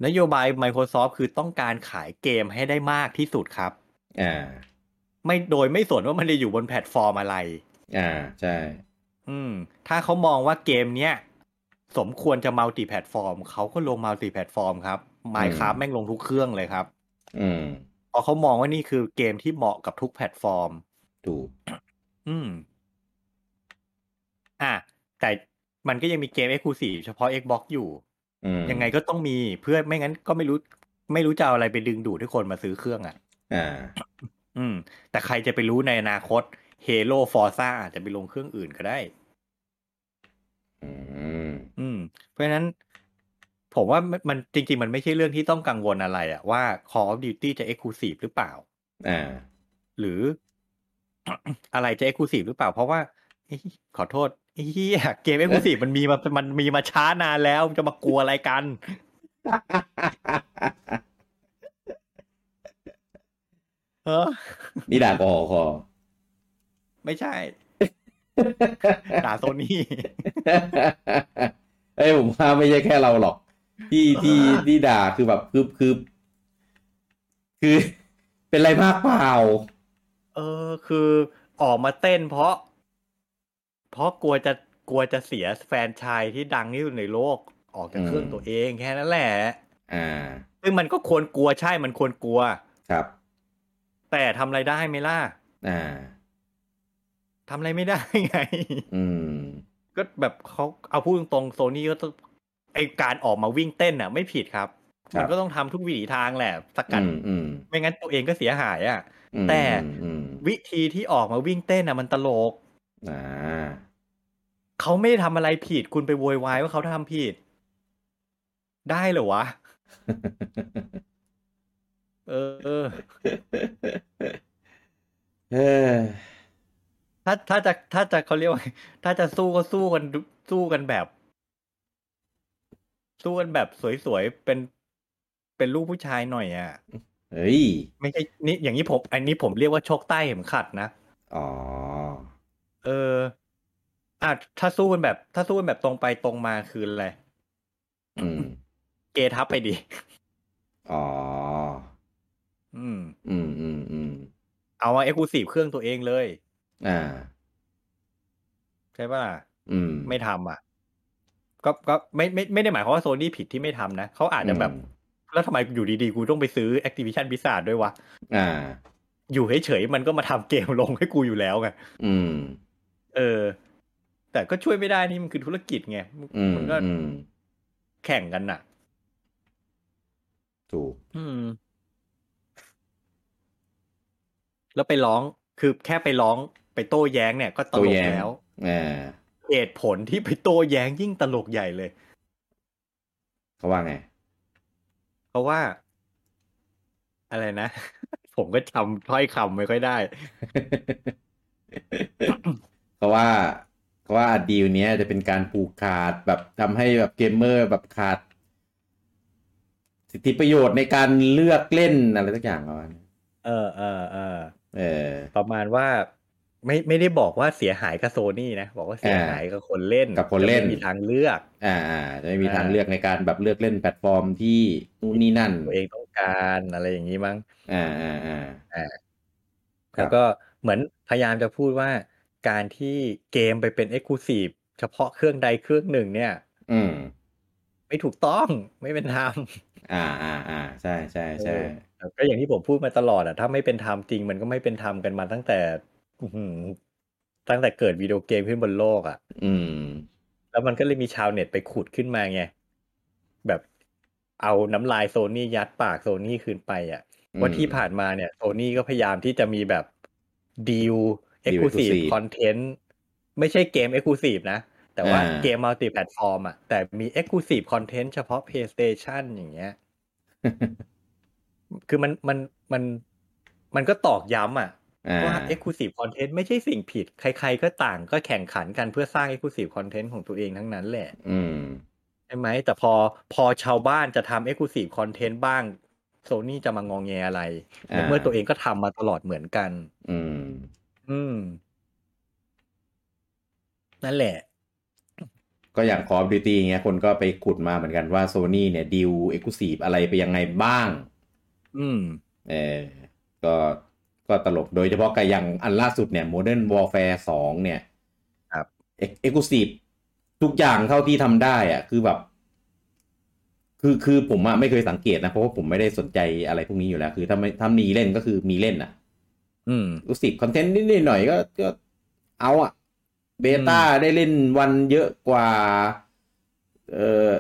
นโยบาย Microsoft คือต้องการขายเกมให้ได้มากที่สุดครับ
อ่า
ไม่โดยไม่สนว่ามันจะอยู่บนแพลตฟอร์มอะไร
อ่าใช่
อืม ถ้าเขามองว่าเกมเนี้ยสมควรจะมัลติแพลตฟอร์มเขาก็ลงมัลติแพลตฟอร์มครับ Minecraft แม่งลงทุกเครื่องเลยครับ
อืม
เพราะเขามองว่านี่คือเกมที่เหมาะกับทุกแพลตฟอร์ม
ถูก
อืม อ่ะแต่มันก็ยังมีเกม Exclusive เฉพาะ Xbox อยู่
อืม
ยังไงก็ต้องมีเพื่อไม่งั้นก็ไม่รู้ ไม่รู้จะเอาอะไรไปดึงดูดให้คนมาซื้อเครื่องอ่ะ
อ่า
อืม แต่ใครจะไปรู้ในอนาคต Halo Forza อาจจะไปลงเครื่องอื่นก็ได้
อืม
อืม เพราะฉะนั้น ผมว่ามันมันจริง ๆ มันไม่ใช่เรื่องที่ต้องกังวลอะไรอะว่า Call of Duty จะ Exclusive หรือเปล่า
อ่า
หรือ อะไรจะ Exclusive หรือเปล่า เพราะว่าเอ้ยขอโทษเฮียเกม Exclusive มันมีมามันมีมาช้านานแล้วจะมากลัวอะไรกัน เออ
นี่ด่าคอคอ
ไม่ใช่ ด่าโซนี่
เอ้ยผมว่าไม่ใช่แค่เราหรอก ที่ที่ที่ด่าคือแบบคือคือคือ เป็นอะไรมากเปล่า
เออ คือออกมาเต้นเพราะ เพราะกลัวจะกลัวจะเสียแฟนชายที่ดังที่สุดในโลก ออกจากเครื่อง
อืม
ตัวเองแค่นั้นแหละ
อ่า
ซึ่งมันก็ควรกลัวใช่มันควรกลัว
ครับ
แต่ทำอะไรได้ไหมล่ะ
อ่า
ทำอะไรไม่ได้ไง
อืม
ก็แบบเขาเอาพูดตรงๆโซนี่ก็ต้องไอการออกมาวิ่งเต้นน่ะ ไม่ผิดครับ
ครับ
มันก็ต้องทำทุกวิถีทางแหละสกัด
อืมอืม
ไม่งั้นตัวเองก็เสียหายอ่ะ
อืม
แต่
อืม
วิธีที่ออกมาวิ่งเต้นน่ะมันตลก
อ่า
เขาไม่ได้ทำอะไรผิด คุณไปโวยวายว่าเขาทำผิด ได้เหรอวะ เออเออ
เออ
ถ้าถ้าจะถ้าจะเขาเรียกว่า ถ้าจะสู้ก็สู้กันดูสู้กันแบบ สู้กันแบบสวยๆเป็นเป็นลูกผู้ชายหน่อยอ่ะ
เฮ้ย
ไม่ใช่นี่อย่างนี้ผม อันนี้ผมเรียกว่าชกใต้เข็มขัดนะ
อ๋อ
เอออ่ะถ้าสู้กันแบบ ถ้าสู้กันแบบตรงไปตรงมาคืออะไร
อืม
เกทับไปดิ
อ๋อ
อืม
อืมอืมอืม
เอามาเอ็กซ์คลูซีฟเครื่องตัวเองเลย
อ่า
ใช่ปะล่ะ
อืม
ไม่ทำอ่ะ ก็ก็ไม่ไม่ไม่ได้หมายความว่าโซนี่ผิดที่ไม่ทำนะเขาอาจจะแบบ
อืม
แล้วทำไมอยู่ดีๆ กูต้องไปซื้อ Activision Blizzard ด้วยวะ
อ่า
อยู่เฉยๆมันก็มาทำเกมลงให้กูอยู่แล้วไง
อืม
เออ แต่ก็ช่วยไม่ได้นี่มันคือธุรกิจไง
อืม
มันก็
อืม
แข่งกันน่ะ
ถูก
อืม แล้วไปร้อง คือแค่ไปร้องไปโต้แย้งเนี่ยก็ตล
โต้
ก
แย้ง
แล้ว
อ่า
เหตุผลที่ไปโต้แย้งยิ่งตลกใหญ่เลย
เขาว่า ไง
เพราะว่า อะไรนะ ผมก็จำถ้อยคำไม่ค่อยได้
เพราะว่าเพราะว่าดีลเนี้ยจะเป็นการผูกขาดแบบทำให้แบบเกมเมอร์แบบขาด สิทธิประโยชน์ในการเลือกเล่นอะไรสักอย่างประมาณนั้น
เออเออเออ
เออ
ประมาณว่า ไม่ไม่ได้บอกว่าเสียหายกับโซนี่นะ บอกว่าเสียหายกับคนเล่น
กับคนเล่น
จะไม่มีทางเลือก
อ่าอ่าจะไม่มี
อ่า
ทางเลือกในการแบบเลือกเล่นแพลตฟอร์มที่นู่นนี่นั่น
ตัวเองต้องการอะไรอย่างนี้มั้ง
อ่าอ่าอ่า ครับ
แล้วก็เหมือนพยายามจะพูดว่า การที่เกมไปเป็นเอ็กซ์คลูซีฟเฉพาะเครื่องใดเครื่องหนึ่งเนี่ย
อืม
ไม่ถูกต้องไม่เป็นธรรม
อ่าอ่าอ่าใช่ใช่ใช่
ก็อย่างที่ผมพูดมาตลอดอะถ้าไม่เป็นธรรมจริง มันก็ไม่เป็นธรรมกันมาตั้งแต่อื้อหือตั้งแต่เกิดวิดีโอเกมขึ้นบนโลกอะ
อืม
แล้วมันก็เลยมีชาวเน็ตไปขุดขึ้นมาไง แบบเอาน้ำลายโซนี่ยัดปากโซนี่คืนไปอ่ะ
อืม
ว่าที่ผ่านมาเนี่ยโซนี่ก็พยายามที่จะมีแบบดีลเอ็กซ์คลูซีฟ
exclusive
คอนเทนต์ไม่ใช่เกมเอ็กซ์คลูซีฟนะ แต่ว่า
อ่า
เกมมัลติแพลตฟอร์มอ่ะ แต่มีเอ็กซ์คลูซีฟคอนเทนต์เฉพาะ PlayStation อย่างเงี้ย คือมันมันมันมันก็ตอกย้ำอ่ะ
อ่า
ว่า Exclusive Content ไม่ใช่สิ่งผิด ใครๆก็ต่างก็แข่งขันกันเพื่อสร้าง Exclusive Content ของตัวเองทั้งนั้นแหละ
อืม
ใช่ไหม แต่พอพอชาวบ้านจะทำ Exclusive Content บ้างโซนี่จะมางองแงอะไร
อ่า
ในเมื่อตัวเองก็ทำมาตลอดเหมือนกัน
อืม
อืม นั่นแหละ
ก็ ก็อย่างคอร์ดิตี้เงี้ยคนก็ไปขุดมาเหมือนกันว่าโซนี่เนี่ยดิวเอ็กซ์คลูซีฟอะไรไปยังไงบ้าง
อืม
เออก็ก็ตลกโดยเฉพาะกับอย่างอันล่าสุดเนี่ย Modern Warfare 2 เนี่ย
ครับ
เอ็กซ์คลูซีฟทุกอย่างเท่าที่ทำได้อะคือแบบ คือคือผมอะไม่เคยสังเกตนะ เพราะว่าผมไม่ได้สนใจอะไรพวกนี้อยู่แล้ว คือถ้าไม่ถ้ามีเล่นก็คือมีเล่นอะ
อืม
รู้สิคอนเทนต์นิดๆหน่อยๆก็ก็เอาอะเบต้าได้เล่นวันเยอะกว่า เอ่อ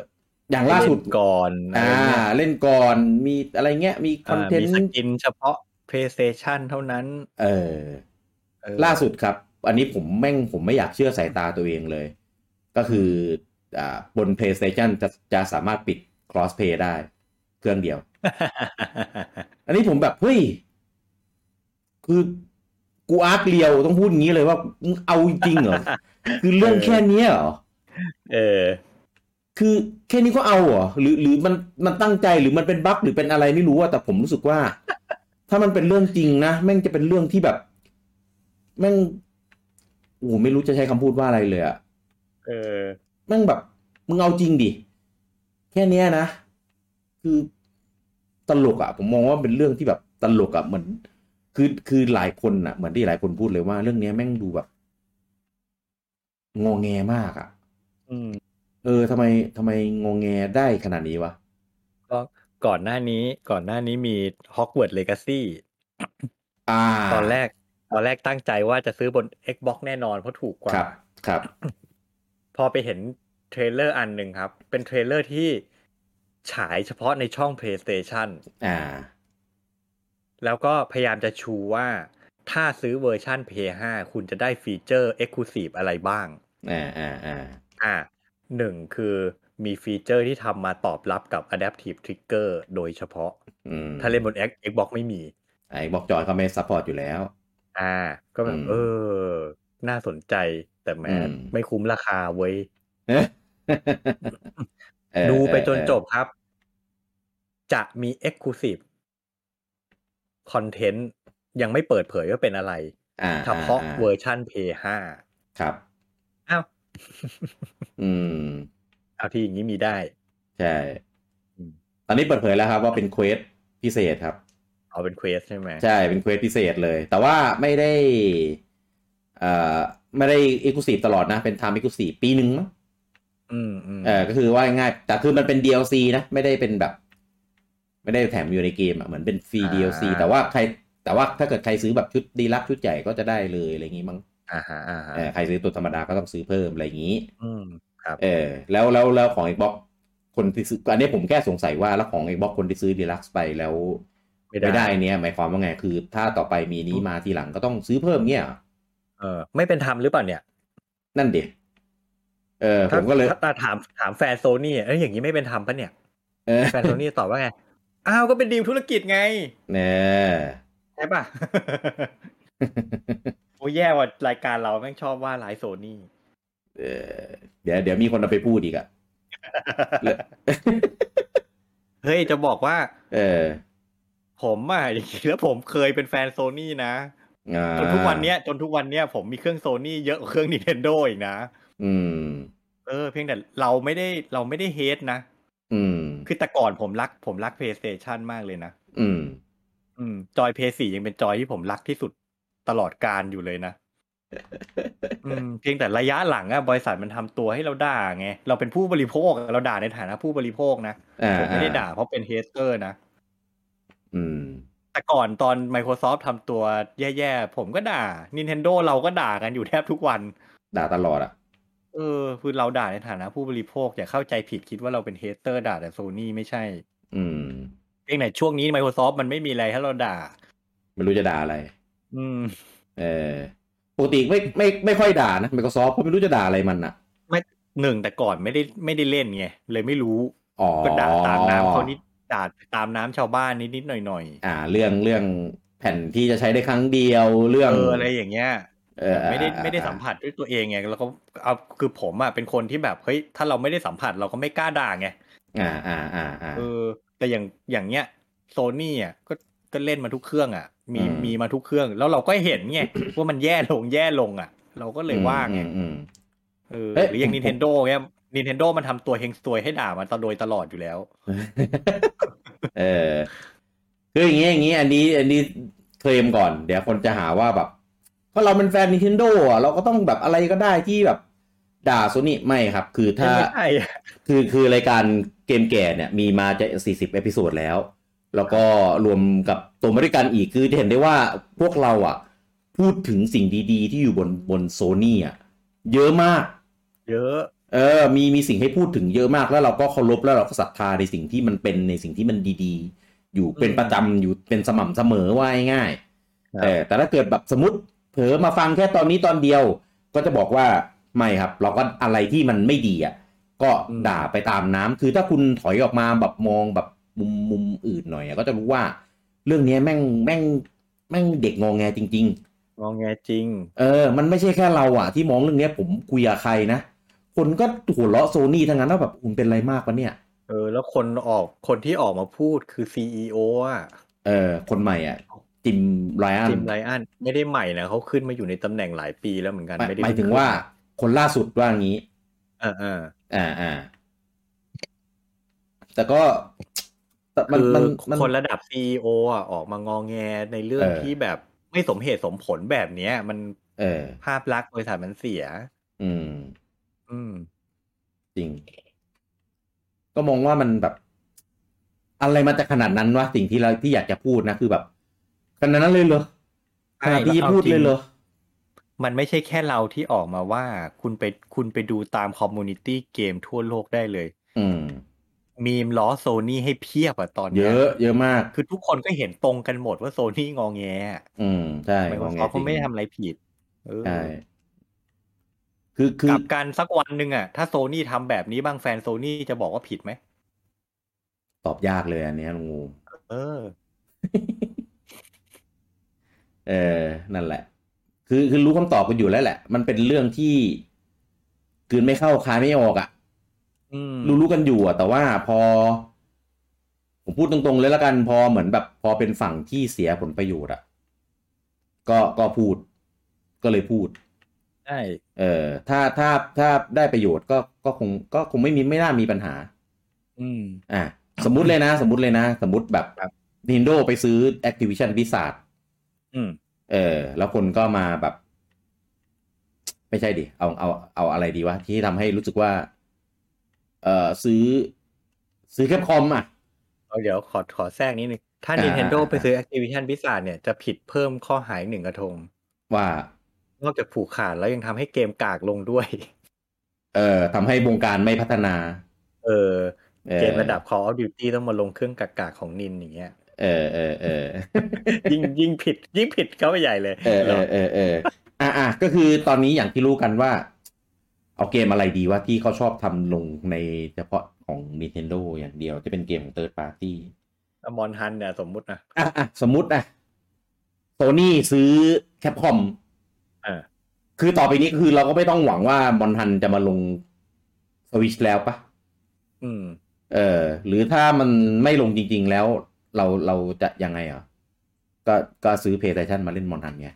อย่างล่าสุด
เนก่อน
อ่า
ะไรเงี้ย
เล่นก่อนมีอะไรเงี้ย มีคอนเทน
มี
ต์
สกินเฉพาะ PlayStation เท่านั้น
เออ
เออ
ล่าสุดครับ อันนี้ผมแม่งผมไม่อยากเชื่อสายตาตัวเองเลย ก็คืออ่าบน PlayStation จะจะสามารถปิด crossplay ได้ เครื่องเดียว อันนี้ผมแบบ เฮ้ย คือกูอาร์คเรียวต้องพูดงี้เลยว่ามึงเอาจริงเหรอ คือเรื่องแค่เนี้ยเหรอ
เออ
คือแค่นี้ก็เอาเหรอหรือหรือมันมันตั้งใจหรือมันเป็นบั๊กหรือเป็นอะไรไม่รู้อะแต่ผมรู้สึกว่า ถ้ามันเป็นเรื่องจริงนะแม่งจะเป็นเรื่องที่แบบ แม่งโอ้โหไม่รู้จะใช้คำพูดว่าอะไรเลยอะ
เออ
แม่งแบบมึงเอาจริงดิแค่เนี้ยนะ คือตลกอะผมมองว่าเป็นเรื่องที่แบบตลกอะเหมือน คือคือหลายคนอะเหมือนที่หลายคนพูดเลยว่าเรื่องเนี้ยแม่งดูแบบงอแงมากอะ
อืม
เออทำไมทำไมงอแงได้ขนาดนี้วะ
ก่อนหน้านี้ก่อนหน้านี้มี Hogwarts Legacy
อ่า
ตอนแรก ตอนแรกตั้งใจว่าจะซื้อบน Xbox แน่นอนเพราะถูกกว่า
ครับ ครับ
พอไปเห็นเทรลเลอร์อันหนึ่งครับ เป็นเทรลเลอร์ที่ฉายเฉพาะในช่อง PlayStation
อ่า
แล้วก็พยายามจะชูว่าถ้าซื้อเวอร์ชัน PS5 คุณจะได้ฟีเจอร์ Exclusive อะไรบ้าง
อ่า อ่า อ่า
อ่าหนึ่งคือมีฟีเจอร์ที่ทำมาตอบรับกับ Adaptive Trigger โดยเฉพาะ
อืม
ถ้าเล่นบน X- Xbox ไม่มี
ไอ้บอกจอยเขาไม่ซัพพอร์ตอยู่แล้ว
อ่า ก็แบบ
อืม
เออ น่าสนใจแต่แหม
อืม
ไม่คุ้มราคาเว้ย
เอ๊ะเออ
ดูไปจนจ
เออบ
ครับ จะมี Exclusive Content ยังไม่เปิดเผยว่าเป็นอะไร
เอออ่า
เฉพาะ
อ่
เวอร์ชัน P5
ครับ
อ้าว
อืม
เอาที่อย่างนี้มีได้
ใช่
อืม
ตอนนี้เปิดเผยแล้วครับ ว่าเป็นเควสพิเศษครับ
เอาเป็นเควสใช่ไหม
ใช่ เป็นเควสพิเศษเลย แต่ว่าไม่ได้ เอ่อ ไม่ได้เอกลูซีตลอดนะ เป็นไทม์เอกลูซีปีหนึ่งมั้ง
อืมอืม
เออก็คือว่าง่ายๆแต่คือมันเป็น DLC นะ ไม่ได้เป็นแบบ ไม่ได้แถมอยู่ในเกมอ่ะ เหมือนเป็นฟรี DLC แต่ว่าใคร แต่ว่าถ้าเกิดใครซื้อแบบชุดดีลักซ์ชุดใหญ่ก็จะได้เลยอะไรอย่างงี้มั้ง
อ่าฮะอ่าฮะ
เออใครซื้อตัวธรรมดาก็ต้องซื้อเพิ่มอะไรอย่างงี้
อืม
เออ แล้วแล้วแล้วของ Xbox คนที่ซื้ออันนี้ผมแค่สงสัยว่าแล้วของ Xbox คนที่ซื้อดีลักซ์ไปแล้ว
ไม่ได้
เนี้ยหมายความว่าไงคือ ถ้าต่อไปมีนี้มาทีหลังก็ต้องซื้อเพิ่มเงี้ยเหรอ
เออ ไม่เป็นธรรมหรือเปล่าเนี่ย
นั่นเด็เออผมก็เลย
ถ้าถ้าถามถามแฟนโซนี่เอ้ยอย่างนี้ไม่เป็นธรรมปะเนี่ย
เออ
แฟนโซนี่ตอบว่า ไง อ้าวก็เป็นดีลธุรกิจไง
เนี่ย
ใช่ ป่ะ โอ้ยแย่ว่ารายการเราแม่งชอบว่าไลฟ์โซ นี่
เออเดี๋ยวเดี๋ยวมีคนเอาไปพูดอีกอะ และ
เฮ้ย จะบอกว่า
เออ
ผมอ่ะจริงๆแล้วผมเคยเป็นแฟนโซนี่นะ
อ่า
จนทุกวันเนี้ยจนทุกวันเนี้ยผมมีเครื่องโซนี่เยอะกว่าเครื่อง Nintendo อีกนะ
อืม
เออ เพียงแต่เราไม่ได้เราไม่ได้เฮทนะ
อืม
คือแต่ก่อนผมรักผมรัก PlayStation มากเลยนะ
อืม
อืม จอย PS4 ยังเป็นจอยที่ผมรักที่สุดตลอดการอยู่เลยนะ อืม เพียงแต่ระยะหลังอะบริษัทมันทำตัวให้เราด่าไง เราเป็นผู้บริโภคอะเราด่าในฐานะผู้บริโภคนะ
อ่า
ผมไม่ได้ด่า
อ่า
เพราะเป็นเฮสเตอร์นะ
อืม
แต่ก่อนตอน Microsoft ทำตัวแย่ๆ ผมก็ด่า Nintendo เราก็ด่ากันอยู่แทบทุกวัน
ด่าตลอดอะ
เออ คือเราด่าในฐานะผู้บริโภค อย่าเข้าใจผิดคิดว่าเราเป็นเฮสเตอร์ด่าแต่โซนี่ไม่ใช่
อืม
เพียงแต่ช่วงนี้ Microsoft มันไม่มีอะไรให้เราด่า
ไม่รู้จะด่าอะไร
อืม
เออปกติไม่ไม่ไม่ค่อยด่านะ Microsoft เพราะไม่รู้จะด่าอะไรมันอะ
หนึ่งแต่ก่อนไม่ได้ไม่ได้เล่นไง เลยไม่รู้
อ๋อ
ก็ด่าตามน้ำเขานิดด่าตามน้ำชาวบ้านนิดนิดๆหน่อยหน่อย
อ่า เรื่องเรื่องแผ่นที่จะใช้ได้ครั้งเดียวเรื่
ๆ
อง
เอออะไรอย่างเงี้ย
เออ
ไม่ได้
อ่า
ไม่ได้
อ่า
สัมผัสด้วยตัวเองไงแล้วก็เอาคือผมอ่ะเป็นคนที่แบบเฮ้ยถ้าเราไม่ได้สัมผัสเราก็ไม่กล้าด่าไง
อ่าอ่าอ่าอ่า
เออ แต่อย่างอย่างเนี้ยโซนี่อ่ะก็ก็เล่นมาทุกเครื่องอ่ะ มี
อืม
มีมาทุกเครื่อง แล้วเราก็เห็น ไง ว่ามันแย่ลงแย่ลงอ่ะ เราก็เลยว่าไง
อืมอืม
เออ
เอ๊ะ
หรืออย่าง
ผม
Nintendo เงี้ย Nintendo มันทำตัวเฮงซวยให้ด่ามันตลอดตลอดอยู่แล้ว
เออคืออย่างเงี้ยอย่างเงี้ยอันนี้ อันนี้เคลมก่อน เดี๋ยวคนจะหาว่าแบบก็เราเป็นแฟน Nintendo อ่ะเราก็ต้องแบบอะไรก็ได้ที่แบบ ด่าโซนี่ไม่ครับ คือถ้า
ไม่ใช่
คือคือรายการเกมแก่เนี่ยมีมาจะ 40 เอพิโซดแล้ว แล้วก็รวมกับตัวมาด้วยกันอีกคือจะเห็นได้ว่าพวกเราอ่ะ พูดถึงสิ่งดีๆ ที่อยู่บนบนโซนี่อ่ะ เยอะมาก
เยอะ
เออ มีมีสิ่งให้พูดถึงเยอะมากแล้วเราก็เคารพแล้วเราก็ศรัทธาในสิ่งที่มันเป็นในสิ่งที่มันดีๆ อยู่เป็น
อืม
ประจำอยู่เป็นสม่ำเสมอว่าง่าย
ค
ๆ
รับ
เออแต่ถ้าเกิดแบบสมมติเผลอมาฟังแค่ตอนนี้ตอนเดียว ก็จะบอกว่าไม่ครับ เราก็อะไรที่มันไม่ดีอ่ะก็ด่าไปตามน้ำคือถ้าคุณถอยออกมาแบบมองแบบมุมมุมอื่นหน่อยอะก็จะรู้ว่า เรื่องเนี้ยแม่งแม่งแม่งเด็กงองแงจริง ๆ
งองแงจริง
เออ มันไม่ใช่แค่เราอ่ะ ที่มองเรื่องเนี้ยผมคุยกับใครนะ คนก็หัวเราะโซนี่ทั้งนั้นว่าแบบคุณเป็นอะไรมากวะเนี่ย
เออ แล้วคนออกคนที่ออกมาพูดคือ CEO อ่ะ
เออ คนใหม่อ่ะ จิมไรอัน
จิมไรอันไม่ได้ใหม่นะเขาขึ้นมาอยู่ในตำแหน่งหลายปีแล้วเหมือนกัน
หมาย
ไม่ได้
หมายถึงว่าคนล่าสุดว่างี้
เออเออ
อ่าอ่าแต่ก็แต่มัน
คือ
มันมัน
คนระดับซีออ่ะออกมางองแงในเรื่อง
เออ
ที่แบบไม่สมเหตุสมผลแบบเนี้ย มัน
เออ
ภาพลักษณ์บริษัทมันเสีย
อืม
อืม
จริง ก็มองว่ามันแบบ อะไรมันจะขนาดนั้นวะสิ่งที่เราที่อยากจะพูดนะคือแบบขนาดนั้นเลยเหรอข
ใช่
นาดที่
แล้วเอา
พูดเลย
จริง
เหรอ
มันไม่ใช่แค่เราที่ออกมาว่า คุณไปคุณไปดูตามคอมมูนิตี้เกมทั่วโลกได้เลย
อืม
มีมล้อโซนี่ให้เพียบอะตอน
เย
เนี้ย
อะ เยอะมาก
คือทุกคนก็เห็นตรงกันหมดว่าโซนี่งองแงอะ
อืม ใช่
ไม่ว่า
ไง
เขาเขาไม่
จริ
ได้
ง
ทำอะไรผิดเออ
ใช่คือคื
ก
อ
ลับการสักวันหนึ่งอะถ้าโซนี่ทำแบบนี้บ้างแฟนโซนี่จะบอกว่าผิดไหม
ตอบยากเลยอันเนี้ยลุงงู
เออ
เออ นั่นแหละ คือคือรู้คำตอบกันอยู่แล้วแหละ มันเป็นเรื่องที่กลืนไม่เข้าคายไม่ออกอะ่ะ
อืม
รู้รู้กันอยู่อะแต่ว่าพอ ผมพูดตรงๆเลยละกัน พอเหมือนแบบ พอเป็นฝั่งที่เสียผลประโยชน์อะ่ะ ก็ก็พูด ก็เลยพูด
ใช่
เออ ถ้าถ้าถ้าได้ประโยชน์ก็ก็คง ก็คงไม่มีไม่น่ามีปัญหา
อืม
อ่ะสมมุติเลยนะ สมมุติเลยนะ สมมุติแบบ
ครับ
Nintendo ไปซื้อ Activision Blizzard
อืม
เออ แล้วคนก็มาแบบ ไม่ใช่ดิ เอาเอาเอาอะไรดีวะ ที่ทำให้รู้สึกว่า เออซื้อ ซื้อแคปคอมอ่ะ
เอาเดี๋ยวขอขอแทรกนิดนึง ถ้า
อ่า
Nintendo ไปซื้อ Activision Blizzard เนี่ยจะผิดเพิ่มข้อหายหนึ่งกระทง
ว่า
นอกจากผูกขาดแล้วยังทำให้เกมกากลงด้วย
เออทำให้วงการไม่พัฒนา
เออ
ออ
เกมระดับ Call of Duty ต้องมาลงเครื่องกากๆของนินอย่างเงี้ย
เออเออเออ
ยิ่งยิ่งผิด ยิ่งผิดเข้าไปใหญ่เลย
เออเออเออเอออ่ะอ่ะก็คือตอนนี้อย่างที่รู้กันว่า เอาเกมอะไรดีว่าที่เขาชอบทำลงในเฉพาะของ Nintendo อย่างเดียวจะเป็นเกมของ Third Party
มอนฮันเนี่ยสมมุตินะ
อ่ะอ่ะสมมุติอ่ะโซนี่ซื้อแคปคอม
เออ
คือต่อไปนี้คือเราก็ไม่ต้องหวังว่ามอนทันจะมาลงสวิชแล้วปะ
อืม
เออ หรือถ้ามันไม่ลงจริง ๆ แล้ว เราเราจะยังไงเหรอก็ก็ซื้อเพย์ a t ชันมาเล่นมอนทันไง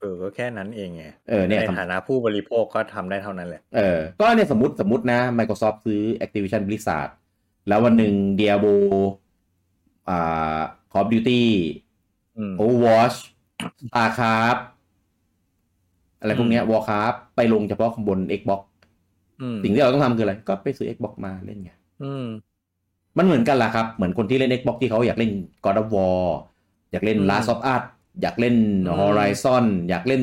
เออ ก็แค่นั้นเองไง
เออเนี่ย
ใน
ทำ
ฐานะผู้บริโภคก็ทำได้เท่านั้นแหละ
เออ ก็เนี่ยสมมติสมมตินะ Microsoft ซื้อ Activision Blizzard แล้ววันหนึ่ง Diablo อ่า Call of Duty
อืม
Overwatch StarCraft อะไรพวกเนี้ย Warcraft ไปลงเฉพาะบน Xbox
อืม
สิ่งที่เราต้องทำคืออะไร ก็ไปซื้อ Xbox มาเล่นไง
อืม
มันเหมือนกันล่ะครับ เหมือนคนที่เล่น Xbox ที่เขาอยากเล่น God of War อยากเล่น
อืม
Last of Us อยากเล่น
อืม
Horizon อยากเล่น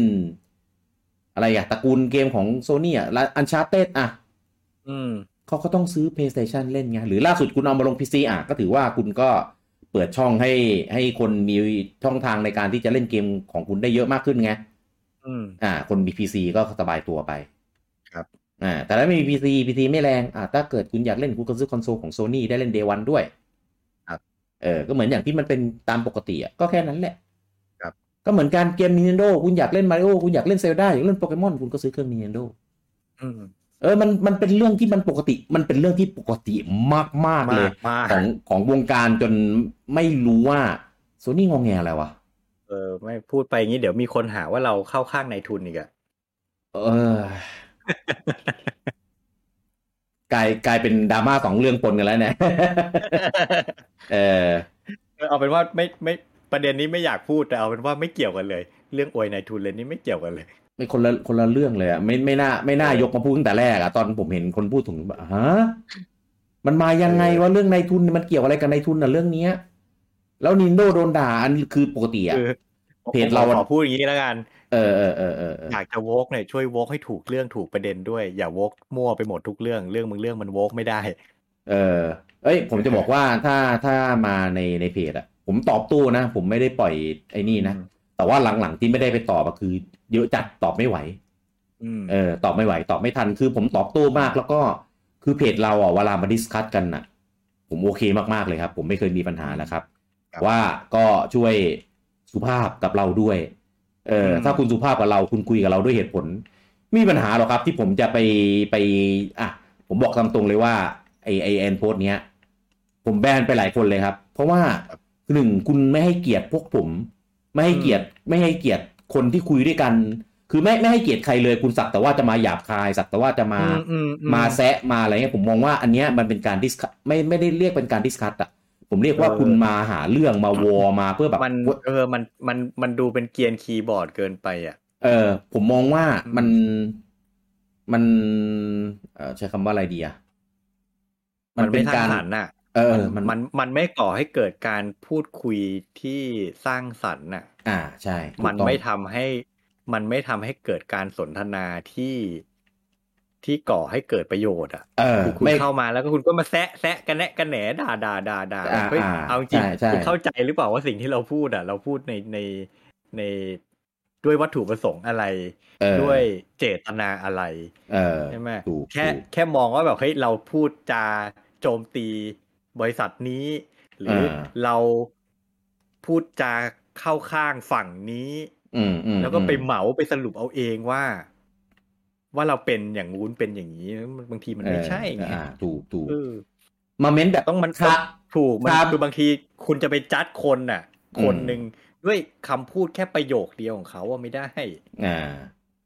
อะไรอะตระกูลเกมของ Sony อะ Uncharted อะ
อืม
เขาก็ต้องซื้อ PlayStation เล่นไง หรือล่าสุดคุณเอามาลง PC อ่ะ ก็ถือว่าคุณก็เปิดช่องให้ให้คนมีช่องทางในการที่จะเล่นเกมของคุณได้เยอะมากขึ้นไง
อืม
อ่า คนมี PC ก็สบายตัวไป
ครับ
อ่า แต่ถ้าไม่มี PC PC ไม่แรง อ่าถ้าเกิดคุณอยากเล่นคุณก็ซื้อคอนโซลของ Sony ได้เล่น Day One ด้วย
ครับ
เออ ก็เหมือนอย่างที่มันเป็นตามปกติอ่ะ ก็แค่นั้นแหละ
ครับ
ก็เหมือนการเกม Nintendo คุณอยากเล่น Mario คุณอยากเล่น Zelda อยากเล่น Pokemon คุณก็ซื้อเครื่อง Nintendo
อืม
เออ มัน มันเป็นเรื่องที่มันปกติ มันเป็นเรื่องที่ปกติมาก ๆ เล
มาย กมาก
ของของวงการจนไม่รู้ว่าโซนี่งองแงอะไรวะ
เออ ไม่พูดไปอย่างนี้เดี๋ยวมีคนหาว่าเราเข้าข้างในายทุนอีกอะ
เออ าย กลายเป็นดราม่าสองเรื่องปนกันแล้วเนี่ย เออ
เอาเป็นว่าไม่ไม่ประเด็นนี้ไม่อยากพูดแต่เอาเป็นว่าไม่เกี่ยวกันเลย เรื่องอวยนายทุนเลยนี่ไม่เกี่ยวกันเลย
ไม่คนละคนละเรื่องเลยอะไม่ไม่น่าไม่น่ายกมาพูดตั้งแต่แรกอะตอนผมเห็นคนพูดถึงแบบฮะมันมายังไงว่าเรื่องนายทุนมันเกี่ยวอะไรกับนายทุนอะเรื่องเนี้ย แล้วนินโดโดนด่าอันคือปกติอะ
คือ
เพจเราอะ
ขอพูดอย่างนี้แล้วกัน
เออเออเออเออเออ
อยากจะโวกเนี่ยช่วยโวกให้ถูกเรื่องถูกประเด็นด้วยอย่าโวกมั่วไปหมดทุกเรื่องเรื่องมึงเรื่องมันโวกไม่ได้
เออเอ้ย ผมจะบอกว่าถ้าถ้ามาในในเพจอะผมตอบตู้นะ ผมไม่ได้ปล่อยไอ้นี่นะ
อืม
แต่ว่าหลังๆที่ไม่ได้ไปตอบอะคือเยอะจัดตอบไม่ไหว
อืม
เออตอบไม่ไหวตอบไม่ทันคือผมตอบโต้มากแล้วก็คือเพจเราอ่ะเวลามาดิสคัตกันน่ะ ผมโอเคมากๆเลยครับ ผมไม่เคยมีปัญหาแล้วครับว่าก็ช่วยสุภาพกับเราด้วยเออถ้าคุณสุภาพกับเราคุณคุยกับเราด้วยเหตุผลไม่มีปัญหาหรอกครับที่ผมจะไปไปอ่ะผมบอกตามตรงเลยว่าไอไอแอนโพสเนี้ย ผมแบนไปหลายคนเลยครับ เพราะว่าหนึ่งคุณไม่ให้เกียรติพวกผม ไม่ให้เกียรติไม่ให้เกียรติคนที่คุยด้วยกัน คือไม่ไม่ให้เกียรติใครเลยคุณสักแต่ว่าจะมาหยาบคาย สักแต่ว่าจะมา
อือือื
มาแซะมาอะไรเงี้ยผมมองว่าอันเนี้ยมันเป็นการดิสคัทไม่ไม่ได้เรียกเป็นการดิสคัทอ่ะผมเรียกว่า
เออ
คุณมาหาเรื่องมาวอมาเพื่อแบบ
มันเออมันมันมันดูเป็นเกรียนคีย์บอร์ดเกินไปอ่ะ
เออผมมองว่ามันมันเอ่อใช้คำว่าอะไรดีอ่ะ
มัน
เป็
ไม่ส
นา
ร้าก
ง ร
สรรค์น่ะ
เออมัน
มันมันไม่ก่อให้เกิดการพูดคุยที่สร้างสรรค์น่ะ
อ่าใช่ถูก
มัน
ต้อง
ไม่ทำให้มันไม่ทำให้เกิดการสนทนาที่ที่ก่อให้เกิดประโยชน์อ่ะ
เออ
คือคุณ
ไม่
เข้ามาแล้วก็คุณก็มาแซะแซะกันแนะกันแหนด่าด่าด่าด่า
อ่า
เฮ้ย
อ่า
เอาจริง
ใช่ใช่
คุณเข้าใจหรือเปล่าว่าสิ่งที่เราพูดอ่ะ เราพูดในในในด้วยวัตถุประสงค์อะไร
เออ
ด้วยเจตนาอะไร
เออ
ใช่ไหม
ถูก
แค่
ถูก
แค่มองว่าแบบเฮ้ยเราพูดจาโจมตีบริษัทนี้ หรืออา เราพูดจาเข้าข้างฝั่งนี้
อืมอืม
แล้วก็ไป
อืม
เหมาไปสรุปเอาเองว่า ว่าเราเป็นอย่างงู้นเป็นอย่างนี้บางทีมันไม่ใช่ไง
เอออ่าถูกถูก
เออ
มาเม้นแบบ
ต้องมัน
ครับ
ถูกมัน
ครับ
คือบางทีคุณจะไปจัดคนน่ะ
อืม
คนหนึ่งด้วยคำพูดแค่ประโยคเดียวของเขาว่าไม่ได้
อ่า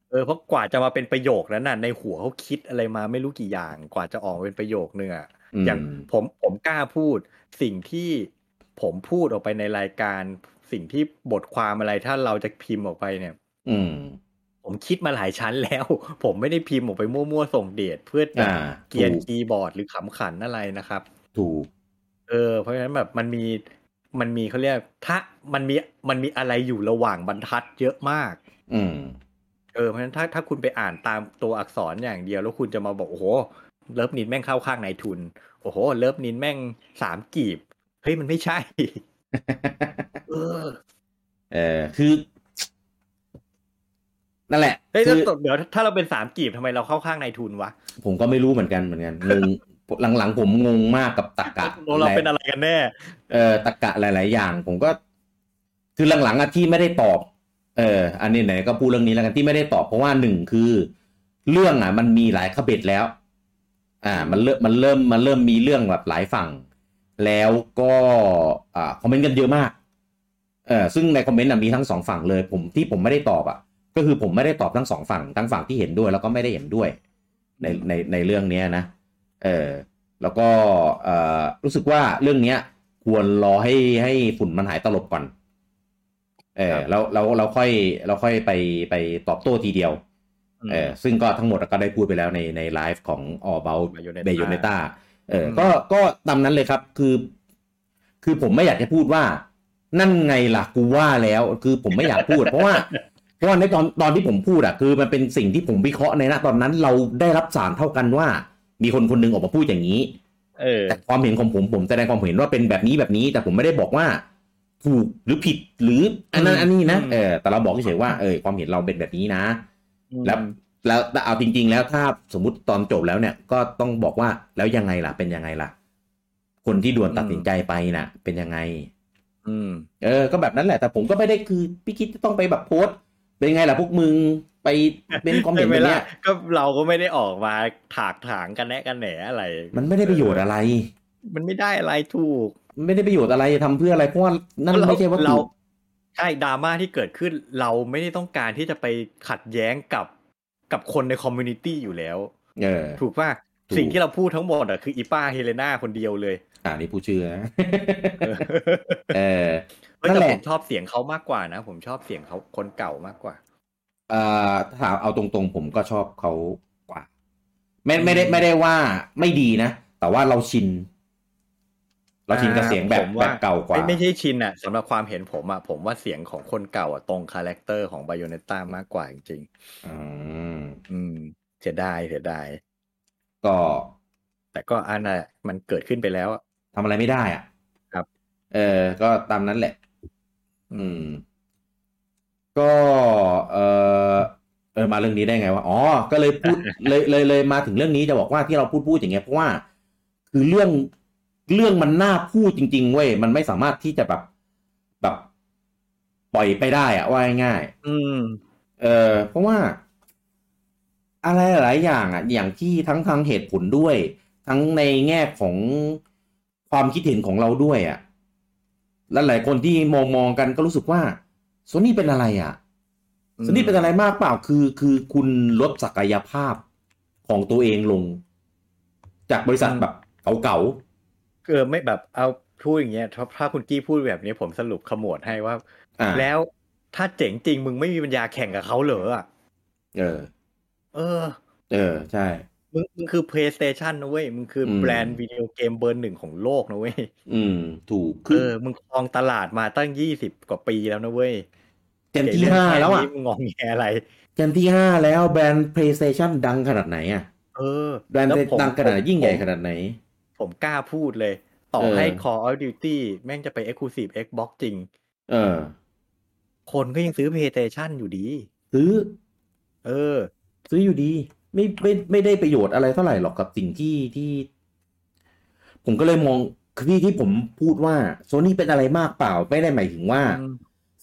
เออเพราะกว่าจะมาเป็นประโยคนั้นน่ะในหัวเขาคิดอะไรมาไม่รู้กี่อย่าง กว่าจะออกมาเป็นประโยคเนื้อะ
อืม
อย่างผมผมกล้าพูด สิ่งที่ผมพูดออกไปในรายการ สิ่งที่บทความอะไรถ้าเราจะพิมพ์ออกไปเนี่ย
อืม
ผมคิดมาหลายชั้นแล้ว ผมไม่ได้พิมพ์ออกไปมั่วๆส่งเดทเพื่อจะ
อ่า
เกรียน
ถูก
คีย์บอร์ดหรือขำขันอะไรนะครับ
ถูก
เออเพราะฉะนั้นแบบมันมีมันมีเขาเรียกถ้ามันมีมันมีอะไรอยู่ระหว่างบรรทัดเยอะมาก
อืม
เออเพราะฉะนั้นถ้าถ้าคุณไปอ่านตามตัวอักษรอย่างเดียว แล้วคุณจะมาบอกโอ้โหเลิฟนินแม่งเข้าข้างนายทุน โอ้โหเลิฟนินแม่งสามกีบเฮ้ยมันไม่ใช่ เออ
เออคือ นั่นแหละ
เฮ้ย
คื
แล้ว
อ
เดี๋ยวถ้าเราเป็นสามกีบทำไมเราเข้าข้างนายทุนวะ
ผมก็ไม่รู้เหมือนกันเหมือนกันงงหลังๆผมงงมากกับตะกะ
เราเราเป็น
หลาย
อะไรกันแน่
เออตะกะหลาย ๆ อย่าง ผมก็ คือหลังๆอะที่ไม่ได้ตอบ เออ อันนี้ไหนก็พูดเรื่องนี้แล้วกันที่ไม่ได้ตอบเพราะว่าหนึ่งคือ เรื่องอ่ะ มันมีหลายขบเบ็ดแล้ว อ่า มันเริ่มมันเริ่มมันเริ่มมีเรื่องแบบหลายฝั่ง แล้วก็อ่าคอมเมนต์กันเยอะมากเออซึ่งในคอมเมนต์น่ะมีทั้งสองฝั่งเลย ผมที่ผมไม่ได้ตอบอ่ะ ก็คือผมไม่ได้ตอบทั้งสองฝั่งทั้งฝั่งที่เห็นด้วยแล้วก็ไม่ได้เห็นด้วย ในในในเรื่องเนี้ยนะเออแล้วก็เอ่อรู้สึกว่าเรื่องเนี้ย ควรรอให้ให้ฝุ่นมันหายตลบก่อน เอ
ค
อ
รับ
แล้วเราเราค่อยเราค่อยไปไปตอบโต้ทีเดียว เออซึ่งก็ทั้งหมดก็ได้พูดไปแล้วในในไลฟ์ของ All About
Bayonetta
b a y o n e t t a เอออ
ม
ก็ก็ตามนั้นเลยครับ คือ คือผมไม่อยากจะพูดว่า นั่นไงล่ะกูว่าแล้ว คือผมไม่อยากพูด เพราะว่า เพราะว่าในตอนตอนที่ผมพูดอะคือมันเป็นสิ่งที่ผมวิเคราะห์ในณตอนนั้นเราได้รับสารเท่ากันว่า มีคนคนหนึงออกมาพูดอย่างนี้
เออ
แต่ความเห็นของผมผมแสดงความเห็นว่าเป็นแบบนี้แบบนี้ แต่ผมไม่ได้บอกว่าถูกหรือผิดหรืออันนั้น
อืม
อันนี้นะ
อืม
เออแต่เราบอกเฉยๆว่าเออความเห็นเราเป็นแบบนี้นะ
อืม
แล้วแล้วแต่เอาจริง ๆ แล้วถ้าสมมติตอนจบแล้วเนี่ย ก็ต้องบอกว่าแล้วยังไงล่ะเป็นยังไงล่ะ คนที่ด่วนตัดสินใจไปน่ะ เป็นยังไง
อืม
เออ ก็แบบนั้นแหละ แต่ผมก็ไม่ได้คือพี่คิดจะต้องไปแบบโพสต์เป็นไงล่ะพวกมึงไปเป็นความเห็นแบบ
ใช่
เนี้
ไล่ะ
ย
ก็เราก็ไม่ได้ออกมาถากถางกันแนะกันแหนอะไร
มันไม่ได้ประโยชน์อะไร
มันไม่ได้อะไรถูก
ไม่ได้ประโยชน์อะไรทำเพื่ออะไรเพราะว่านั่นไม่ใช่ว่า
เรา
ถูก
ใช่ดราม่าที่เกิดขึ้น เราไม่ได้ต้องการที่จะไปขัดแย้งกับกับคนในคอมมูนิตี้อยู่แล้ว
เออ
ถูกป่ะ
ถูก
สิ่งที่เราพูดทั้งหมดอะคืออีป้าเฮเลนาคนเดียวเลย
อ่านี่ผู้เชื่อนะ
เออ
เออ
เฮ้ย
นั่น
แต่
แห
ผ
ละ
มชอบเสียงเขามากกว่านะ ผมชอบเสียงเขาคนเก่ามากกว่า
เอ่อถามเอาตรงๆ ผมก็ชอบเขากว่า ไม่ไม่ได้ไม่ได้ว่าไม่ดีนะ แต่ว่าเราชิน เราชินกับเสียงแบบ
ผม
แบ
ว่า
บเก่ากว่า
ไม่ไม่ใช่ชินอะสำหรับความเห็นผมอะผมว่าเสียงของคนเก่าอะตรงคาแรคเตอร์ของไบโอเนต้ามากกว่าจริง
อืม
ๆอืมเสียดายเสียดาย
ก็
แต่ก็อันน่ะมันเกิดขึ้นไปแล้วอะ
ทำอะไรไม่ได้อ่ะ
ครับ
เออ ก็ตามนั้นแหละ อืม ก็ เออเออมาเรื่องนี้ได้ไงวะอ๋อ ก็เลย พูด เลยเลยเลยมาถึงเรื่องนี้จะบอกว่าที่เราพูดพูดอย่างเงี้ยเพราะว่า คือเรื่องเรื่องมันน่าพูดจริง ๆ เว้ยมันไม่สามารถที่จะแบบแบบปล่อยไปได้อะว่าง่ายๆ
อืม
เออเพราะว่า อะไรหลายอย่างอ่ะ อย่างที่ทั้งทางเหตุผลด้วย ทั้งในแง่ของความคิดเห็นของเราด้วยอ่ะและหลายคนที่มองมองกันก็รู้สึกว่าโซนี่เป็นอะไรอ่ะ
อืม
โซนี่เป็นอะไรมากเปล่าคือ คือคุณลดศักยภาพของตัวเองลง จากบริษัทแบบเก่า
เออไม่แบบเอาพูดอย่างเงี้ยถ้าถ้าคุณกี้พูดแบบนี้ผมสรุปขมวดให้ว่า
ๆอ่า
แล้วถ้าเจ๋งจริงมึงไม่มีปัญญาแข่งกับเขาเหรออะ
เออ
เออ
เออ ใช่
มึงมึงคือ PlayStation นะเว้ยมึงคืออ
ม
แบรนด์วิดีโอเกมเบอร์หนึ่งของโลกนะเว้ย
อืม ถูก
เอ
คือ
อมึงครองตลาดมาตั้งยี่สิบกว่าปีแล้วนะเว้ย
เจนที่ห้าแล้วอ่ะ
ไมึงงองแงอะไร
เจนที่ห้าแล้วแบรนด์ PlayStation ดังขนาดไหนอ่ะ
เออ
แบรนด์
ล้วผม
ดังขนาดยิ่งใหญ่
ผม
ขนาดไหน
ผมกล้าพูดเลย ต่อ
เออ
ให้ Call of Duty แม่งจะไป Exclusive Xbox จริง
เออ
คนก็ยังซื้อ PlayStation อยู่ดี
ซื้อ
เออ
ซื้ออยู่ดี ไม่ไม่ไม่ได้ประโยชน์อะไรเท่าไหร่หรอกกับสิ่งที่ที่ ผมก็เลยมองคือที่ที่ผมพูดว่าโซนี่เป็นอะไรมากเปล่า ไม่ได้หมายถึงว่า
อืม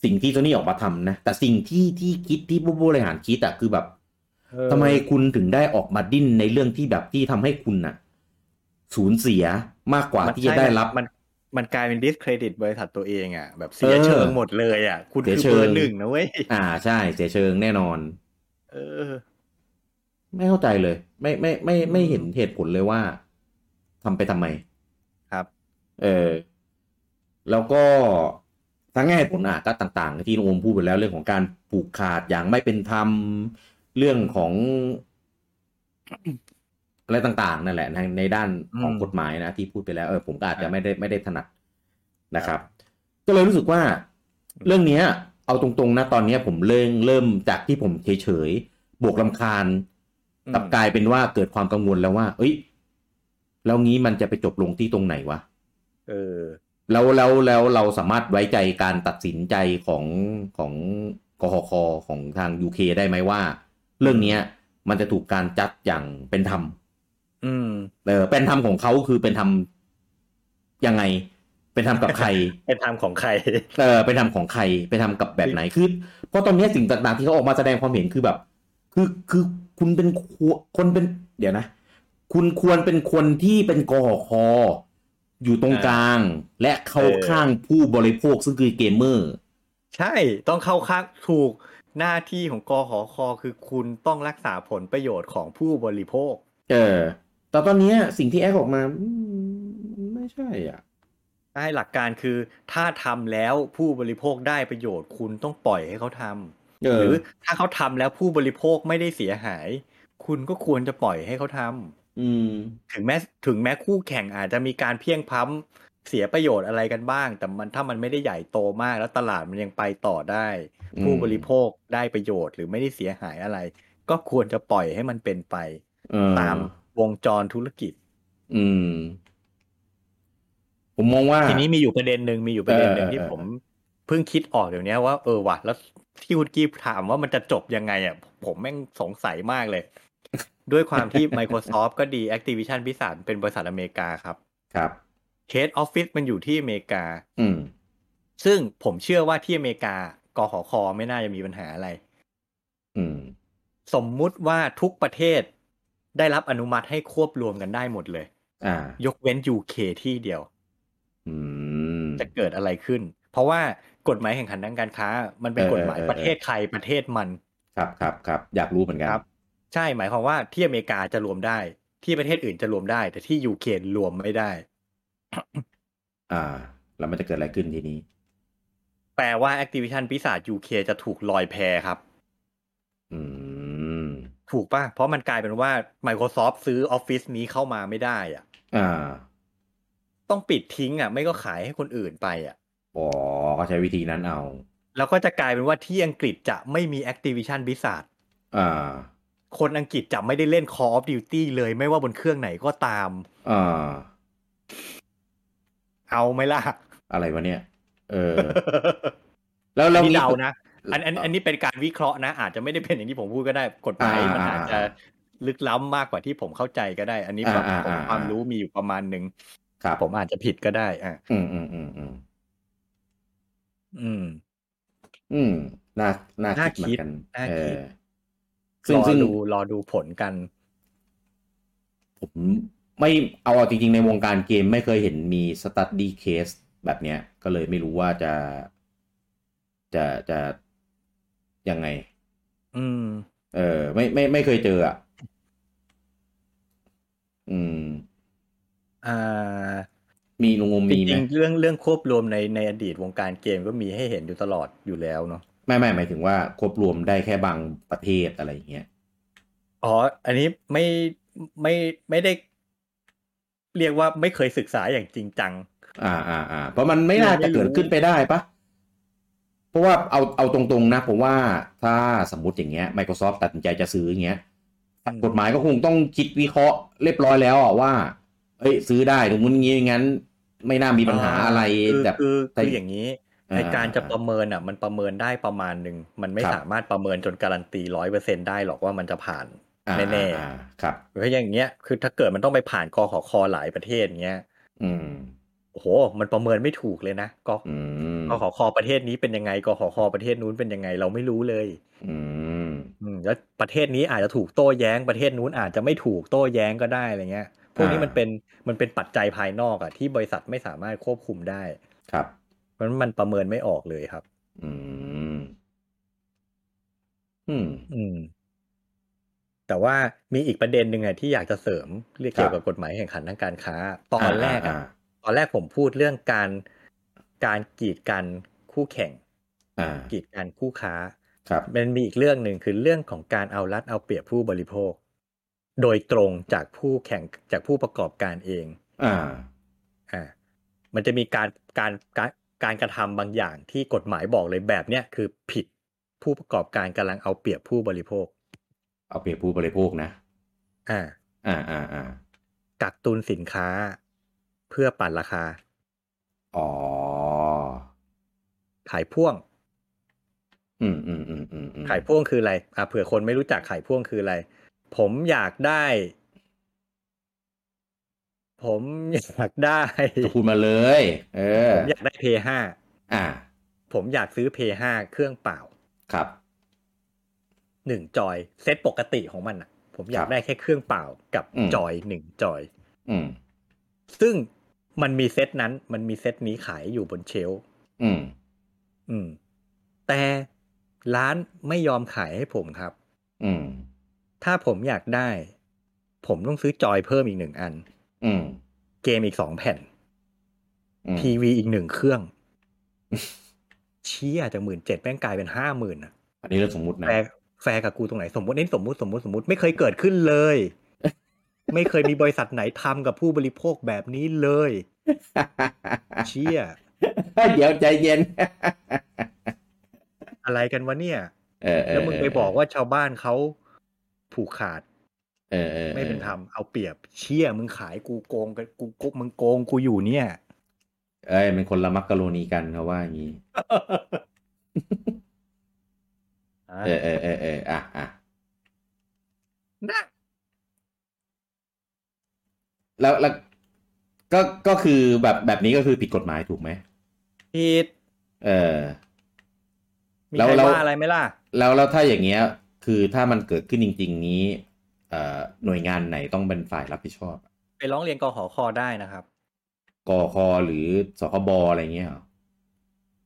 สิ่งที่โซนี่ออกมาทำนะ แต่สิ่งที่ที่คิดที่ผู้บริหารคิดอะคือแบบ
เออ
ทำไมคุณถึงได้ออกมาดิ้นในเรื่องที่แบบที่ทำให้คุณน่ะ สูญเสียมากกว่า
มัน
ที่จะได้รับ
มันมันกลายเป็น discredit บริษัทตัวเองอ่ะ แบบเสีย
เออ
เชิงหมดเลยอ่ะ คุณ
เสีย
คือ
เชิง
เบอร์หนึ่งนะเว้ย
อ่าใช่ เสียเชิงแน่นอน
เออ
ไม่เข้าใจเลย ไม่ไม่ไม่ไม่เห็นเหตุผลเลยว่าทำไปทำไม
ครับ
เออ แล้วก็ทั้งแง่เหตุผลอ่ะก็ต่าง ๆ ที่ลุงอมพูดไปแล้วเรื่องของการผูกขาดอย่างไม่เป็นธรรมเรื่องของ อะไรต่าง ๆ นั่นแหละในในด้านของ
อืม
กฎหมายนะที่พูดไปแล้วเออผมก็อาจจะไม่ได้ไม่ได้ถนัดนะครับ ก็เลยรู้สึกว่า เรื่องเนี้ย เอาตรงๆนะตอนเนี้ยผมเริ่มเริ่มจากที่ผมเฉยๆบวกลำคาญ
อืม
กลับกลายเป็นว่าเกิดความกังวลแล้วว่า เอ้ย แล้วงี้มันจะไปจบลงที่ตรงไหนวะ
เออ
แล้วแล้วแล้วเราสามารถไว้ใจการตัดสินใจของของกหคของทาง UK ได้ไหมว่า เรื่องเนี้ย มันจะถูกการจัดอย่างเป็นธรรม
อืม
เออ เป็นธรรมของเขาคือเป็นธรรมยังไง เป็นธรรมกับใคร
เป็นทางของใคร
เออไปทำของใครไปทำกับแบบไหนคือเพราะตอนเนี้ยสิ่งต่างๆที่เขาออกมาแสดงความเห็นคือแบบ คือคือคุณเป็นควคนเป็น เดี๋ยวนะ คุณควรเป็นคนที่เป็นกหคอยู่ตรงกลาง และเข้า
เออ
ข้างผู้บริโภคซึ่งคือเกมเมอร์
ใช่ ต้องเข้าข้างถูกหน้าที่ของกอหอคอคือคุณต้องรักษาผลประโยชน์ของผู้บริโภค
เออ แต่ตอนเนี้ยสิ่งที่แอคออกมาอืมไม่ใช่อ่ะ
ใช่หลักการคือถ้าทำแล้วผู้บริโภคได้ประโยชน์ คุณต้องปล่อยให้เขาทำ
เอ
ห
อ
รือถ้าเขาทำแล้วผู้บริโภคไม่ได้เสียหาย คุณก็ควรจะปล่อยให้เขาทำ
อืม
ถึงแม้ถึงแม้คู่แข่งอาจจะมีการเพียงพล้ำเสียประโยชน์อะไรกันบ้าง แต่มันถ้ามันไม่ได้ใหญ่โตมาก แล้วตลาดมันยังไปต่อได้
อืม
ผู้บริโภคได้ประโยชน์หรือไม่ได้เสียหายอะไร ก็ควรจะปล่อยให้มันเป็นไป
เออ
ตามวงจรธุรกิจ
อืม ผมมองว่า
ทีนี้มีอยู่ประเด็นหนึ่งมีอยู่ประเด็นหนึ่ง
เออ
ที่
เออ
ผมเพิ่งคิดออกเดี๋ยวนี้ว่าเออว่ะแล้วที่คุณกีถามว่ามันจะจบยังไงอ่ะผมแม่งสงสัยมากเลย ด้วยความที่ Microsoft ก็ดี Activision พิสารเป็นบริษัทอเมริกาครับ
ครับ
เคสออฟฟิศมันอยู่ที่อเมริกา
อืม
ซึ่งผมเชื่อว่าที่อเมริกากหคไม่น่าจะมีปัญหาอะไร
อืม
สมมุติว่าทุกประเทศได้รับอนุมัติให้ควบรวมกันได้หมดเลย
อ่า
ยกเว้น UK ที่เดียว
อืม
จะเกิดอะไรขึ้น เพราะว่ากฎหมายแข่งขันทางการค้า มันเป็น
เออก
ฎหมาย
เออ
ประเทศใครประเทศมัน
ครับครับครับอยากรู้เหมือนกัน
ครับ ใช่หมายความว่าที่อเมริกาจะรวมได้ ที่ประเทศอื่นจะรวมได้ แต่ที่ยูเครนรวมไม่ได้
อ่า แล้วมันจะเกิดอะไรขึ้นทีนี้
แปลว่า Activision ปีศาจยูเคจะถูกลอยแพครับ
อืม
ถูกป่ะ เพราะมันกลายเป็นว่า Microsoft ซื้อ Office นี้เข้ามาไม่ได้อะ
อ่า
ต้องปิดทิ้งอ่ะ ไม่ก็ขายให้คนอื่นไปอ่ะ
อ๋อก็ใช้วิธีนั้นเอา
แล้วก็จะกลายเป็นว่าที่อังกฤษจะไม่มี Activision ปีศาจ
อ่า
คนอังกฤษจะไม่ได้เล่น Call of Duty เลยไม่ว่าบนเครื่องไหนก็ตาม
อ่า
เอาไหม ล่ะ
อะไรวะเนี่ย เอ อ แล้วแล้ว
นี่
งี้
เดานะ อันอันอันนี้เป็นการวิเคราะห์นะ อาจจะไม่ได้เป็นอย่างที่ผมพูดก็ได้กฎหมาย
อ่ามั
มันอาจจะลึกล้ำมากกว่าที่ผมเข้าใจก็ได้ อันนี้ผม
อ่าอ่า
ผม
อ่า
ความรู้มีอยู่ประมาณหนึ่ง
ครับ
ผมอาจจะผิดก็ได้อ่ะ
อืมอืมอืมอืม
อืม
อืมน่าน่า
น่า
คิดเหมือนกัน
คิดน่า
เอ
คิ
อ
ด
ซึ่ง
รอ
ซึ่ง
ดูรอดูผลกัน
ผมไม่เอาเอาจริงๆ ในวงการเกมไม่เคยเห็นมีสตั d ดี้เคสแบบเนี้ย ก็เลยไม่รู้ว่าจะ จะจะยังไง
อืม
เออ ไม่ไม่ไม่เคยเจออ่ะ อืม
อ่า
มีลุงงม
จ
มีไหม
ริงๆเรื่องเรื่องควบรวมในในอดีตวงการเกมก็มีให้เห็นอยู่ตลอดอยู่แล้วเนาะ
ไม่ไม่หมายถึงว่าควบรวมได้แค่บางประเทศอะไรอย่างเงี้ย
อ๋อ อันนี้ไม่ไม่ไม่ได้ เรียกว่าไม่เคยศึกษาอย่างจริงจัง
อ่าอ่าอ่าเพราะมันไม่น่าจะเกิดขึ้นไปได้ปะเพราะว่าเอาเอาตรงๆนะผมว่าถ้าสมมติอย่างเงี้ย Microsoft ตัดสินใจจะซื้ออย่างเงี้ย กฎหมายก็คงต้องคิดวิเคราะห์เรียบร้อยแล้วอะว่า เอ้ย ซื้อได้ถึงมุนงี้งั้น ไม่น่ามีปัญหาอะไร
คือ
แบบ
คือ
แต่
คืออย่างนี้
อ่
ในการจะประเมินอ่ะ มันประเมินได้ประมาณหนึ่งมันไม่สามารถประเมินจนการันตีร้อยเปอร์เซ็นได้หรอกว่ามันจะผ่าน
อ่า
แน่ๆ
อ่าครับ
เพราะอย่างเงี้ยคือถ้าเกิดมันต้องไปผ่านกขคหลายประเทศเงี้ย
อืม
โอ้โห มันประเมินไม่ถูกเลยนะก
อืม
กขคประเทศนี้เป็นยังไงกขคประเทศนู้นเป็นยังไงเราไม่รู้เลย
อืม
อืมแล้วประเทศนี้อาจจะถูกโต้แย้งประเทศนู้นอาจจะไม่ถูกโต้แย้งก็ได้อะไรเงี้ย พวกนี้มันเป็นมันเป็นปัจจัยภายนอกอ่ะที่บริษัทไม่สามารถควบคุมได้
ครับ
เพราะฉะนั้นมันประเมินไม่ออกเลยครับ
อืม อืม
อืม แต่ว่ามีอีกประเด็นหนึ่งอะที่อยากจะเสริมเรื่องเกี่ยวกับกฎหมายแข่งขันทางการค้า ตอนแรกอะ
อ่า
ตอนแรกผมพูดเรื่องการการกีดกันคู่แข่ง
อ่า
กีดกันคู่ค้า
ครับ
มันมีอีกเรื่องหนึ่งคือเรื่องของการเอารัดเอาเปรียบผู้บริโภค โดยตรงจากผู้แข่งจากผู้ประกอบการเอง
อ่า
อ่ามันจะมีการการการการกระทำบางอย่างที่กฎหมายบอกเลยแบบเนี้ยคือผิดผู้ประกอบการกำลังเอาเปรียบผู้บริโภค
เอาเปรียบผู้บริโภคนะ
อ่า
อ่าอ่าอ่า
กักตุนสินค้าเพื่อปั่นราคา
อ๋อ
ขายพ่วง
อืมอืมอืมอืมอืม
ขายพ่วงคืออะไรอ่ะเผื่อคนไม่รู้จักขายพ่วงคืออะไร ผมอยากได้ ผมอยากได้
จะพูดมาเลย เออ
ผมอยากได้ p 5
อ่า
ผมอยากซื้อ p 5เครื่องเปล่า
ครับ
หนึ่งจอยเซตปกติของมันอ่ะ ผมอ
ค
ยาก
รับ
ได้แค่เครื่องเปล่ากับ
อืม
จอยหนึ่งจอย
อืม
ซึ่งมันมีเซตนั้น มันมีเซตนี้ขายอยู่บนเชลฟ์
อืม
อืม แต่ร้านไม่ยอมขายให้ผมครับ
อืม
ถ้าผมอยากได้ ผมต้องซื้อจอยเพิ่มอีกหนึ่งอัน
อืม
เกมอีกสองแผ่น
อืม
ทีวีอีกหนึ่งเครื่อง เชี่ยจากหมื่นเจ็ดแม่งกลายเป็นห้าหมื่นอะ
อันนี้เรื่องสมมุตินะ
แฟร์แฟร์กับกูตรงไหนสมมติเน้นสมมติสมมติสมมติไม่เคยเกิดขึ้นเลย ไม่เคยมีบริษัทไหนทำกับผู้บริโภคแบบนี้เลย เชี่ย
เดี๋ยวใจเย็น
อะไรกันวะเนี่ย
เออเออ
แล้วมึงไปบอกว่าชาวบ้านเขาผูกขาด
เออออ
ไม่เป็นธรรมเอาเปรียบเชี่ยมึงขายกูโกงกันกูกมึงโกงกูอยู่เนี่ย
เอ้ยเป็นคนละมักกะโรนีกันเขาว่าอย่างนี้ เออเออเออเอออ่ะอ่ะ
นะ
แล้วแล้วก็ก็คือแบบแบบนี้ก็คือผิดกฎหมายถูกไหม
ผิด
เออ
มี
แล้ว
ใคร
เรา
ว่าอะไรไหมล่ะ
แล้วแล้วถ้าอย่างเงี้ย คือถ้ามันเกิดขึ้นจริง ๆ นี้ เอ่อหน่วยงานไหนต้องเป็นฝ่ายรับผิดชอบ
ไปร้องเรียนกหอคอได้นะครับ
กอคอหรือสคบอะไรเงี้ยเหรอ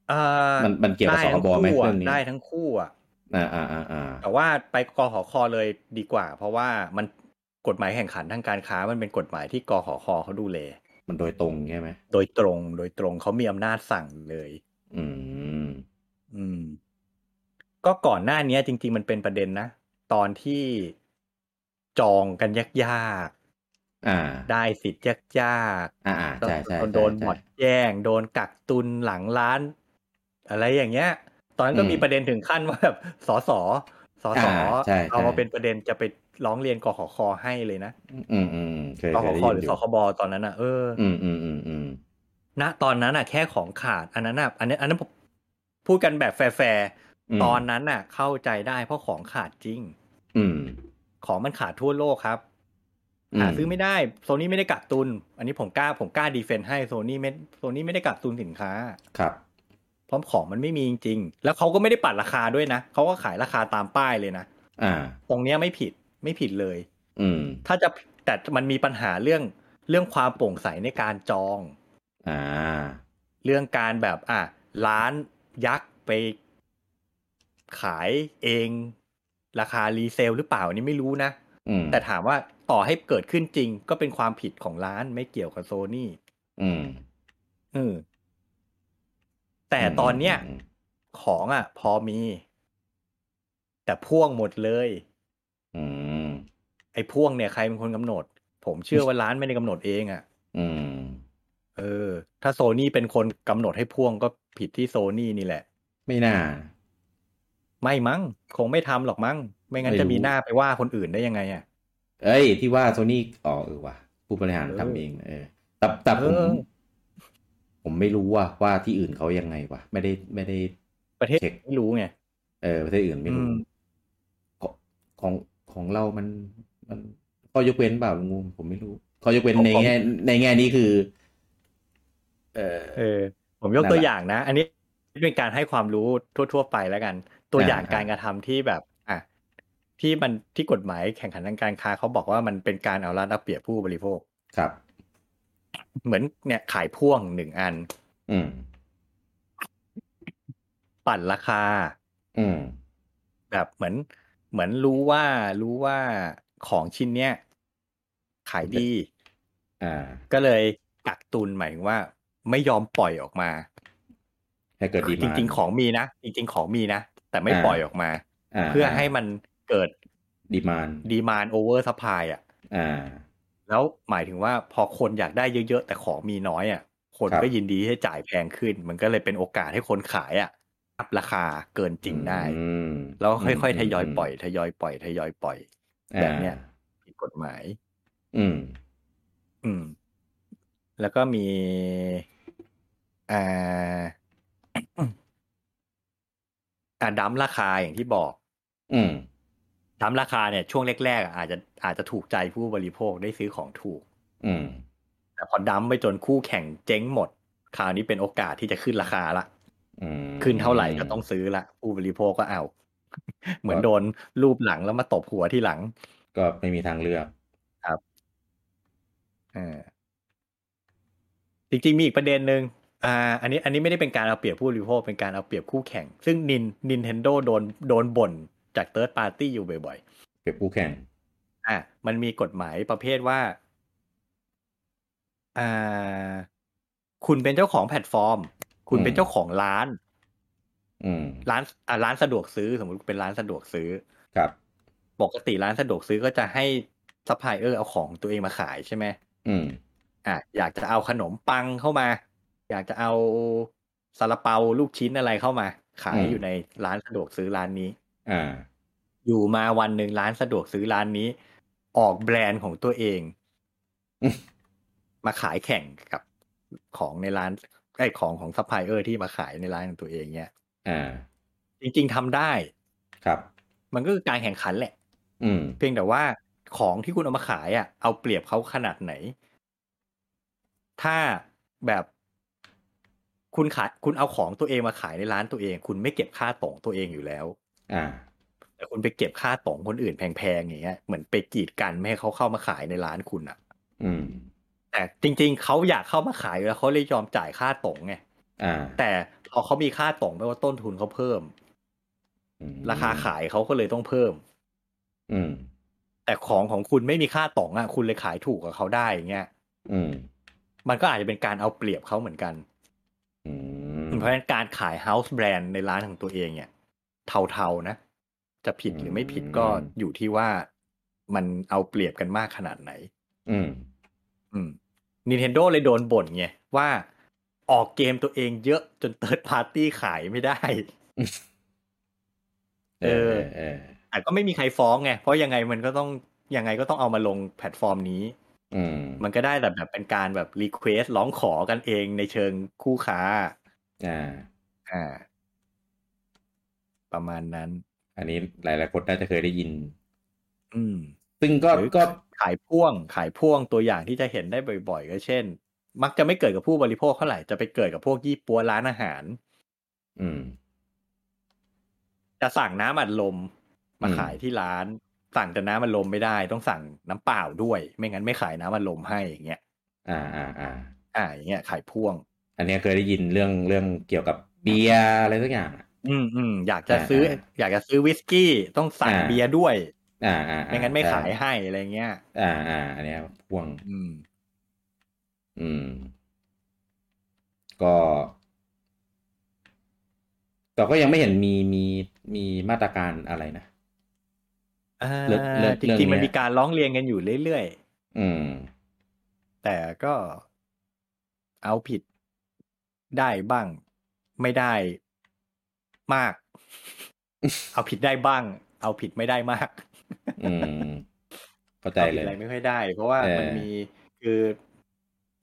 เอ่อ
มันมันเกี่ยวกับ
ได้
สค
ทั้ง
บ
คู่
ไหม
อะ
เรื่องนี้
ได้ทั้งคู่อ่ะ
อ่าอ่าอ่าอ่า
แต่ว่าไปกหอคอเลยดีกว่า เพราะว่ามัน กฎหมายแข่งขันทางการค้ามันเป็นกฎหมายที่กหคเขาดูแล
มันโดยตรงใช่ไหม
โดยตรงโดยตรงเขามีอำนาจสั่งเลย
อืม
อืม ก็ก่อนหน้าเนี้ยจริง ๆ มันเป็นประเด็นนะ ตอนที่จองกันยาก
อ่า
ๆ ได้สิทธิ์ยาก
อ่าอ่า
ๆ
ใช่ใช่ใช่
โดน
ใช่
หมดแย่ง โดนกักตุนหลังร้าน อะไรอย่างเงี้ย ตอนนั้นก็
อืม
มีประเด็นถึงขั้นว่าแบบสอสอสอสอ
อ่าใช่ใช่
เอามาเป็นประเด็นจะไปร้องเรียนกหคให้เลยนะ
อืมอืมเคย
ก
เค
ห
ยได้
ค
ยิน
หรือ
อ
ส
ยู่
คบตอนนั้นอ่ะเอออ
อืมอืมอืมอืม
ณตอนนั้นน่ะแค่ของขาดอันนั้นน่ะอันนี้อันนั้นผมพูดกันแบบแฟร์
อืม
ๆตอนนั้นน่ะ เข้าใจได้เพราะของขาดจริง
อืม
ของมันขาดทั่วโลกครับ หาซื้อไม่ได้โซนี่ไม่ได้กักตุน อันนี้ผมกล้าผมกล้าดีเฟนต์ให้โซนี่ไม่โซนี่ไม่ได้กักตุนสินค้า
ครับ
เพราะของมันไม่มีจริงๆ แล้วเขาก็ไม่ได้ปัดราคาด้วยนะเขาก็ขายราคาตามป้ายเลยนะ
อ่า
ตรงเนี้ยไม่ผิดไม่ผิดเลย
อืม
ถ้าจะแต่มันมีปัญหาเรื่องเรื่องความโปร่งใสในการจอง
อ่า
เรื่องการแบบอ่ะร้านยักษ์ไปขายเอง ราคารีเซลหรือเปล่าอันนี่ไม่รู้นะ
อืม
แต่ถามว่าต่อให้เกิดขึ้นจริง ก็เป็นความผิดของร้านไม่เกี่ยวกับโซนี่
อืม
เออแต่ตอนเนี้ย
ม
ของอ่ะ พอมี แต่พ่วงหมดเลย
อืม
ไอ้พ่วงเนี่ยใครเป็นคนกำหนด ผมเชื่อว่าร้านไม่ได้กำหนดเองอ่ะ
อืม
เออ ถ้าโซนี่เป็นคนกำหนดให้พ่วงก็ผิดที่โซนี่นี่แหละ
ไม่น่า
ไม่มั้งคงไม่ทำหรอกมั้งไม่งั้น
ไม่รู้
จะมีหน้าไปว่าคนอื่นได้ยังไงอ่ะ
เอ้ย ที่ว่าโซนี่อ๋อเออว่ะผู้บริหาร
เออ
ทำเอง เออ แต่แต่ผม
เออ
ผมไม่รู้ว่าว่าที่อื่นเขายังไงวะไม่ได้ไม่ได้
ประเทศ
เช็ค
ไม่รู้ไง
เออประเทศอื่นไม่รู้
อืม
ของของของเรามันมันข้อยกเว้นเปล่างูผมไม่รู้ข้อยกเว้นในแง่ในแง่นี้คือ เออ
เออ ผมยก
นั่นแหละ
ตัวอย่างนะ อันนี้เป็นการให้ความรู้ทั่ว ๆ ไปแล้วกัน ตัวอย่าง
อ่าฮะ
การกระทำที่แบบ อ่ะที่มันที่กฎหมายแข่งขันทางการค้าเขาบอกว่ามันเป็นการเอารัดเอาเปรียบผู้บริโภค
ครับ
เหมือนเนี่ยขายพ่วงหนึ่งอัน
อืม
ปั่นราคา
อืม
แบบเหมือน เหมือนรู้ว่ารู้ว่าของชิ้นเนี้ยขายดี
อ่า
ก็เลยกักตุนหมายถึงว่า ไม่ยอมปล่อยออกมา
ให้เกิดดี
จ
มา
ริง ๆ ของมีนะ จริง ๆ ของมีนะ แต่ไม่
อ่า
ปล่อยออกมา เพื่อให้มันเกิด
ดีมาน
ดีมานโอเวอร์ซัพพลายอ่ะ
อ่า
แล้วหมายถึงว่าพอคนอยากได้เยอะ ๆ แต่ของมีน้อยอ่ะ คน
ครับ
ก็ยินดีให้จ่ายแพงขึ้น มันก็เลยเป็นโอกาสให้คนขายอ่ะอัพราคาเกินจริงได้
อืม
แล้วค่อย ๆ ทยอย
ม
ปล่อย ทยอยปล่อย ทยอยปล่อย
อ่า
แบบเนี้ย ผิดกฎหมาย
อืม
อืม แล้วก็มีอ่า อ่าดัมราคาอย่างที่บอก
อืม
ดัมราคาเนี่ยช่วงแรกๆอ่ะอาจจะอาจจะถูกใจผู้บริโภคได้ซื้อของถูก
อืม
แต่พอดัมไปจนคู่แข่งเจ๊งหมด คราวนี้เป็นโอกาสที่จะขึ้นราคาละ
อืม
ขึ้นเท่าไหร่ก็ต้องซื้อละ ผู้บริโภคก็เอา เหมือน
ก็
โดนรูปหลังแล้วมาตบหัวที่หลัง
ก็ไม่มีทางเลือก
เออจริงๆมีอีกประเด็นหนึ่งอ่า อันนี้ อันนี้ไม่ได้เป็นการเอาเปรียบผู้บริโภคเป็นการเอาเปรียบคู่แข่ง ซึ่งนิน Nintendo โดนโดนบ่นจากเติร์ดปาร์ตี้อยู่บ่อย
เปรียบคู่แข่ง
ๆ อ่ะมันมีกฎหมายประเภทว่า อ่า คุณเป็นเจ้าของแพลตฟอร์ม คุณเป็น
อืม
เจ้าของร้าน
อืม
ร้านอ่าร้านสะดวกซื้อ สมมติเป็นร้านสะดวกซื้อ
ครับ
ปกติร้านสะดวกซื้อก็จะให้ซัพพลายเออร์เอาของตัวเองมาขายใช่ไหม
อืม
อ่ะอยากจะเอาขนมปังเข้ามา อยากจะเอาซาลาเปาลูกชิ้นอะไรเข้ามา ขาย
อืม
อยู่ในร้านสะดวกซื้อร้านนี้
อ่า
อยู่มาวันหนึ่งร้านสะดวกซื้อร้านนี้ ออกแบรนด์ของตัวเอง
อืม
มาขายแข่งกับของในร้านไอ้ของของซัพพลายเออร์ที่มาขายในร้านของตัวเองเนี่ย
อ่า
จริง ๆทำได้
ครับ
มันก็คือการแข่งขันแหละ
อืม
เพียงแต่ว่าของที่คุณเอามาขายอ่ะเอาเปรียบเขาขนาดไหน ถ้าแบบคุณขายคุณเอาของตัวเองมาขายในร้านตัวเอง คุณไม่เก็บค่าต่งตัวเองอยู่แล้ว
อ่า
แต่คุณไปเก็บค่าต่งคนอื่นแพงๆอย่างเงี้ยเหมือนไปกีดกันไม่ให้เขาเข้ามาขายในร้านคุณอ่ะ
อืม
แต่จริง ๆเขาอยากเข้ามาขายอยู่แล้วเขาเลยยอมจ่ายค่าต่งไง
อ่า
แต่พอเขามีค่าต่งแปลว่าต้นทุนเขาเพิ่ม
อืม
ราคาขายเขาก็เลยต้องเพิ่ม
อืม
แต่ของของคุณไม่มีค่าต่องอ่ะคุณเลยขายถูกกับเขาได้อย่างเงี้ย
อืม
มันก็อาจจะเป็นการเอาเปรียบเขาเหมือนกัน
อืม
เพราะฉะนั้นการขาย house brand ในร้านของตัวเองเนี่ยเทาๆนะ จะผิดหรือไม่ผิดก็อยู่ที่ว่ามันเอาเปรียบกันมากขนาดไหน
อืม
อืม Nintendo เลยโดนบ่นไงว่าออกเกมตัวเองเยอะจนเติร์ดพาร์ตี้ขายไม่ได้
เออเออ
แต่ก็ไม่มีใครฟ้องไง เพราะยังไงมันก็ต้องยังไงก็ต้องเอามาลงแพลตฟอร์มนี้
อืม
มันก็ได้แต่แบบเป็นการแบบรีเควสร้องขอกันเองในเชิงคู่ค้า
อ่า
อ่า ประมาณนั้น
อันนี้หลายๆคนน่าจะเคยได้ยิน
อืม
ซึ่งก็
หรือ
ก็
ขายพ่วงขายพ่วงตัวอย่างที่จะเห็นได้บ่อยๆ ก็เช่น มักจะไม่เกิดกับผู้บริโภคเท่าไหร่จะไปเกิดกับพวกยี่ปัวร้านอาหาร
อืม
จะสั่งน้ำอัดลมมา
อืม
ขายที่ร้าน สั่งแต่น้ำอัดลมไม่ได้ ต้องสั่งน้ำเปล่าด้วย ไม่งั้นไม่ขายน้ำอัดลมให้อย่างเงี้ย
อ่าอ่าอ่า
อ่าอย่างเงี้ยขายพ่วง
อันเนี้ยเคยได้ยินเรื่องเรื่องเกี่ยวกับเบียร์อะไรสักอย่างอะ
อืมอืมอยากจะซื้อ
อ่า
อยากจะซื้อวิสกี้ต้องสั่ง
อ่า
เบียร์ด้วย
อ่าอ่าอ่า
ไม่งั้นไม่ขาย
ใช่
ให้อะไรเงี้ย
อ่าอ่าอันเนี้ยพ่วง
อืม
อืม ก็ แต่ก็ยังไม่เห็นมีมีมีมาตรการอะไรนะ
อ่า
เรื่องเรื่อง
จริงๆมัน
เรื่องเนี้ย
มีการร้องเรียนกันอยู่เรื่อยๆ
อืม
แต่ก็เอาผิดได้บ้าง ไม่ได้ม าก เอาผิดได้บ้าง เอาผิดไม่ได้มาก
อืม เข้าใจ
เอาผิ
เล
ด
ย
อะไรไม่ค่อยได้ เพราะว่า
เออ
มันมีคือ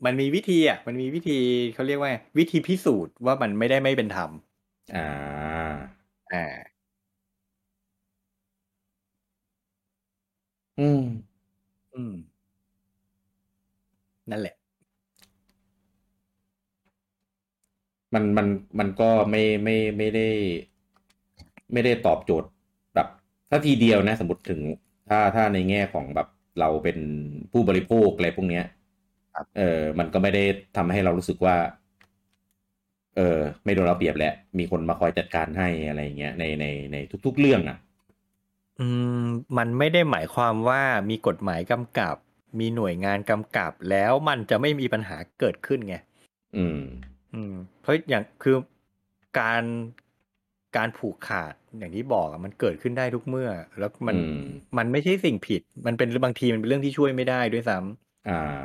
มันมีวิธีอ่ะ มันมีวิธีเขาเรียกว่าไงวิธีพิสูจน์ว่ามันไม่ได้ไม่เป็นธรรม
อ่า
อ่า
อืม
อืม นั่นแหละ
มันมันมันก็ไม่ไม่ไม่ได้ ไม่ได้ตอบโจทย์แบบถ้าทีเดียวนะ สมมติถึง ถ้าถ้าในแง่ของแบบเราเป็นผู้บริโภคอะไรพวกเนี้ย
ครับ
เออ มันก็ไม่ได้ทำให้เรารู้สึกว่า เออ ไม่โดนเราเปรียบแหละ มีคนมาคอยจัดการให้อะไรอย่างเงี้ยในในในทุก ๆ เรื่องอ่ะ
อืมมันไม่ได้หมายความว่ามีกฎหมายกำกับ มีหน่วยงานกำกับ แล้วมันจะไม่มีปัญหาเกิดขึ้นไง
อืม
อืมเพราะอย่างคือการการผูกขาดอย่างที่บอกอะมันเกิดขึ้นได้ทุกเมื่อ แล้วมัน
อืม
มันไม่ใช่สิ่งผิด มันเป็นบางทีมันเป็นเรื่องที่ช่วยไม่ได้ด้วยซ้ำ
อ่า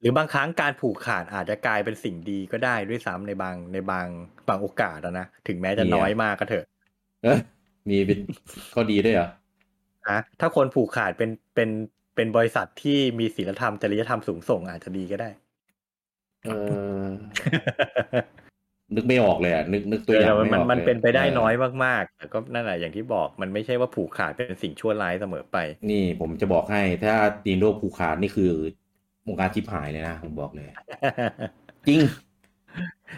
หรือบางครั้งการผูกขาดอาจจะกลายเป็นสิ่งดีก็ได้ด้วยซ้ำในบางในบางบางโอกาสอะนะถึงแม้จะ
เนี่ย
น้อยมากก็เถอะ
เอยมี เป็นข้อดีด้วยเหรอ
นะถ้าคนผูกขาดเป็นเป็นเป็นบริษัทที่มีศีลธรรมจริยธรรมสูงส่งอาจจะดีก็ได้
เออ นึกไม่ออกเลยอ่ะนึกนึกตัว
เอ
อ
อย่าง แต่
ไม่ออก
มัน
เลย
มันเป็นไปได้
เ
น้อยมากๆแต่ก็นั่นแหละอย่างที่บอกมันไม่ใช่ว่าผูกขาดเป็นสิ่งชั่วร้ายเสมอไป
นี่ผมจะบอกให้ถ้าตีนโดผูกขาดนี่คือวงการชิบหายเลยนะผมบอกเลย จริง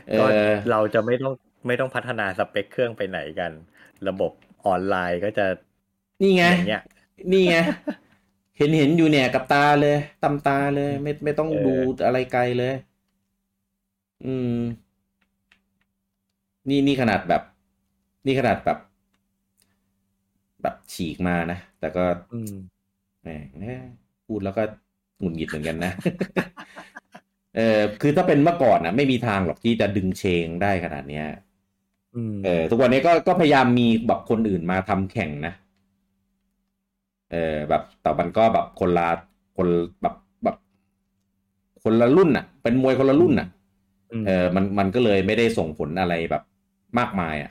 เอ
ก็
อ
เราจะไม่ต้องไม่ต้องพัฒนาสเปคเครื่องไปไหนกัน ระบบออนไลน์ก็จะ
นี่ไง
อย่างเงี้ย
นี่ไง เห็นเห็นอยู่เนี่ยกับตาเลยตำตาเลย ไม่ไม่ต้อง
เออ
ดูอะไรไกลเลย อืม นี่นี่ขนาดแบบ นี่ขนาดแบบ แบบฉีกมานะแต่ก็
อืม
แหมพูดแล้วก็หงุดหงิดเหมือนกันนะ เออคือถ้าเป็นเมื่อก่อนนะไม่มีทางหรอกที่จะดึงเชงได้ขนาดเนี้ย
อืม
เออทุกวันนี้ก็ก็พยายามมีแบบคนอื่นมาทำแข่งนะ เออแบบแต่มันก็แบบคนละคนแบบแบบ คนละรุ่นอ่ะ เป็นมวยคนละรุ่นอ่ะ
ม
เออมันมันก็เลยไม่ได้ส่งผลอะไรแบบมากมายอ่ะ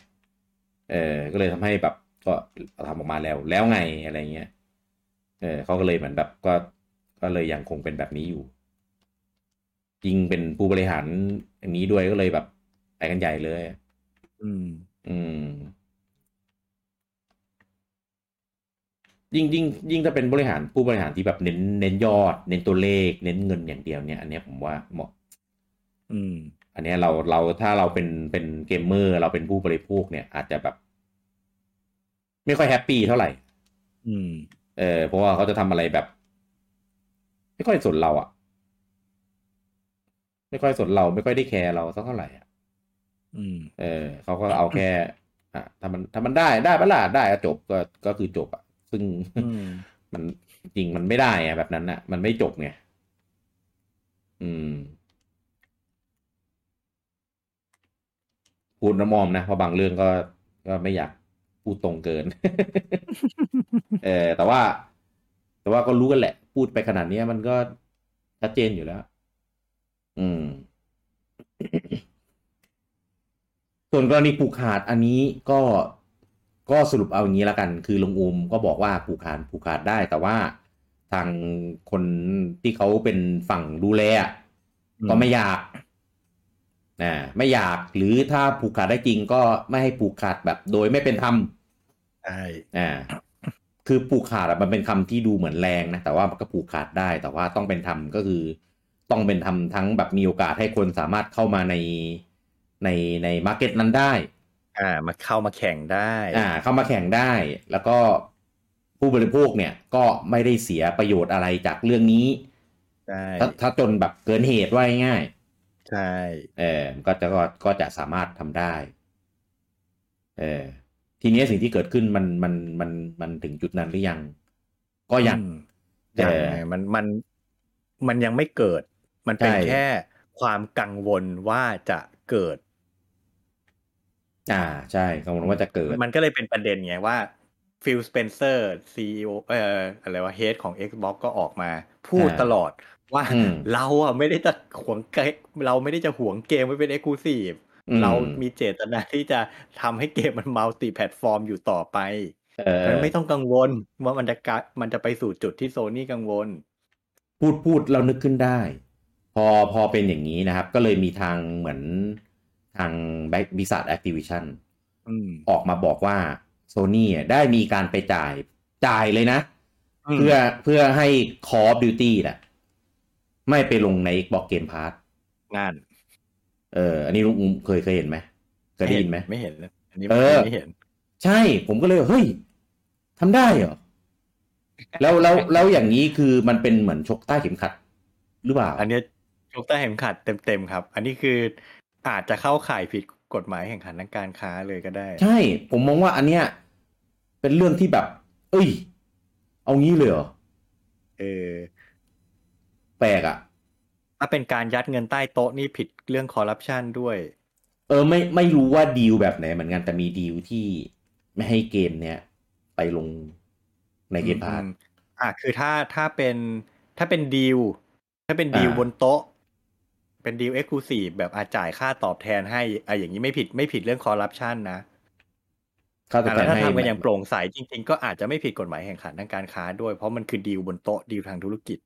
เออก็เลยทำให้แบบก็ทำออกมาแล้วแล้วไงอะไรเงี้ย เออเขาก็เลยเหมือนแบบก็ก็เลยยังคงเป็นแบบนี้อยู่ จริงเป็นผู้บริหารอันนี้ด้วยก็เลยแบบไปกันใหญ่เลย
อืม
อืม ยิ่งยิ่งยิ่งถ้าเป็นบริหารผู้บริหารที่แบบเน้นเน้นยอด เน้นตัวเลข เน้นเงินอย่างเดียวเนี่ย อันเนี้ยผมว่าเหมาะ
อืม
อันเนี้ยเราเราถ้าเราเป็นเป็นเกมเมอร์เราเป็นผู้บริโภคเนี่ย อาจจะแบบ ไม่ค่อยแฮปปี้เท่าไหร่
อืม
เออเพราะว่าเขาจะทำอะไรแบบ ไม่ค่อยสนเราอะไม่ค่อยสนเราไม่ค่อยได้แคร์เราสักเท่าไหร่อะ
อืม
เออเขาก็เอาแค่ อ่ะถ้ามันถ้ามันได้ได้ปะล่ะได้ก็จบก็ก็คือจบอะซึ่ง
อืม
มัน จริงๆมันไม่ได้อะแบบนั้นอะมันไม่จบไงอืม พูดน้ำอ้อมนะเพราะบางเรื่องก็ก็ไม่อยากพูดตรงเกิน เออแต่ว่า แต่ว่าก็รู้กันแหละ พูดไปขนาดเนี้ยมันก็ชัดเจนอยู่แล้ว อืม ส่วนกรณีผูกขาดอันนี้ก็ก็สรุปเอาอย่างนี้ละกัน คือลุงอูมก็บอกว่าผูกขาดผูกขาดได้ แต่ว่าทางคนที่เขาเป็นฝั่งดูแลอะ
อืม
ก็ไม่อยากนะไม่อยากหรือถ้าผูกขาดได้จริงก็ไม่ให้ผูกขาดแบบโดยไม่เป็นธรรม
ใช่
อ่า คือผูกขาดอะมันเป็นคำที่ดูเหมือนแรงนะ แต่ว่ามันก็ผูกขาดได้ แต่ว่าต้องเป็นธรรมก็คือ ต้องเป็นธรรมทั้งแบบมีโอกาสให้คนสามารถเข้ามาในในในมาร์เก็ตนั้นได้
อ่ามาเข้ามาแข่งได้
อ่า เข้ามาแข่งได้ แล้วก็ผู้บริโภคเนี่ยก็ไม่ได้เสียประโยชน์อะไรจากเรื่องนี้
ใช่
ถ้าถ้าจนแบบเกินเหตุว่าง่ายๆ
ใช่
เออก็จะก็ก็จะสามารถทำได้ เออทีเนี้ยสิ่งที่เกิดขึ้นมันมันมันมันถึงจุดนั้นหรือยัง ก็ยัง
อืมยัง
เออ
ไงมันมันมันยังไม่เกิด มันเป็น
ใช่
แค่ความกังวลว่าจะเกิด
อ่า ใช่กังวลว่าจะเกิด
มันก็เลยเป็นประเด็นไงว่าฟิลสเปนเซอร์ซีอเอ่ออะไรว่าเฮดของ Xbox ก็ออกมา พูด
อ่า
ตลอดว่า
อืม
เราอ่ะไม่ได้จะหวงเกมเราไม่ได้จะหวงเกมไว้เป็นเอ็กซ์คลูซีฟ
อื
เรามีเจตนาที่จะทำให้เกมมันมัลติแพลตฟอร์มอยู่ต่อไป
เออ
มันไม่ต้องกังวลว่ามันจะกะมันจะไปสู่จุดที่โซนี่กังวล
พูดพูดเรานึกขึ้นได้ พอพอเป็นอย่างนี้นะครับ ก็เลยมีทางเหมือนทางแบ็กบิษัทแอคทิวิชั่น
อืม
ออกมาบอกว่าโซนี่ได้มีการไปจ่ายจ่ายเลยนะ
อืม
เพื่อเพื่อให้ Call of Duty น่ะไม่ไปลงใน Xbox Game Pass
งาน
เออ อันนี้ลุงอุ้มเคยเคยเห็นไหมเคยได้ยินไหม
ไม่เห็นเลยอันนี้
เออ
ไม่เห็น
ใช่ ผมก็เลยเฮ้ยทำได้เหรอ แล้วแล้วแล้วอย่างนี้คือมันเป็นเหมือนชกใต้เข็มขัด หรือเปล่า
อันเนี้ยยกใต้เข็มขัดเต็มๆครับ อันนี้คืออาจจะเข้าข่ายผิดกฎหมายแข่งขันทางการค้าเลยก็ได้
ใช่ ผมมองว่าอันเนี้ย เป็นเรื่องที่แบบ เอ้ย เอางี้เลยเหรอ
เออ
แปลกอะ
ถ้าเป็นการยัดเงินใต้โต๊ะนี่ผิดเรื่องคอร์รัปชันด้วย
เออไม่ไม่รู้ว่าดีลแบบไหนเหมือนกันแต่มีดีลที่ไม่ให้เกมเนี้ยไปลงในเกมพาร์
อือ่ะคือถ้าถ้าเป็นถ้าเป็นดีลถ้าเป็นดีล
อ่า
บนโต๊ะ เป็นดีลเอ็กซ์คลูซีฟแบบอาจ่ายค่าตอบแทนให้อ่ะอย่างนี้ไม่ผิดไม่ผิดเรื่องคอร์รัปชันนะ
ค่าตอบ
อ่ะ
แท
แล้ว
น
ถ้า
ให้
ทำกันอย่างโปร่งใสจริง ๆ ก็อาจจะไม่ผิดกฎหมายแข่งขันทางการค้าด้วยเพราะมันคือดีลบนโต๊ะดีลทางธุรกิจ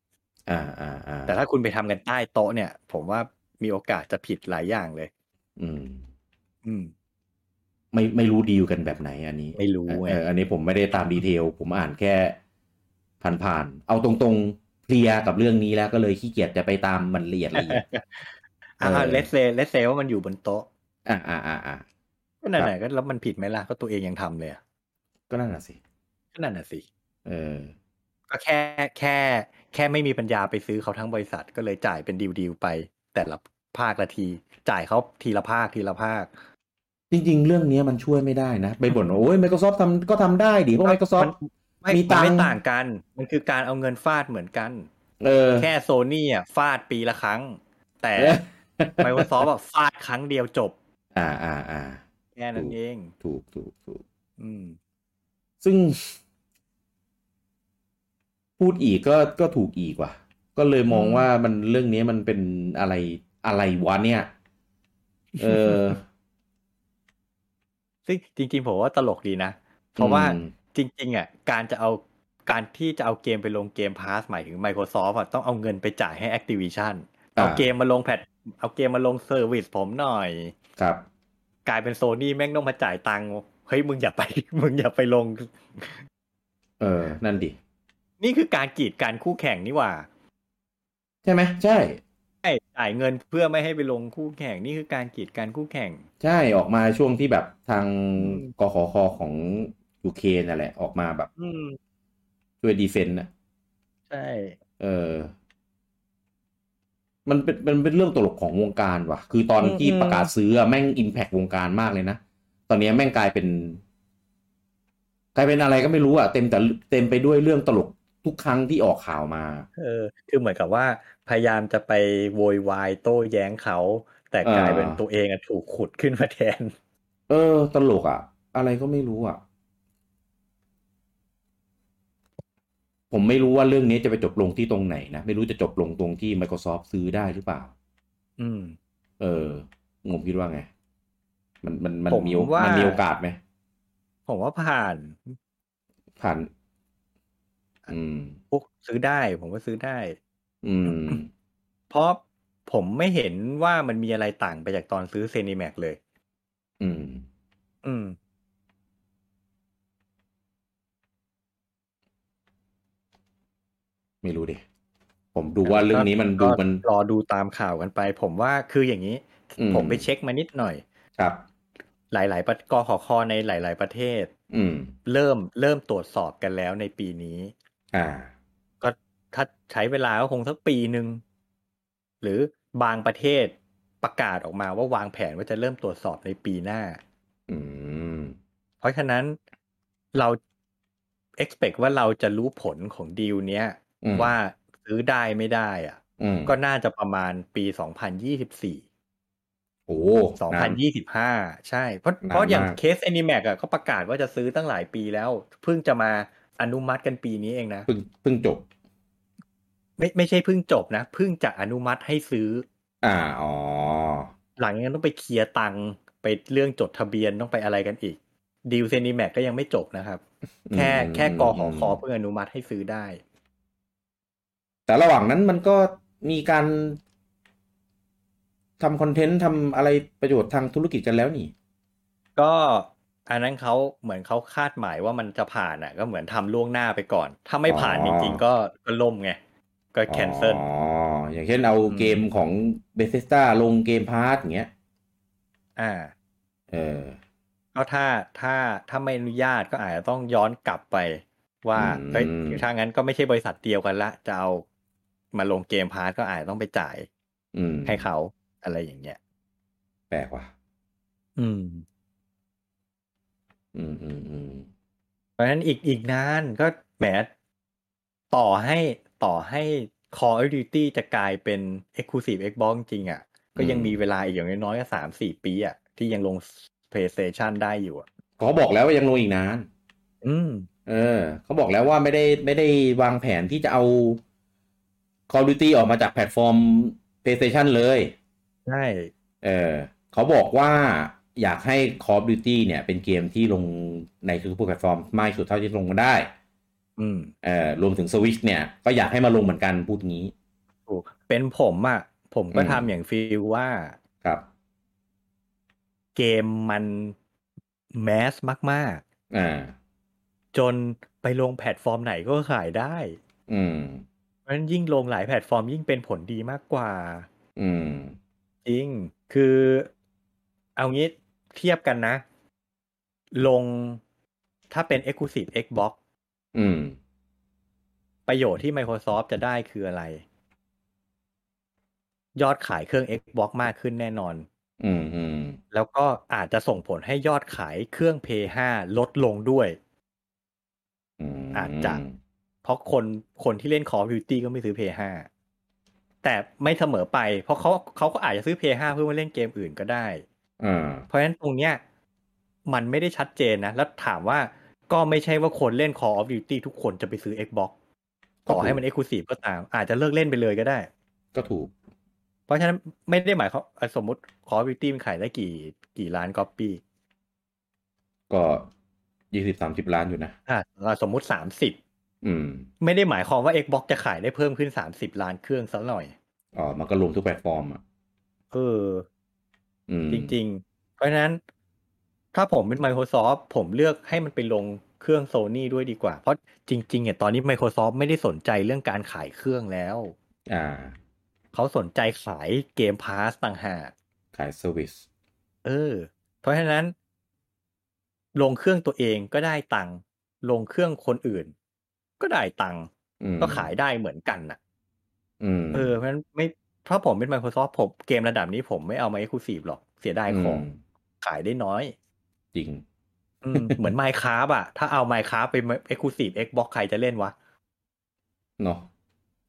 อ่าอ่าอ่า
แต่ถ้าคุณไปทำกันใต้โต๊ะเนี่ย ผมว่ามีโอกาสจะผิดหลายอย่างเลย
อืม
อืม
ไม่ไม่รู้ดีลกันแบบไหนอันนี้
ไม่รู้ไง
เอออันนี้ผมไม่ได้ตามดีเทล ผมอ่านแค่ผ่านๆ เอาตรงๆเพลียกับเรื่องนี้แล้วก็เลยขี้เกียจจะไปตามมันละเอียดละ เอียด
อ่า
เออ
เลสเซเลสเซว่ามันอยู่บนโต๊ะ
อ่าอ่าอ่าอ่า
ก็นั่นแหละก็แล้วมันผิดไหมล่ะก็ตัวเองยังทำเลยอะ
ก็นั่นน่ะสิ
ก็นั่นน่ะสิ
เออ
ก็แค่แค่ แค่ไม่มีปัญญาไปซื้อเขาทั้งบริษัทก็เลยจ่ายเป็นดีลดีลไป แต่ละภาคละที จ่ายเขาทีละภาคทีละภาค
จริง ๆ เรื่องนี้มันช่วยไม่ได้นะ ไปบ่นว่าโอ้ย Microsoft ทำก็ทำได้ดิเพราะ Microsoft
ไม่
มี
มี
ตังค์
ไม่ต่างกัน มันคือการเอาเงินฟาดเหมือนกัน
เออ
แค่โซนี่อ่ะฟาดปีละครั้ง แต่
เออ
Microsoft อ่ะฟาดครั้งเดียวจบ
อ่าอ่าอ่า
แค่นั้นเอง
ถูกถูกถูก
อืม
ซึ่ง พูดอีกก็ก็ถูกอีกว่ะ ก็เลยมอง
อืม
ว่ามันเรื่องนี้มันเป็นอะไรอะไรวะเนี่ย เออ
ซึ่งจริง ๆ ผมว่าตลกดีนะ เพราะว่า
อืม
จริง ๆอ่ะการจะเอาการที่จะเอาเกมไปลงเกมพาสหมายถึง Microsoft อ่ะต้องเอาเงินไปจ่ายให้ Activision
อ่า
เอาเกมมาลงแพทเอาเกมมาลงเซอร์วิสผมหน่อย
ครับ
กลายเป็นโซนี่แม่งต้องมาจ่ายตังค์เฮ้ยมึงอย่าไป มึงอย่าไปลง
เออ นั่นดิ
นี่คือการกีดการคู่แข่งนี่หว่า
ใช่ไหมใช่
ใช่จ่ายเงินเพื่อไม่ให้ไปลงคู่แข่ง นี่คือการกีดการคู่แข่ง
ใช่ออกมาช่วงที่แบบทาง
อืม
กขคของยูเคนั่นแหละ ออกมาแบบ
อืม
ช่วยดีเฟนต์นะ
ใช่
เออ มันเป็นมันเป็นเรื่องตลกของวงการว่ะ คือตอนที่ประกาศซื้ออะแม่งอิมแพกวงการมากเลยนะ ตอนนี้แม่งกลายเป็น กลายเป็นอะไรก็ไม่รู้อ่ะ เต็มแต่เต็มไปด้วยเรื่องตลก ทุกครั้งที่ออกข่าวมา
เออคือเหมือนกับว่าพยายามจะไปโวยวายโต้แย้งเขา แต่กลายเป็น
อ่า
ตัวเองอะถูกขุดขึ้นมาแทน
เออ ตลกอะ่ะ อะไรก็ไม่รู้อะ่ะ ผมไม่รู้ว่าเรื่องนี้จะไปจบลงที่ตรงไหนนะ ไม่รู้จะจบลงตรงที่ Microsoft ซื้อได้หรือเปล่า
อืม
เออผมคิดว่าไง มันมันมัน
ผม
มีโอ
ว่ามั
นมีโอกาสไหม
ผมว่าผ่าน
ผ่าน อืม
พวกซื้อได้ ผมว่าซื้อได้
อืม
เพราะผมไม่เห็นว่ามันมีอะไรต่างไปจากตอนซื้อเซนิแม็กเลย
อืม
อืม
ไม่รู้ดิผมดูว่าเรื่องนี้มัน
ก็
ดูมัน
รอดูตามข่าวกันไป ผมว่าคืออย่างนี้
อืม
ผมไปเช็คมานิดหน่อย
ครับ
หลาย ๆ ประกขอคอในหลาย ๆ ประเทศ
อืม
เริ่มเริ่มตรวจสอบกันแล้วในปีนี้
อ่า
ก็ถ้าใช้เวลาก็คงสักปีหนึ่งหรือบางประเทศประกาศออกมาว่าวางแผนว่าจะเริ่มตรวจสอบในปีหน้า
อืม
เพราะฉะนั้นเรา expect ว่าเราจะรู้ผลของดีลเนี้ย
อืม
ว่าซื้อได้ไม่ได้อ่ะ
อืม
ก็น่าจะประมาณปี 2024
โอ้
สอง
นา
พั
น
นยี่สิบห้าใช่ เพราะ
นาน
เพราะอย่าง
มาก
เคส a n i m a c อ่ะเขาประกาศว่าจะซื้อตั้งหลายปีแล้ว เพิ่งจะมาอนุมัติกันปีนี้เองนะ
เพิ่งเพิ่งจบ
ไม่ไม่ใช่เพิ่งจบนะ เพิ่งจะอนุมัติให้ซื้อ
อ่า อ๋อ
หลังจากนั้นต้องไปเคลียร์ตังค์ไปเรื่องจดทะเบียนต้องไปอะไรกันอีกดีลเซนิแมกก็ยังไม่จบนะครับ แค่
อืม
แค่กอหอคอ
ม
เพื่ออนุมัติให้ซื้อได้
แต่ระหว่างนั้นมันก็มีการทำคอนเทนต์ทำอะไรประโยชน์ทางธุรกิจกันแล้วนี่
ก็อันนั้นเขาเหมือนเขาคาดหมายว่ามันจะผ่านอ่ะ ก็เหมือนทำล่วงหน้าไปก่อน ถ้าไม่ผ่าน
อ๋อ
จริงๆก็ก็ล่มไงก็แคนเซิล
อ๋อ อย่างเช่นเอาเกมของเบเซสตาลงเกมพาร์ทอย่างเงี้ย
อ่า
เออ
ก็ถ้าถ้าถ้าไม่อนุญาตก็อาจจะต้องย้อนกลับไป ว่า
อืม
เฮ้ยถ้างั้นก็ไม่ใช่บริษัทเดียวกันละจะเอามาลงเกมพาร์ทก็อาจจะต้องไปจ่าย
อืม
ให้เขาอะไรอย่างเงี้ย
แปลกว่ะ
อืม
อืมอืมอืม
เพราะฉะนั้นอีกอีกนานก็แหมต่อให้ต่อให้ Call of Duty จะกลายเป็น Exclusive Xbox จริงๆอ่ะ ก็ยังมีเวลาอีกอย่างน้อยๆก็สามสี่ปีอ่ะ ที่ยังลง PlayStation ได้อยู่อ่ะ
เขาบอกแล้วว่ายังลงอีกนาน
อืม
เออเขาบอกแล้วว่าไม่ได้ไม่ได้วางแผนที่จะเอา Call of Duty ออกมาจากแพลตฟอร์ม PlayStation เลย
ใช่
เออเขาบอกว่าอยากให้ Call of Duty เนี่ย เป็นเกมที่ลงในทุกๆแพลตฟอร์มมากที่สุดเท่าที่ลงมาได้
อืม
เออรวมถึง Switch เนี่ย ก็อยากให้มาลงเหมือนกันพูดงี้
ถูกเป็นผมอะ่ะ ผมก็
อืม
ทำอย่างฟีลว่า
ครับ
เกมมันแมสมาก
อ่า
ๆ จนไปลงแพลตฟอร์มไหนก็ขายได้
อืม
เพราะฉะนั้นยิ่งลงหลายแพลตฟอร์มยิ่งเป็นผลดีมากกว่า
อืม
จริง คือเอางี้เทียบกันนะ ลงถ้าเป็น Exclusive Xbox
อืม
ประโยชน์ที่ Microsoft จะได้คืออะไร ยอดขายเครื่อง Xbox มากขึ้นแน่นอน
อืมอืม
แล้วก็อาจจะส่งผลให้ยอดขายเครื่อง p 5ลดลงด้วย
อืม
อาจจะ เพราะคนคนที่เล่น Call of Duty ก็ไม่ซื้อ p 5แต่ไม่เสมอไป เพราะเขาเขาก็อาจจะซื้อ p 5เพื่อมาเล่นเกมอื่นก็ได้
อ่า
เพราะฉะนั้นตรงเนี้ยมันไม่ได้ชัดเจนนะ แล้วถามว่าก็ไม่ใช่ว่าคนเล่น Call of Duty ทุกคนจะไปซื้อ Xbox ต่อให้มัน Exclusive ก็ตาม อาจจะเลิกเล่นไปเลยก็ได้
ก็ถูก
เพราะฉะนั้นไม่ได้หมายเขามอ่ะสมมติ Call of Duty มันขายได้กี่กี่ล้านก๊อปปี้
ก็ยี่สิบสามสิบล้านอยู่นะ
อ่าสมมุติสามสิบ
อืม
ไม่ได้หมายความว่า Xbox จะขายได้เพิ่มขึ้นสามสิบล้านเครื่องซะหน่อย
อ๋อ มันก็รวมทุกแพลตฟอร์มอ่ะ
เออ
อืม
จริง ๆ เพราะฉะนั้น ถ้าผมเป็น Microsoft ผมเลือกให้มันไปลงเครื่อง Sony ด้วยดีกว่า เพราะจริงๆเนี่ยตอนนี้ Microsoft ไม่ได้สนใจเรื่องการขายเครื่องแล้ว
อ่า
เขาสนใจขายเกมพาสต่างหาก
ขายเซอร์วิส
เออ เพราะฉะนั้น ลงเครื่องตัวเองก็ได้ตังค์ลงเครื่องคนอื่น ก็ได้ตังค์
อืม
ก็ขายได้เหมือนกันน่ะ
อืม
เออเพราะฉะนั้นไม่ถ้าผมเป็น Microsoft ผมเกมระดับนี้ผมไม่เอามา Exclusive หรอกเสียดายของ
ม
ขายได้น้อย
จริง
อืม เหมือน Minecraft อะถ้าเอา Minecraft ไป Exclusive Xbox ใครจะเล่นวะ
เนาะ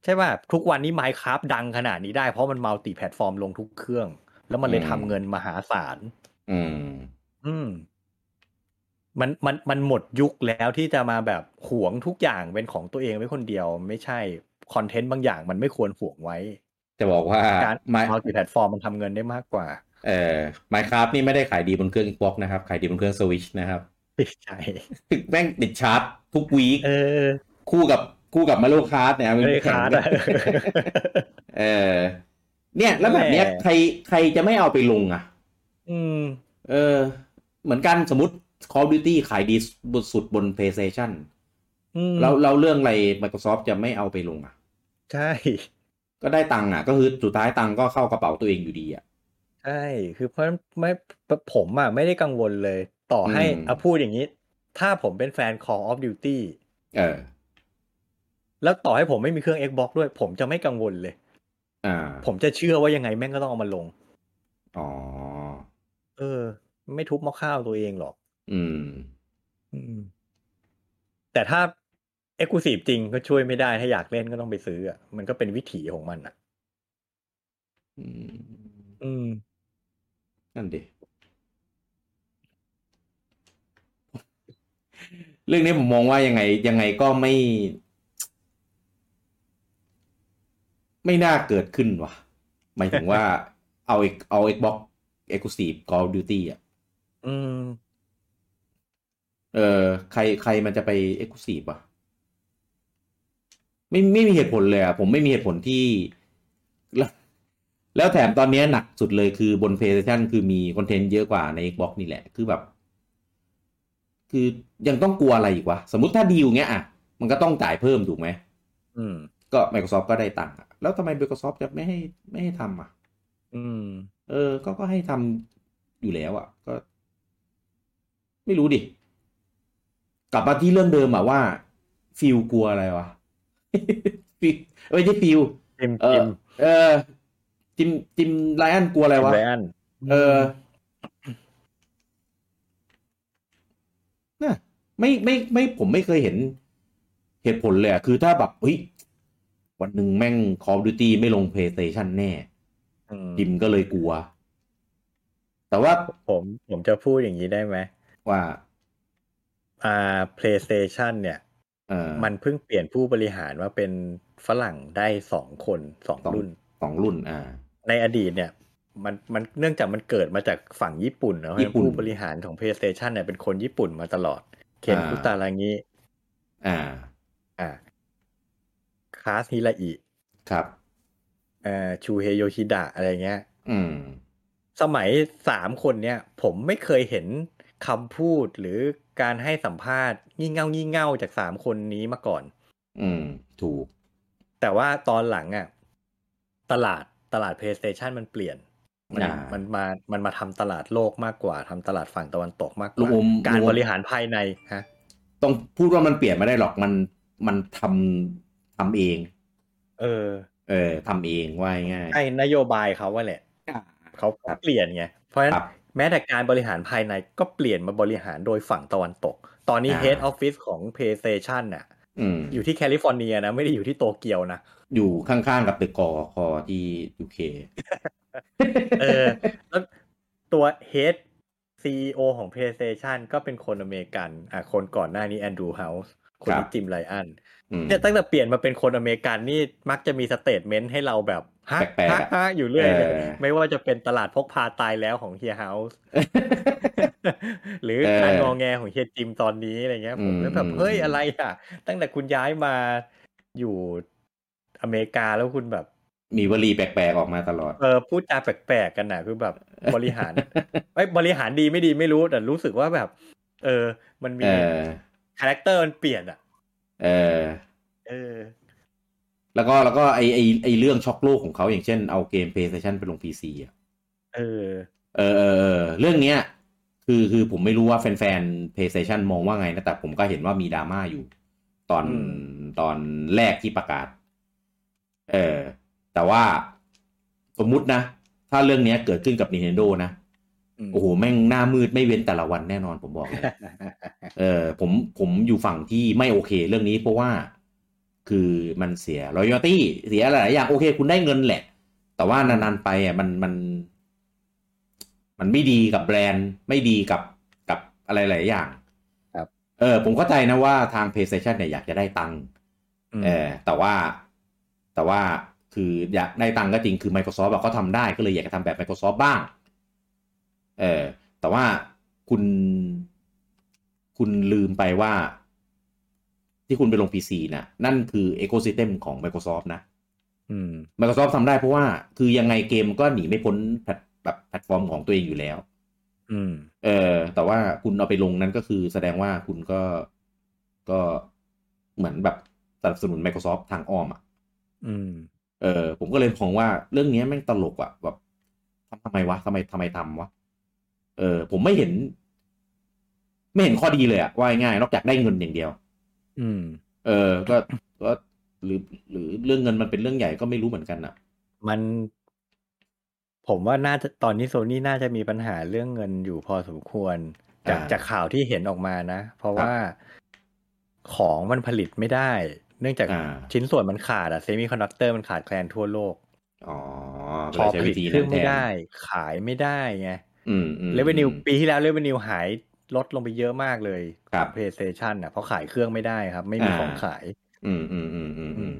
ใช่ป่ะทุกวันนี้ Minecraft ดังขนาดนี้ได้เพราะมันมัลติแพลตฟอร์มลงทุกเครื่อง แล้วมันเลยทำเงินมหาศาล
อืม
อืม มันมันมันหมดยุคแล้วที่จะมาแบบหวงทุกอย่างเป็นของตัวเองไว้คนเดียว ไม่ใช่คอนเทนต์บางอย่างมันไม่ควรหวงไว้
จะบอกว่า
การ
ไม
มัลติแพลตฟอร์มมันทำเงินได้มากกว่า
เอ่อไมคราฟนี่ไม่ได้ขายดีบนเครื่อง Xbox นะครับ ขายดีบนเครื่อง Switch นะครับ
ใช่
แม่งติดชาร์ตทุกวีค
เออ
คู่กับคู่กับมาโลคาร์ดเนี่ยมัน
เลย
แข่ง
ขาด
กั
อะ
น เออเนี่ย แล้วแบบเนี้ย
แหม่
ใครใครจะไม่เอาไปลงอ่ะ
อืม
เออ เหมือนกันสมมติ Call of Duty ขายดีบนสุดบน PlayStation
อืม
แล้วเราเรื่องอะไร Microsoft จะไม่เอาไปลงอ่ะ
ใช่
ก็ได้ตังค์อ่ะ ก็คือสุดท้ายตังค์ก็เข้ากระเป๋าตัวเองอยู่ดีอ่ะ
ใช่ คือเพราะฉะนั้นไม่ผมอะไม่ได้กังวลเลย ต่อให้
อืม
เอาพูดอย่างนี้ ถ้าผมเป็นแฟน Call of Duty
เออ
แล้วต่อให้ผมไม่มีเครื่อง Xbox ด้วย ผมจะไม่กังวลเลย
อ่า
ผมจะเชื่อว่ายังไงแม่งก็ต้องเอามาลง
อ๋อ
เออ ไม่ทุบหมอข้าวตัวเองหรอก
อืม
อืม แต่ถ้า Exclusive จริงก็ช่วยไม่ได้ถ้าอยากเล่นก็ต้องไปซื้ออะมันก็เป็นวิถีของมันอะ
อืม
อืม
นั่นดิ เรื่องนี้ผมมองว่ายังไง ยังไงก็ไม่ ไม่น่าเกิดขึ้นว่ะ หมายถึงว่า เอาเอกเอา Xbox Exclusive Call of Duty อ่ะ
อืม
เออใครใครมันจะไป Exclusive อ่ะ ไม่ไม่มีเหตุผลเลยอ่ะ ผมไม่มีเหตุผลที่ แล้วแล้วแถมตอนนี้หนักสุดเลยคือบน PlayStation คือมีคอนเทนต์เยอะกว่าใน Xbox นี่แหละ คือแบบ คือยังต้องกลัวอะไรอีกวะ สมมติถ้าดีลเงี้ยอ่ะ มันก็ต้องจ่ายเพิ่มถูกไหม
อืม
ก็ Microsoft ก็ได้ตังค์อ่ะ แล้วทำไม Microsoft จะไม่ให้ไม่ให้ทำอ่ะ
อืม
เออ ก็ก็ให้ทำอยู่แล้วอ่ะ ก็ ไม่รู้ดิ กลับมาที่เรื่องเดิมอ่ะว่าฟิลกลัวอะไร วะ ฟิลเอ้ยไม่ใช่ฟิล
จิม
เอ
จิ
อ
ม
เออ จิมจิมไลออนกลัวอะไรวะ
ไรอัน
เออน่ะไม่ไม่ไม่ผมไม่เคยเห็นเหตุผลเลยอะคือถ้าแบบเฮ้ยวันหนึ่งแม่ง Call of Duty ไม่ลง PlayStation แน่
ม
จิมก็เลยกลัว แต่ว่า
ผมผมจะพูดอย่างนี้ได้ไหม
ว่า
อ่า PlayStation เนี่ย
เออ
มันเพิ่งเปลี่ยนผู้บริหารว่าเป็นฝรั่งได้สองคนสองรุ่น
สองรุ่น อ่า
ในอดีตเนี่ย มันมันเนื่องจากมันเกิดมาจากฝั่งญี่ปุ่นเนอะ
ญี่ปุ่น
ผู้บริหารของ PlayStation เนี่ยเป็นคนญี่ปุ่นมาตลอด เคน
อ่า
คุตารางิ
อ่า
อ่าคาสฮิราอิ
ครับ
เอ่อชูเฮโยชิดะอะไรเงี้ย
อืม
สมัยสามคนเนี่ย ผมไม่เคยเห็นคำพูดหรือการให้สัมภาษณ์งี่เง่างี่เง่าจากสามคนนี้มาก่อน
อืม ถูก
แต่ว่าตอนหลังอ่ะตลาดตลาด PlayStation มันเปลี่ยน มัน
อ่ามั
มันมามันมาทำตลาดโลกมากกว่าทำตลาดฝั่งตะวันตกมากก
ลุ
ว่า
งอม
การ
ลุงอม
บริหารภายในฮะ
ต้องพูดว่ามันเปลี่ยนไม่ได้หรอกมันมันทำทำเอง
เออ
เออทำเองว่าง่าย
ไอ้นโยบายเขาว่าแหละ
ๆ
เขาเขาเปลี่ยนไงเพราะฉะนั้น
ครับ
แม้แต่การบริหารภายในก็เปลี่ยนมาบริหารโดยฝั่งตะวันตก ตอนนี้
อ่า
Head Office ของ PlayStation น่ะ
อืม
อยู่ที่แคลิฟอร์เนียนะ ไม่ได้อยู่ที่โตเกียวนะ
อยู่ข้างๆกับตึกกอคอที่ยู เค
เออ แล้วตัว Head CEO ของ PlayStation ก็เป็นคนอเมริกันอ่ะคนก่อนหน้านี้แอนดรูเฮาส์คน
ครั
ที่
บ
จิมไลอัน
อืม
เนี่ยตั้งแต่เปลี่ยนมาเป็นคนอเมริกันนี่มักจะมีสเตทเมนต์ให้เราแบบฮะ
แปลกๆ
ฮะ
อะ
ฮะอยู่เรื่อยเลย
เออ
ไม่ว่าจะเป็นตลาดพกพาตายแล้วของเฮียเฮาส์ หรือ
เออ
การงอแงของเฮียจิมตอนนี้อะไรเงี้ย ผม
อืม
แล้วแบบ
อืม
เฮ้ยอะไรอ่ะ ตั้งแต่คุณย้ายมาอยู่อเมริกาแล้วคุณแบบ
มีวลีแปลกๆออกมาตลอด
เออพูดจาแปลกๆกันนะคือแบบ บริหารไอ้ยบริหารดีไม่ดีไม่รู้แต่รู้สึกว่าแบบ เออ มันมี
เออ
คาแรคเตอร์มันเปลี่ยนอ่ะ
เออ
เออ
แล้วก็แล้วก็ไอไอไอเรื่องช็อกโลกของเขาอย่างเช่นเอาเกม PlayStation ไปลง PC อ่ะ
เออ
เออเออเออเรื่องเนี้ย คือคือผมไม่รู้ว่าแฟนๆ PlayStation มองว่าไงนะ แต่ผมก็เห็นว่ามีดราม่าอยู่ ตอน
อืม
ตอนแรกที่ประกาศ เออ แต่ว่าสมมุตินะ ถ้าเรื่องเนี้ยเกิดขึ้นกับ Nintendo นะ
ม
โอ้โห แม่งหน้ามืดไม่เว้นแต่ละวันแน่นอนผม บอกเลย เออผมผมอยู่ฝั่งที่ไม่โอเคเรื่องนี้เพราะว่า คือมันเสียรอยตี้เสียหลายๆอย่างโอเค คุณได้เงินแหละ แต่ว่านานๆไปอ่ะมันมัน มันไม่ดีกับแบรนด์ ไม่ดีกับกับอะไรหลายอย่าง
ครับ
เออ ผมเข้าใจนะว่าทาง PlayStation เนี่ยอยากจะได้ตังค์
ม
เออแต่ว่าแต่ว่าคืออยากได้ตังค์ก็จริงคือ Microsoft อะเขาทำได้ก็เลยอยากจะทำแบบ Microsoft บ้างเออแต่ว่าคุณคุณลืมไปว่า ที่คุณไปลง PC นะนั่นคือ Ecosystem ของ Microsoft นะ
อืม
Microsoft ทำได้เพราะว่าคือยังไงเกมก็หนีไม่พ้นแพลตแบบแพลตฟอร์มของตัวเองอยู่แล้ว
อืม
เออแต่ว่าคุณเอาไปลงนั้นก็คือแสดงว่าคุณก็ก็เหมือนแบบสนับสนุน Microsoft ทางอ้อมอ่ะ
อืม
เออผมก็เลยมองว่าเรื่องเนี้ยแม่งตลกอะแบบทำทำไมวะทำไมทำไมทำวะเออ ผมไม่เห็น ไม่เห็นข้อดีเลยอะว่าง่ายๆนอกจากได้เงินอย่างเดียว
อืม
เออ ก็ก็หรือหรือเรื่องเงินมันเป็นเรื่องใหญ่ก็ไม่รู้เหมือนกันอะ
มัน ผมว่าน่าจะตอนนี้โซนี่น่าจะมีปัญหาเรื่องเงินอยู่พอสมควร จาก
อ่
จากข่าวที่เห็นออกมานะ เพราะ
ครับ
ว่าของมันผลิตไม่ได้ เนื่องจาก
อ่า
ชิ้นส่วนมันขาดอะเซมิคอนดักเตอร์มันขาดแคลนทั่วโลก
อ๋อ
พอ
ใช้
ผ
วิ
ลิต
ธีนั้
เครื่อ
น
ง
แท
ไม่
น
ได้ ขายไม่ได้ไง
อืมอืม
เลเวนิว
อืม
ปีที่แล้วเลเวนิวหายลดลงไปเยอะมากเลย
ครั
ข
บ
อง PlayStation อ่ะเพราะขายเครื่องไม่ได้ครับ ไม่มี
อ่า
ของขาย
อืมอืมอืมอืม
อื
อืม
ม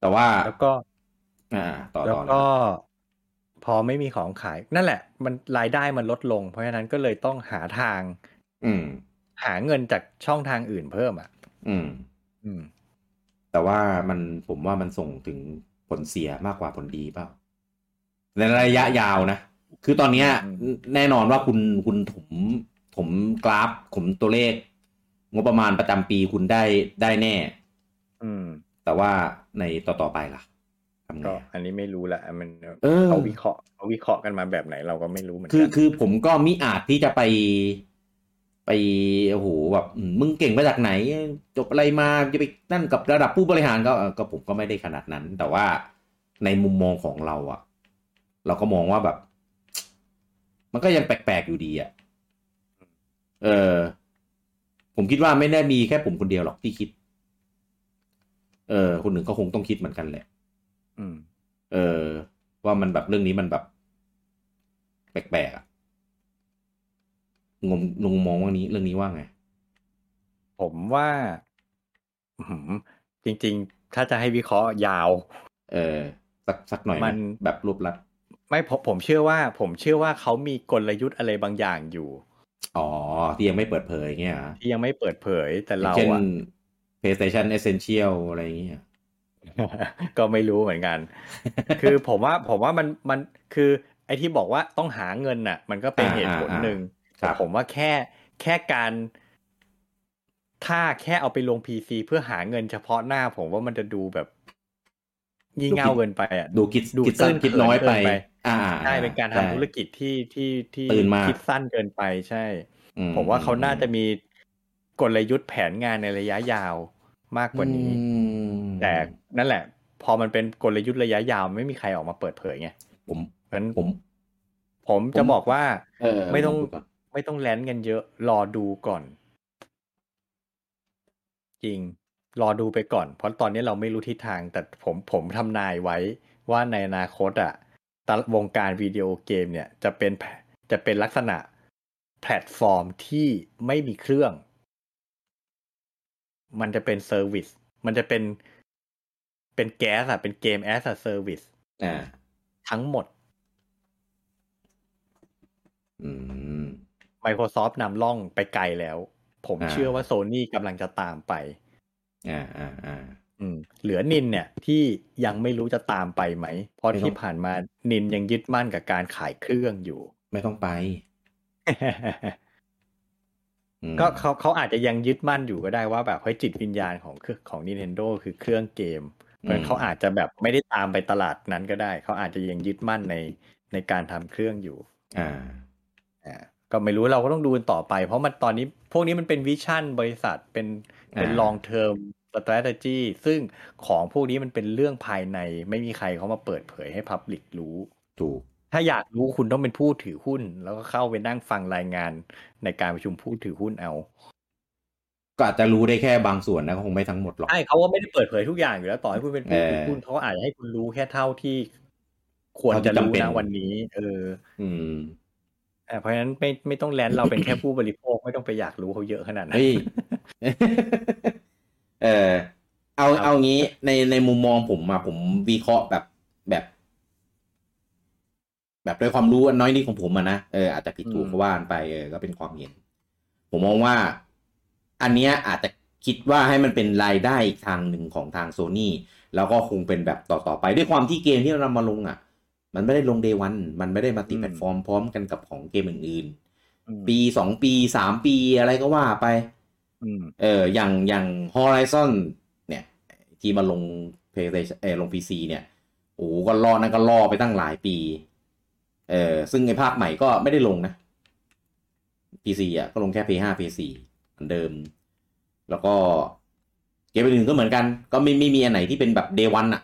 แต่ว่า
แล้วก็
อ่า ต่อ
แล้ว
ต่อนะ
ก็พอไม่มีของขาย นั่นแหละ มันรายได้มันลดลง เพราะฉะนั้นก็เลยต้องหาทาง
อืม
หาเงินจากช่องทางอื่นเพิ่มอ่ะ
อืม
อืม
แต่ว่ามันผมว่ามันส่งถึงผลเสียมากกว่าผลดีเปล่า ในระยะยาวนะ คือตอนเนี้ย
อืม
แน่นอนว่าคุณคุณถมถมกราฟถมตัวเลข งบประมาณประจำปีคุณได้ได้แน่
อืม
แต่ว่าในต่อต่อไปล่ะทำไง
ก็
อะ
อันนี้ไม่รู้ละมัน
เออ
เขาวิเคราะห์เขาวิเคราะห์กันมาแบบไหนเราก็ไม่รู้เหมือน
คือ
กัน
คือผมก็มิอาจที่จะไปไปโอ้โหแบบอืมมึงเก่งมาจากไหน จบอะไรมาจะไปนั่นกับระดับผู้บริหารก็เอ่อก็ผมก็ไม่ได้ขนาดนั้น แต่ว่าในมุมมองของเราอะเราก็มองว่าแบบ มันก็ยังแปลกๆอยู่ดีอะเออ ผมคิดว่าไม่ได้มีแค่ผมคนเดียวหรอกที่คิด เออ คนหนึ่งก็คงต้องคิดเหมือนกันแหละ
อืม
เออ ว่ามันแบบเรื่องนี้มันแบบ แปลกๆอะงมลุงมองว่านี้เรื่องนี้ว่าไง
ผมว่าอื้อหือจริง ๆ ถ้าจะให้วิเคราะห์ยาว
เออ สักสักหน่อยไห
มั
มัน แบบรูปลัด
ไม่ผมผมเชื่อว่า ผมเชื่อว่าเขามีกลยุทธ์อะไรบางอย่างอยู่
อ๋อ ที่ยังไม่เปิดเผยเงี้ยเหรอ
ที่ยังไม่เปิดเผยแต่เรา
เช่น
อะ
PlayStation Essential อะไรอย่างเงี้ย
ก็ไม่รู้เหมือนกัน คือผมว่าผมว่ามันมันคือไอ้ที่บอกว่าต้องหาเงินน่ะ มันก็เป็น
อ่า
เหตุผลหนึ่ง
อ่าครับ
แต่ผมว่าแค่แค่การ ถ้าแค่เอาไปลง PC เพื่อหาเงินเฉพาะหน้า ผมว่ามันจะดูแบบงี่เง่าเกินไปอ่ะ
ดูคิด
ดู
คิดสั้น
ตื้น
คิดน้อย
เขิน
ไป
ไป
อ่า
ใช่เป็นการทำ
ใช่
ธุรกิจที่ที่ที่
ตื่นมา
คิดสั้นเกินไปใช่
อื
ผมว่าเขาน่าจะมีกลยุทธ์แผนงานในระยะยาวมากกว่านี้
อืม
แต่นั่นแหละ พอมันเป็นกลยุทธ์ระยะยาวไม่มีใครออกมาเปิดเผยไง
ผม
เพราะฉะนั้น
ผม
ผมจะ
ผม
บอกว่า
เออ
ไม่ต้อง
ดูก่น
ไม่ต้องแลนด์กันเยอะ รอดูก่อน จริง รอดูไปก่อน เพราะตอนนี้เราไม่รู้ทิศทาง แต่ผมผมทำนายไว้ว่าในอนาคตอะตะวงการวิดีโอเกมเนี่ย จะเป็นแพจะเป็นลักษณะแพลตฟอร์มที่ไม่มีเครื่อง มันจะเป็นเซอร์วิส มันจะเป็นเป็นแก๊สอะเป็นเกมแอสเซอร์วิส
อ่า
ทั้งหมด
อืม
Microsoft นำล่องไปไกลแล้ว ผม
อ่า
เชื่อว่า Sony กำลังจะตามไป
อ่าอ่าอ่า
อืมเหลือนินเนี่ยที่ยังไม่รู้จะตามไปไหม เพราะ
ไม่ต้อง
ที่ผ่านมานินยังยึดมั่นกับการขายเครื่องอยู่
ไม่ต้องไปอืม
ก็เขาเขาอาจจะยังยึดมั่นอยู่ก็ได้ว่าแบบเฮ้ยจิตวิญญาณของเครื่องของ Nintendo คือเครื่องเกม เพราะฉะนั้นเขาอาจจะแบบไม่ได้ตามไปตลาดนั้นก็ได้ เขาอาจจะยังยึดมั่นในในการทำเครื่องอยู่
อ่า
อ่าก็ไม่รู้เราก็ต้องดูกันต่อไป เพราะมันตอนนี้พวกนี้มันเป็นวิชั่นบริษัทเป็นเป็น
อ่า
long term strategy ซึ่งของพวกนี้มันเป็นเรื่องภายใน ไม่มีใครเขามาเปิดเผยให้ Public รู้
ถูก
ถ้าอยากรู้คุณต้องเป็นผู้ถือหุ้น แล้วก็เข้าไปนั่งฟังรายงานในการประชุมผู้ถือหุ้นเอา
ก็อาจจะรู้ได้แค่บางส่วนนะก็คงไม่ทั้งหมดหรอก
ใช่เขาก็ไม่ได้เปิดเผยทุกอย่างอยู่แล้วต่อให้คุณเป็นผู้
เออ
ถือหุ้นเขาอาจจะให้คุณรู้แค่เท่าที่ ควรจะ
เท่าที่จำ
รู้
เป็น
นะวันนี้ เออ
อืม
เออเพราะฉะนั้นไม่ไม่ต้องแลนเราเป็นแค่ผู้บริโภคไม่ต้องไปอยากรู้เขาเยอะขนาดนั้น
เฮ้ย เออเอา
ครับ
เอางี้ในในมุมมองผมอะผมวิเคราะห์แบบแบบ แบบด้วยความรู้อันน้อยนิดของผมอะนะเอออาจจะผิดถูก
อืม
ก็ว่ากันไปเออก็เป็นความเห็น ผมมองว่า อันเนี้ยอาจจะคิดว่าให้มันเป็นรายได้อีกทางหนึ่งของทางโซนี่แล้วก็คงเป็นแบบต่อ ๆ ไปด้วยความที่เกมที่เรานำมาลงอ่ะ มันไม่ได้ลงเดวัน มันไม่ได้มาติแพลตฟอร์มพร้อมกันกับของเกมอื่น
อืม
ๆ ปีสองปีสามปีอะไรก็ว่าไป
อืม
เอออย่างอย่าง Horizon เนี่ย ที่มาลง PlayStation เออลง PC เนี่ยโอ้โหก็รอนั่นก็รอไปตั้งหลายปี เออซึ่งไอภาคใหม่ก็ไม่ได้ลงนะ PC อ่ะก็ลงแค่ P5 P4 เหมือนเดิม แล้วก็เกมอื่นๆก็เหมือนกัน ก็ไม่ไม่มีอันไหนที่เป็นแบบ day one อ่ะ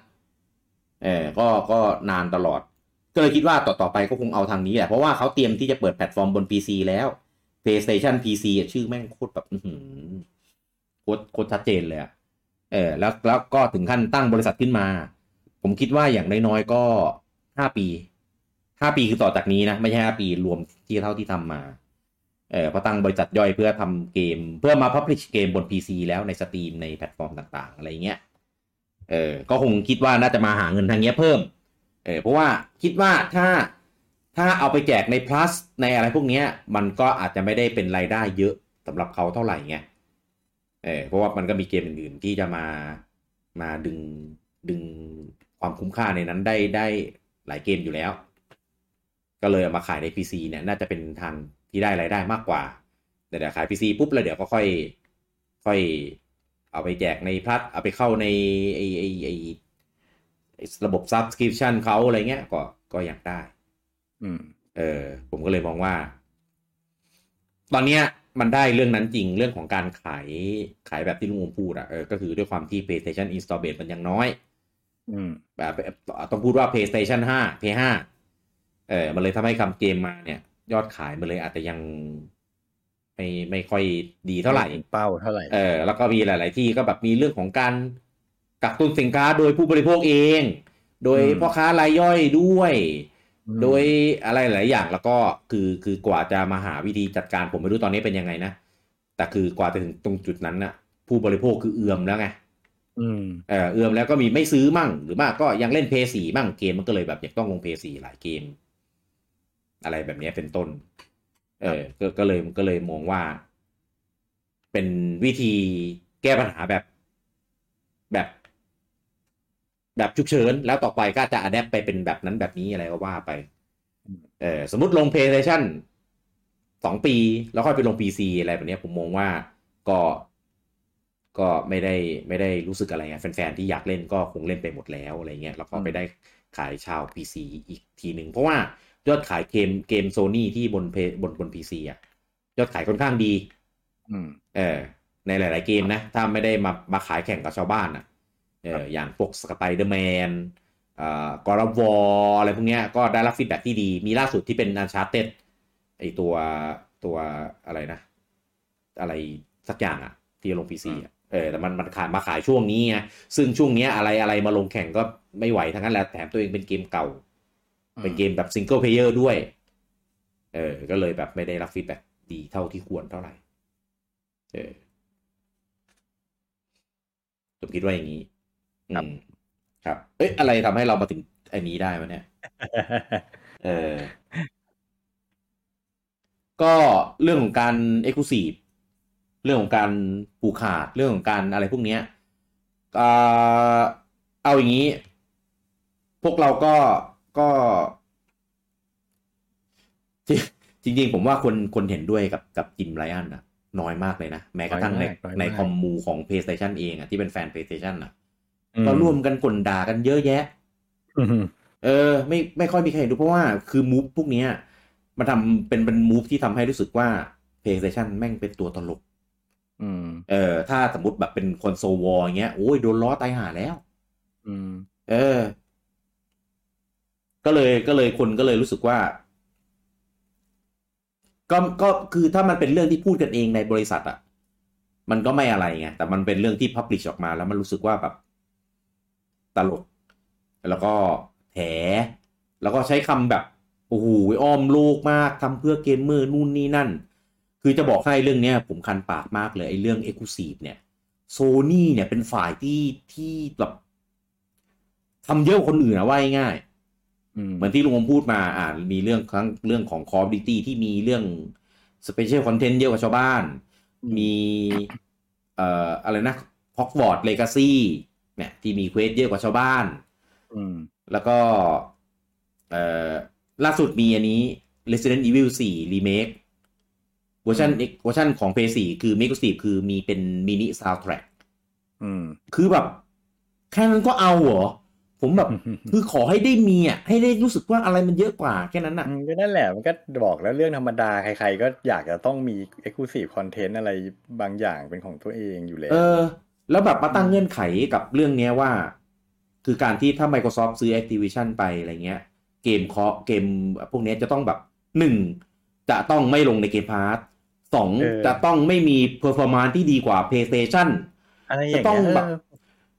เออก็ก็นานตลอด ก็เลยคิดว่าต่อต่อไปก็คงเอาทางนี้แหละ เพราะว่าเขาเตรียมที่จะเปิดแพลตฟอร์มบน PC แล้ว PlayStation PC อ่ะชื่อแม่งโคตรแบบ อื้อหือโคตรโคตรชัดเจนเลยอ่ะเออแล้วแล้วก็ถึงขั้นตั้งบริษัทขึ้นมา ผมคิดว่าอย่างน้อยๆก็ห้าปีห้าปีคือต่อจากนี้นะ ไม่ใช่ห้าปีรวมที่เท่าที่ทำมา เออเพราะตั้งบริษัทย่อยเพื่อทำเกม เพื่อมาพับลิชเกมบน PC แล้วในสตรีมในแพลตฟอร์มต่างๆ อะไรเงี้ยเออก็คงคิดว่าน่าจะมาหาเงินทางเนี้ยเพิ่ม เออเพราะว่าคิดว่าถ้าถ้าเอาไปแจกใน plus ในอะไรพวกเนี้ย มันก็อาจจะไม่ได้เป็นรายได้เยอะสำหรับเขาเท่าไหร่ไงเออเพราะว่ามันก็มีเกมอื่นๆที่จะมามาดึงดึงความคุ้มค่าในนั้นได้ได้หลายเกมอยู่แล้ว ก็เลยเอามาขายใน PC เนี่ยน่าจะเป็นทางที่ได้รายได้มากกว่าเดี๋ยวเดี๋ยวขาย PC ปุ๊บแล้วเดี๋ยวก็ค่อย ค่อย เอาไปแจกในพลัสเอาไปเข้าในไอไอไอไอ้ระบบ subscription เขาอะไรเงี้ย ก็ก็อยากได้
อืม
เออผมก็เลยมองว่า ตอนเนี้ยมันได้เรื่องนั้นจริงเรื่องของการขายขายแบบที่ลุงอมพูดอะเออก็คือด้วยความที่ PlayStation Install Base มันยังน้อย
อืม
แบบต้องพูดว่า PlayStation 5 Play 5เออมันเลยทำให้คำเกมมาเนี่ย ยอดขายมันเลยอาจจะยังไม่ไม่ค่อยดีเท่าไหร่
เป้าเท่าไหร่
เออแล้วก็มีหลาย ๆ ที่ก็แบบมีเรื่องของการกักตุนสินค้าโดยผู้บริโภคเอง โดยพ่อค้ารายย่อยด้วย โดยอะไรหลายอย่างแล้วก็คือคือกว่าจะมาหาวิธีจัดการผมไม่รู้ตอนนี้เป็นยังไงนะ แต่คือกว่าจะถึงตรงจุดนั้นน่ะ ผู้บริโภคคือเอือมแล้วไง
อืม
เออเอือมแล้วก็มีไม่ซื้อมั่ง หรือมากก็ยังเล่นเพย์สี่มั่งเกมมันก็เลยแบบอยากต้องลงเพย์สี่หลายเกม อะไรแบบเนี้ยเป็นต้น เออก็ก็เลยก็เลยมองว่า เป็นวิธีแก้ปัญหาแบบ แบบ แบบฉุกเฉิน แล้วต่อไปก็จะอัดแอปไปเป็นแบบนั้นแบบนี้อะไรก็ว่าไป เออสมมติลง PlayStation สองปี แล้วค่อยไปลง PC อะไรแบบเนี้ยผมมองว่าก็ ก็ไม่ได้ไม่ได้รู้สึกอะไรไงแฟนๆ ที่อยากเล่นก็คงเล่นไปหมดแล้วอะไรเงี้ยแล้วก็ไปได้ขายชาว PC อีกทีหนึ่งเพราะว่ายอดขายเกมเกมโซนี่ที่บน Play- บนบน PC อ่ะยอดขายค่อนข้างดี
อืม
เออในหลาย ๆ เกมนะ ถ้าไม่ได้มามาขายแข่งกับชาวบ้านอ่ะเอออย่างพวกสไปเดอร์แมนอ่ากอร์วออะไรพวกเนี้ยก็ได้รับฟีดแบ็ที่ดี มีล่าสุดที่เป็นอันชาร์เต็ดไอตัวตัวอะไรนะ อะไรสักอย่างอ่ะ ที่ลง PC อ่ะเออแต่มันมันขายมาขายช่วงนี้ไงซึ่งช่วงเนี้ยอะไรอะไรมาลงแข่งก็ไม่ไหวทั้งนั้นแหละแถมตัวเองเป็นเกมเก่า เป็นเกมแบบซิงเกิลเพลเยอร์ด้วย เออ ก็เลยแบบไม่ได้รับฟีดแบ็ดีเท่าที่ควรเท่าไหร่ เออผมคิดว่าอย่างนี้
ครับ
อืมครับ เอ้ย อะไรทำให้เรามาถึงไอ้นี้ได้วะเนี่ย เออ ก็เรื่องของการเอ็กซ์คลูซีฟเรื่องของการผูกขาด เรื่องของการอะไรพวกเนี้ยอ่าเอาอย่างนี้ พวกเราก็ก็ จริงๆ ผมว่าคนคนเห็นด้วยกับกับจิมไรอันอะน้อยมากเลยนะ แม้กระทั่งใน
น้อยมากน้อยมาก
ในคอมมูของ PlayStation เองอะที่เป็นแฟน PlayStation อะก็ร่วมกันกลด่ากันเยอะแยะ
อืม
เออไม่ไม่ค่อยมีใครเห็นดูเพราะว่าคือมูฟพวกเนี้ยมันทำเป็นเป็นมูฟที่ทำให้รู้สึกว่า PlayStation แม่งเป็นตัวตลก
อืม
เออถ้าสมมติแบบเป็นคอนโซลวอร์เงี้ยโอ้ยโดนล้อตายห่าแล้ว
อืม
เออ ก็เลยก็เลยคนก็เลยรู้สึกว่า ก็ก็คือถ้ามันเป็นเรื่องที่พูดกันเองในบริษัทอะ มันก็ไม่อะไรไงแต่มันเป็นเรื่องที่พับลิชออกมาแล้วมันรู้สึกว่าแบบ ตลก แล้วก็แถ แล้วก็ใช้คำแบบโอ้โหอ้อมลูกมากทำเพื่อเกมเมอร์นู่นนี่นั่น คือจะบอกให้เรื่องเนี้ย ผมคันปากมากเลยไอ้เรื่องเอ็กซ์คลูซีฟเนี่ยโซนี่เนี่ยเป็นฝ่ายที่ที่แบบทำเยอะกว่าคนอื่นอะว่าง่ายๆ
อืม
เหมือนที่ลุงผมพูดมา อ่ามีเรื่องครั้งเรื่องของคอร์ดิตี้ที่มีเรื่องสเปเชียลคอนเทนต์เยอะกว่าชาวบ้าน มีเอ่ออะไรนะฮอกวอตเลกาซี่เนี่ยที่มีเควสเยอะกว่าชาวบ้าน
อืม
แล้วก็เอ่อล่าสุดมีอันนี้ Resident Evil 4 Remake เวอร์ชันเวอร์ชันของ p 4คือ m e g a s t e e คือมีเป็นมินิซาว d t ท a c k
อืม
คือแบบ แค่นั้นก็เอาเหรอ ผมแบบ คือขอให้ได้มีอ่ะ ให้ได้รู้สึกว่าอะไรมันเยอะกว่าแค่นั้นอ่ะ
อืมก็นั่นแหละมันก็บอกแล้วเรื่องธรรมดาใครๆก็อยากจะต้องมี exclusive content อะไรบางอย่างเป็นของตัวเองอยู่แล้ว
เออ แล้วแบบมาตั้งเงื่อนไขกับเรื่องเนี้ยว่า คือการที่ถ้า Microsoft ซื้อ Activision ไปอะไรเงี้ย เกมเคาะเกมพวกเนี้ยจะต้องแบบหนึ่งจะต้องไม่ลงในเกมพาร์ทสองจะต้องไม่มีเพอร์ฟอร์มานที่ดีกว่า PlayStation
อะไรอ
จะ
ย่าง
ต้อง
เงี้ย
แบบ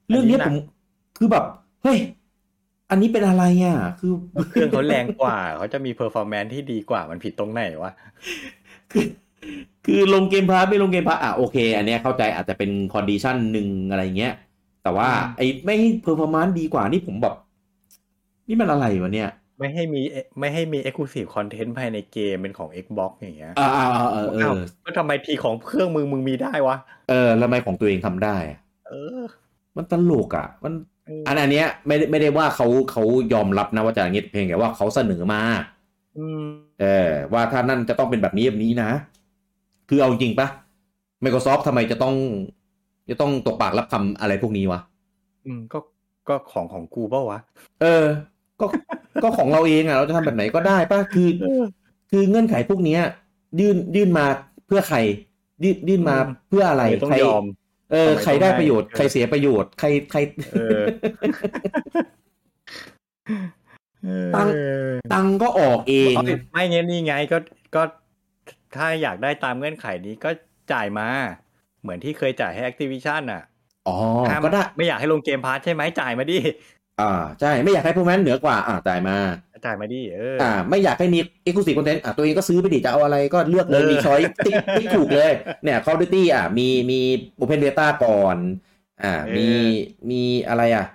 เออ
เรื่องเนี้ย
อั
ผ
น
ม
นี้หนัก
คือแบบ เฮ้ย อันนี้เป็นอะไรอ่ะ คือ
เครื่องเขาแรงกว่า เขาจะมี performance ที่ดีกว่ามันผิดตรงไหนวะ
คือคือลงเกมพาร์ทไม่ลงเกมพาร์ทอ่ะโอเค อันเนี้ยเข้าใจอาจจะเป็นคอนดิชันหนึ่งอะไรเงี้ย แต่ว่า
อืม
ไอ้ไม่เพอร์ฟอร์มานซ์ดีกว่านี่ผมแบบ นี่มันอะไรวะเนี่ย
ไม่ให้มีไม่ให้มี exclusive content ภายในเกมเป็นของ Xbox อย่างเงี้ย
อ่าอ่าอ่าเออเออ
วก็ทำไมทีของเครื่องมือมึงมีได้วะ
เออแล้วทำไมของตัวเองทำได้อะ
เออ
มันตลกอ่ะ มัน
เอออั
อันอันเนี้ยไม่ได้ไม่ได้ว่าเขาเขายอมรับนะว่าจะอย่างงี้เพียงแต่ว่าเขาเสนอมา
อืม
เออว่าถ้านั่นจะต้องเป็นแบบนี้แบบนี้นะ คือเอาจริงปะ Microsoft ทำไมจะต้อง จะต้องตกปากรับคำอะไรพวกนี้วะ
อืมก็ก็ของของกูเปล่าวะ
เออ ก็ ก็ของเราเองอ่ะ เราจะทำแบบไหนก็ได้ป่ะ คือ
เออ
คือเงื่อนไขพวกเนี้ย ยื่น ยื่นมาเพื่อใคร ยื่น ยื่นมา
อืม
เพื่ออะไร
ไม่ต้อง
ใคร
ยอม
เออ
ทำไมต้อง
ใครได้ประโยชน์
ให้
ใครเสียประโยชน์ ใคร ใคร
เออเออ
ตั้ง ตังค์ก็ออกเอง
เอาไม่เงี้ยนี่ไงก็ก็ถ้าอยากได้ตามเงื่อนไขนี้ก็จ่ายมา เหมือนที่เคยจ่ายให้ Activision อ่ะ
อ๋อ
ห้าม
ก็ได้
ไม่อยากให้ลงเกมพาร์ทใช่ไหมจ่ายมาดิ
อ่า ใช่ ไม่อยากให้พวกนั้นเหนือกว่า อ่าจ่ายมา
จ่ายมาดิเอออ
อ่า ไม่อยากให้มีเอ็กซ์คลูซีฟคอนเทนต์ อ่าตัวเองก็ซื้อไปดิ จะเอาอะไรก็เลือกเลย
เออ
มีช้อยติ๊ก ติ๊กถูกเลย เนี่ย Call of Duty อ่ะ มี มี Open Beta ก่อน อ่า มี มีอะไรอ่ะ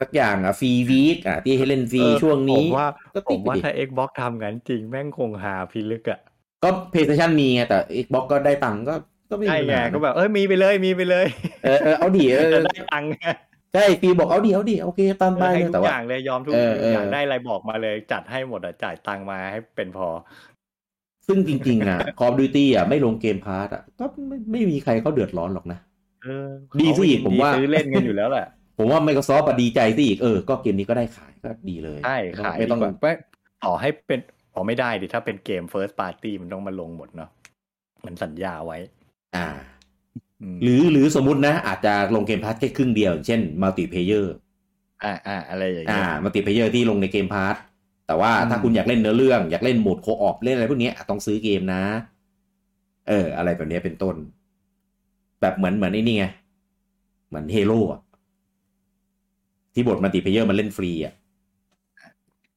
สักอย่างอ่ะฟรีวีคอ่ะ ที่ให้เล่นฟรี
เออ
ช่วง
ผ
นี้
มว่า
ก็
ผ
ติ๊ก
ม
ไป
ว่า
ดิ
ถ้า Xbox ทำงั้นจริงแม่งคงหาพิลึกอะ
ก็ PlayStation มีไงแต่ Xbox ก็ได้ตังค์ก็ ก็ไม่
ใช่
มีปัญ
ไง
หา
ก็แบบเอ้ยมีไปเลยมีไป เลย
เออเออเอาดิเออ
จะ ได้ตังค์ไง
ใช่ฟรีบอกเอาดิเอาดิโอเค ตามไป
ให้
เลย
ทุ
แต่
กอ
ว่า
ย่างเลยยอมทุก
เอ
อ
อเอออ
ย่างได้อะไรบอกมาเลยจัดให้หมดอะจ่ายตังค์มาให้เป็นพอ
ซึ่งจริงๆอ่ะ Call of Duty อ่ะ ไม่ลงเกมพาร์ตอ่ะ ก็ไม่ไม่มีใครเขาเดือดร้อนหรอกนะ
เออ
ดีสิ
เขยิน
ผมว่า
ซื้อเล่นกันอยู่แล้วแหละ
ผมว่า Microsoft อะดีใจสิอีกเออ ก็เกมนี้ก็ได้ขายก็ดีเลย
ใช่ขาย
ไม่
ดี
ต้อง
กว่าไม่ต่อให้เป็นอ๋อไม่ได้ดิถ้าเป็นเกม first party มันต้องมาลงหมดเนาะมันสัญญาไว้
อ่า
อืม
หรือหรือสมมตินะ อาจจะลงเกมพาร์ตแค่ครึ่งเดียวอย่างเช่นมัลติเพเยอร์
อ่าอ่าอะไรอย่างเงี้
อ่าย มัลติเพเยอร์ที่ลงในเกมพาร์ทแต่ว่า
อืม
ถ้าคุณอยากเล่นเนื้อเรื่อง อยากเล่นโหมดโคออปเล่นอะไรพวกเนี้ยอ่ะต้องซื้อเกมนะ เออ อะไรแบบเนี้ยเป็นต้น แบบเหมือนเหมือนไอ้นี่ไง เหมือนเฮโร่อะที่บทมัลติเพเยอร์มันเล่นฟรีอ่ะ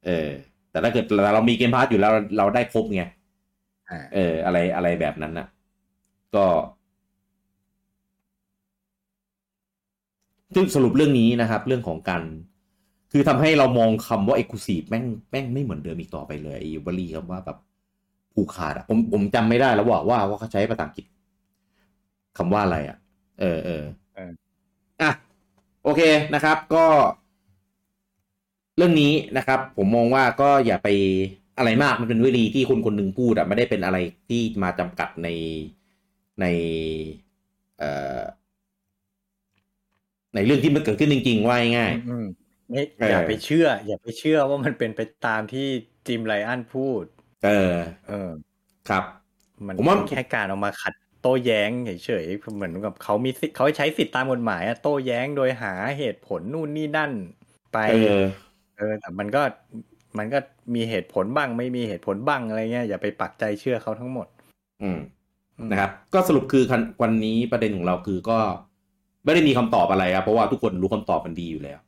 เออ แต่ถ้าเกิดเราเรามีเกมพาร์ทอยู่แล้วเราเราได้ครบไง
อ่า
เออ อะไรอะไรแบบนั้นน่ะ ก็ซึ่งสรุปเรื่องนี้นะครับ เรื่องของการคือทำให้เรามองคำว่า exclusive แม่งแม่งไม่เหมือนเดิมอีกต่อไปเลยไอ้วลีคำว่าแบบผูกขาดอะผมผมจำไม่ได้แล้วว่าว่าว่าเขาใช้ภาษาอังกฤษคำว่าอะไรอะเออเอออ่ะ โอเคนะครับ ก็ เรื่องนี้นะครับ ผมมองว่าก็อย่าไปอะไรมากมันเป็นวิธีที่คนคนหนึ่งพูดอะไม่ได้เป็นอะไรที่มาจำกัดในในเอ่อในเรื่องที่มันเกิดขึ้นจริง ๆ ว่าง่าย
อืมไม่
เอออ
อย่าไปเชื่อ อย่าไปเชื่อว่ามันเป็นไปตามที่จิมไลอันพูด
ๆเออ
เออ
ครับ
มัน
ผมว่า
เป็นแค่การเอามาขัดโต้แย้งเฉยๆเหมือนกับเขามีสิทธิ์เขาใช้สิทธิ์ตามกฎหมายอะโต้แย้งโดยหาเหตุผลนู่นนี่นั่น ไป
เออ
เออ แต่มันก็มันก็มีเหตุผลบ้าง ไม่มีเหตุผลบ้างอะไรเงี้ยอย่าไปปักใจเชื่อเขาทั้งหมด
อืม นะครับก็สรุปคือคันวันนี้ประเด็นของเราคือก็ไม่ได้มีคำตอบอะไรครับเพราะว่าทุกคนรู้คำตอบมันดีอยู่แล้ว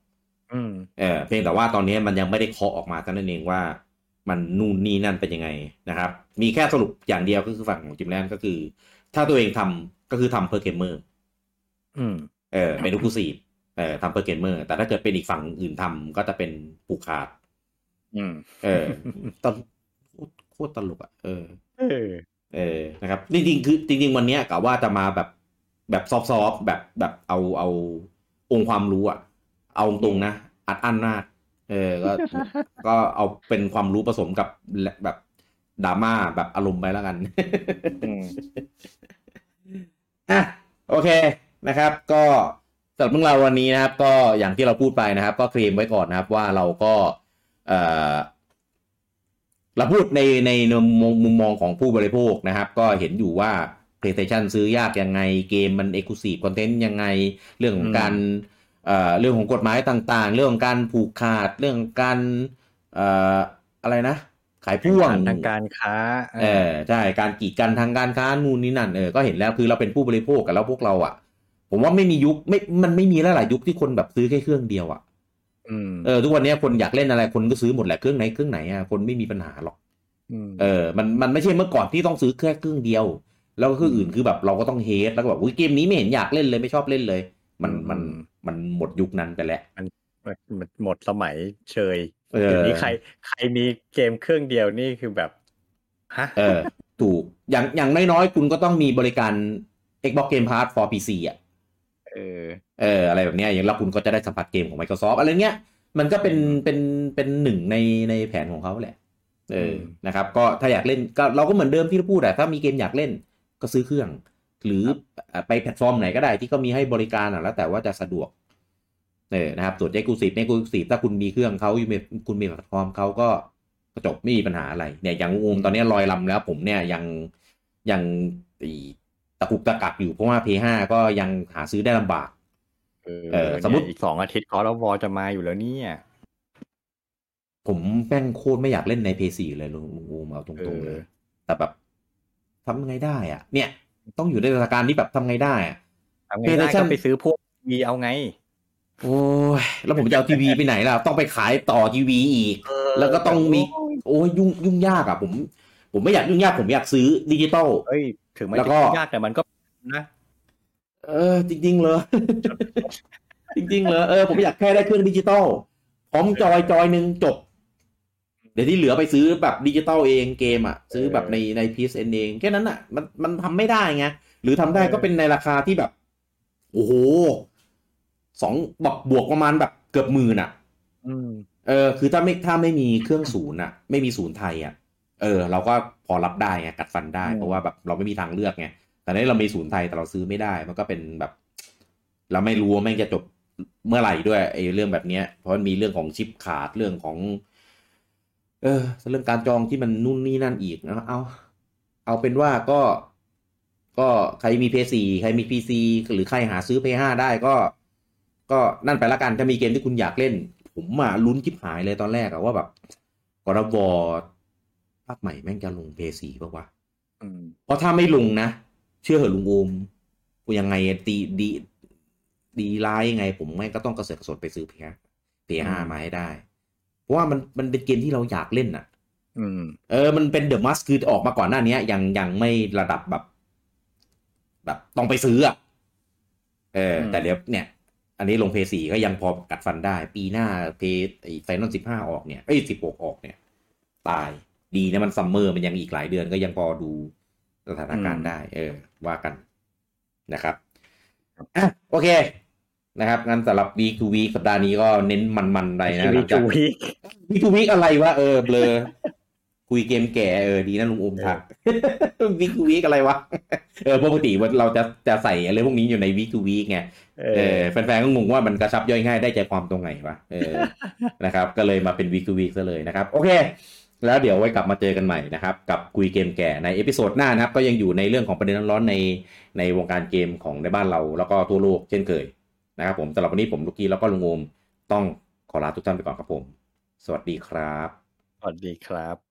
อืม
เออเพียงแต่ว่าตอนนี้มันยังไม่ได้เคาะออกมาเท่านั้นเองว่า มันนู่นนี่นั่นเป็นยังไงนะครับ มีแค่สรุปอย่างเดียวก็คือฝั่งของจิมแลนก็คือ ถ้าตัวเองทำก็คือทำเพอร์เกมเมอร์
อืม
เออเป็นลูกคูซีเออทำเพอร์เกมเมอร์แต่ถ้าเกิดเป็นอีกฝั่งอื่นทำก็จะเป็นผูกขาด
อืม
เออ ตลกโคตรโคตรตลกอ่ะเออ
เออ
เออ นะครับ จริงๆ คือจริงๆ วันเนี้ยกะว่าจะมาแบบแบบซอฟต์ๆแบบแบบเอาเอาองค์ความรู้อะเอาตรงๆนะ อัดอั้นมากเออ ก็ ก็เอาเป็นความรู้ผสมกับและแบบดราม่าแบบอารมณ์ไปแล้วกัน
อืม
อ่ะโอเคนะครับ ก็สำหรับเรื่องเราววันนี้นะครับ ก็อย่างที่เราพูดไปนะครับ ก็เคลมไว้ก่อนนะครับ ว่าเราก็เอ่อเราพูดในในมุมมองของผู้บริโภคนะครับ ก็เห็นอยู่ว่า PlayStation ซื้อยากยังไงเกมมัน Exclusive Content ยังไง เรื่องของการเอ่อเรื่องของกฎหมายต่างๆ เรื่องของการผูกขาดเรื่องของการเอ่ออะไรนะ ขายพ่วง
ทางการค้า
เออใช่การกีดกันทางการค้านู่นนี่นั่นเออก็เห็นแล้วคือเราเป็นผู้บริโภคกันแล้วพวกเราอ่ะ ผมว่าไม่มียุคไม่มันไม่มีแล้วหลายยุคที่คนแบบซื้อแค่เครื่องเดียวอ่ะ
อืม
เออทุกวันเนี้ยคนอยากเล่นอะไรคนก็ซื้อหมดแหละเครื่องไหนเครื่องไหนอ่ะคนไม่มีปัญหาหรอก
ม
เออมันมันไม่ใช่เมื่อก่อนที่ต้องซื้อแค่เครื่องเดียว แล้วก็เครื่องอื่นคือแบบเราก็ต้องเฮดแล้วก็แบบอุ้ยเกมนี้ไม่เห็นอยากเล่นเลยไม่ชอบเล่นเลย มันมันมันหมดยุคนั้นไปแล้ว
มันหมดสมัยเชย
เออ
เดี๋ยวนี้ใคร ใครมีเกมเครื่องเดียวนี่คือแบบ ฮะ
เออถูกอย่างอย่างน้อยๆคุณก็ต้องมีบริการ Xbox Game Pass for PC อ่ะ
เออ
เอออะไรแบบเนี้ยอย่างเราคุณก็จะได้สัมผัสเกมของ Microsoft อะไรเงี้ยมันก็เป็นเป็นเป็นหนึ่งในในแผนของเขาแหละ เออ
อืม
นะครับ ก็ถ้าอยากเล่นก็เราก็เหมือนเดิมที่เราพูดอะถ้ามีเกมอยากเล่นก็ซื้อเครื่อง หรือไปแพลตฟอร์มไหนก็ได้ที่ก็มีให้บริการอะแล้วแต่ว่าจะสะดวกเออนะครับส่วนเอ็กซ์คลูซีฟเอ็กซ์คลูซีฟถ้าคุณมีเครื่องเขาอยู่มีคุณมีแพลตฟอร์มเขาก็ก็จบไม่มีปัญหาอะไรเนี่ยอย่างวงตอนเนี้ยลอยลำแล้ว ผมเนี่ยยังยังอีตะกุกตะกักอยู่เพราะว่า P5 ก็ยังหาซื้อได้ลำบาก
เออ
เออสมมุติ
เนี่ยอีกสองอาทิตย์คอร์วอจะมาอยู่แล้วเนี่ย
ผมแม่งโคตรไม่อยากเล่นในเพย์สี่เลยลุงลุงอูมเอาตรงๆเลย
เออ
แต่แบบทำไงได้อะเนี่ย ต้องอยู่ในสถานการณ์ที่แบบทำไงได้อะ
ทำไงได้
PlayStation
ก็ไปซื้อพวกมีเอาไง
โอ้ยแล้วผมจะเอาทีวีไปไหนล่ะ ต้องไปขายต่อทีวีอีก แล้วก็ต้องมี โอ้ยยุ่งยุ่งยากอะผม ผมไม่อยากยุ่งยากผมอยากซื้อดิจิตอล
เอ้ย ถึงไม่
แล้วก็
ยากแต่มันก็นะ
เออ จริง ๆ เลย จริง ๆ เลยเออผมอยากแค่ได้เครื่องดิจิตอลพร้อมจอยจอยหนึ่งจบ เดี๋ยวที่เหลือไปซื้อแบบดิจิตอลเองเกมอ่ะ ซื้อแบบในใน PSN เอง แค่นั้นอ่ะ มันมันทำไม่ได้ไง หรือทำได้ก็เป็นในราคาที่แบบ โอ้โหสองแบบบวกประมาณแบบเกือบหมื่นอ่ะ
อืม
เออคือถ้าไม่ถ้าไม่มีเครื่องศูนย์อ่ะ ไม่มีศูนย์ไทยอ่ะเออ เราก็พอรับได้ไงกัดฟันได้
อืม
เพราะว่าแบบเราไม่มีทางเลือกไงแต่นี่เรามีศูนย์ไทยแต่เราซื้อไม่ได้ มันก็เป็นแบบ เราไม่รู้ว่าแม่งจะจบเมื่อไหร่ด้วยไอ้เรื่องแบบเนี้ยเพราะมันมีเรื่องของชิปขาดเรื่องของ เออเรื่องการจองที่มันนู่นนี่นั่นอีกนะเอา เอาเป็นว่าก็ ก็ใครมี PS4 ใครมี PC หรือใครหาซื้อ PS5 ได้ก็ ก็นั่นไปละกันถ้ามีเกมที่คุณอยากเล่น ผมอ่ะลุ้นจิบหายเลยตอนแรกอะว่าแบบกรบอภาคใหม่แม่งจะลง PS4 ป่าววะ
อืม
เพราะถ้าไม่ลงนะ เชื่อเหอะลุงโอมกูยังไงตีดีดีร้ายยังไง ผมแม่งก็ต้องกระเสือกกระสนไปซื้อ PS5 PS5
อืม
มาให้ได้ เพราะว่ามันมันเป็นเกมที่เราอยากเล่นอะ
อืม
เออ มันเป็นเดอะมัสคือออกมาก่อนหน้านี้ยังยังไม่ระดับแบบ แบบต้องไปซื้ออ่ะ เออ
อืม
แต่เดี๋ยวเนี่ย อันนี้ลงเพย์สี่ก็ยังพอกัดฟันได้ ปีหน้าเพย์ไฟนอลสิบห้าออกเนี่ย เอ้ยสิบหกออกเนี่ย ตาย ดีนะมันซัมเมอร์มันยังอีกหลายเดือนก็ยังพอดูสถานการณ์ได้ เออ ว่ากันนะครับ อ่ะ โอเค นะครับ งั้นสำหรับ week to week สัปดาห์นี้ก็เน้นมันๆไปนะห
วี
ลัง
จู
จาก
วีค
วิกวิกอะไรวะเออเบลอ คุยเกมแก่เออดีนะลุงอมทัก วิกวิกอะไรวะ เออปกติเราจะจะใส่อะไรพวกนี้อยู่ในวิกวิกไง
เอ
เอ
อ
อแฟนๆก็งงว่ามันกระชับย่อยง่ายได้ใจความตรงไหนวะเออ นะครับ ก็เลยมาเป็นวิกวิกซะเลยนะครับ โอเค แล้วเดี๋ยวไว้กลับมาเจอกันใหม่นะครับ กับคุยเกมแก่ในเอพิโซดหน้านะครับ ก็ยังอยู่ในเรื่องของประเด็นร้อนๆในในวงการเกมของในบ้านเรา แล้วก็ทั่วโลกเช่นเคยนะครับ ผมสำหรับวันนี้ผมลูกกี้แล้วก็ลุงอมต้องขอลาทุกท่านไปก่อนครับผม สวัสดีครับ
สวัสดีครับ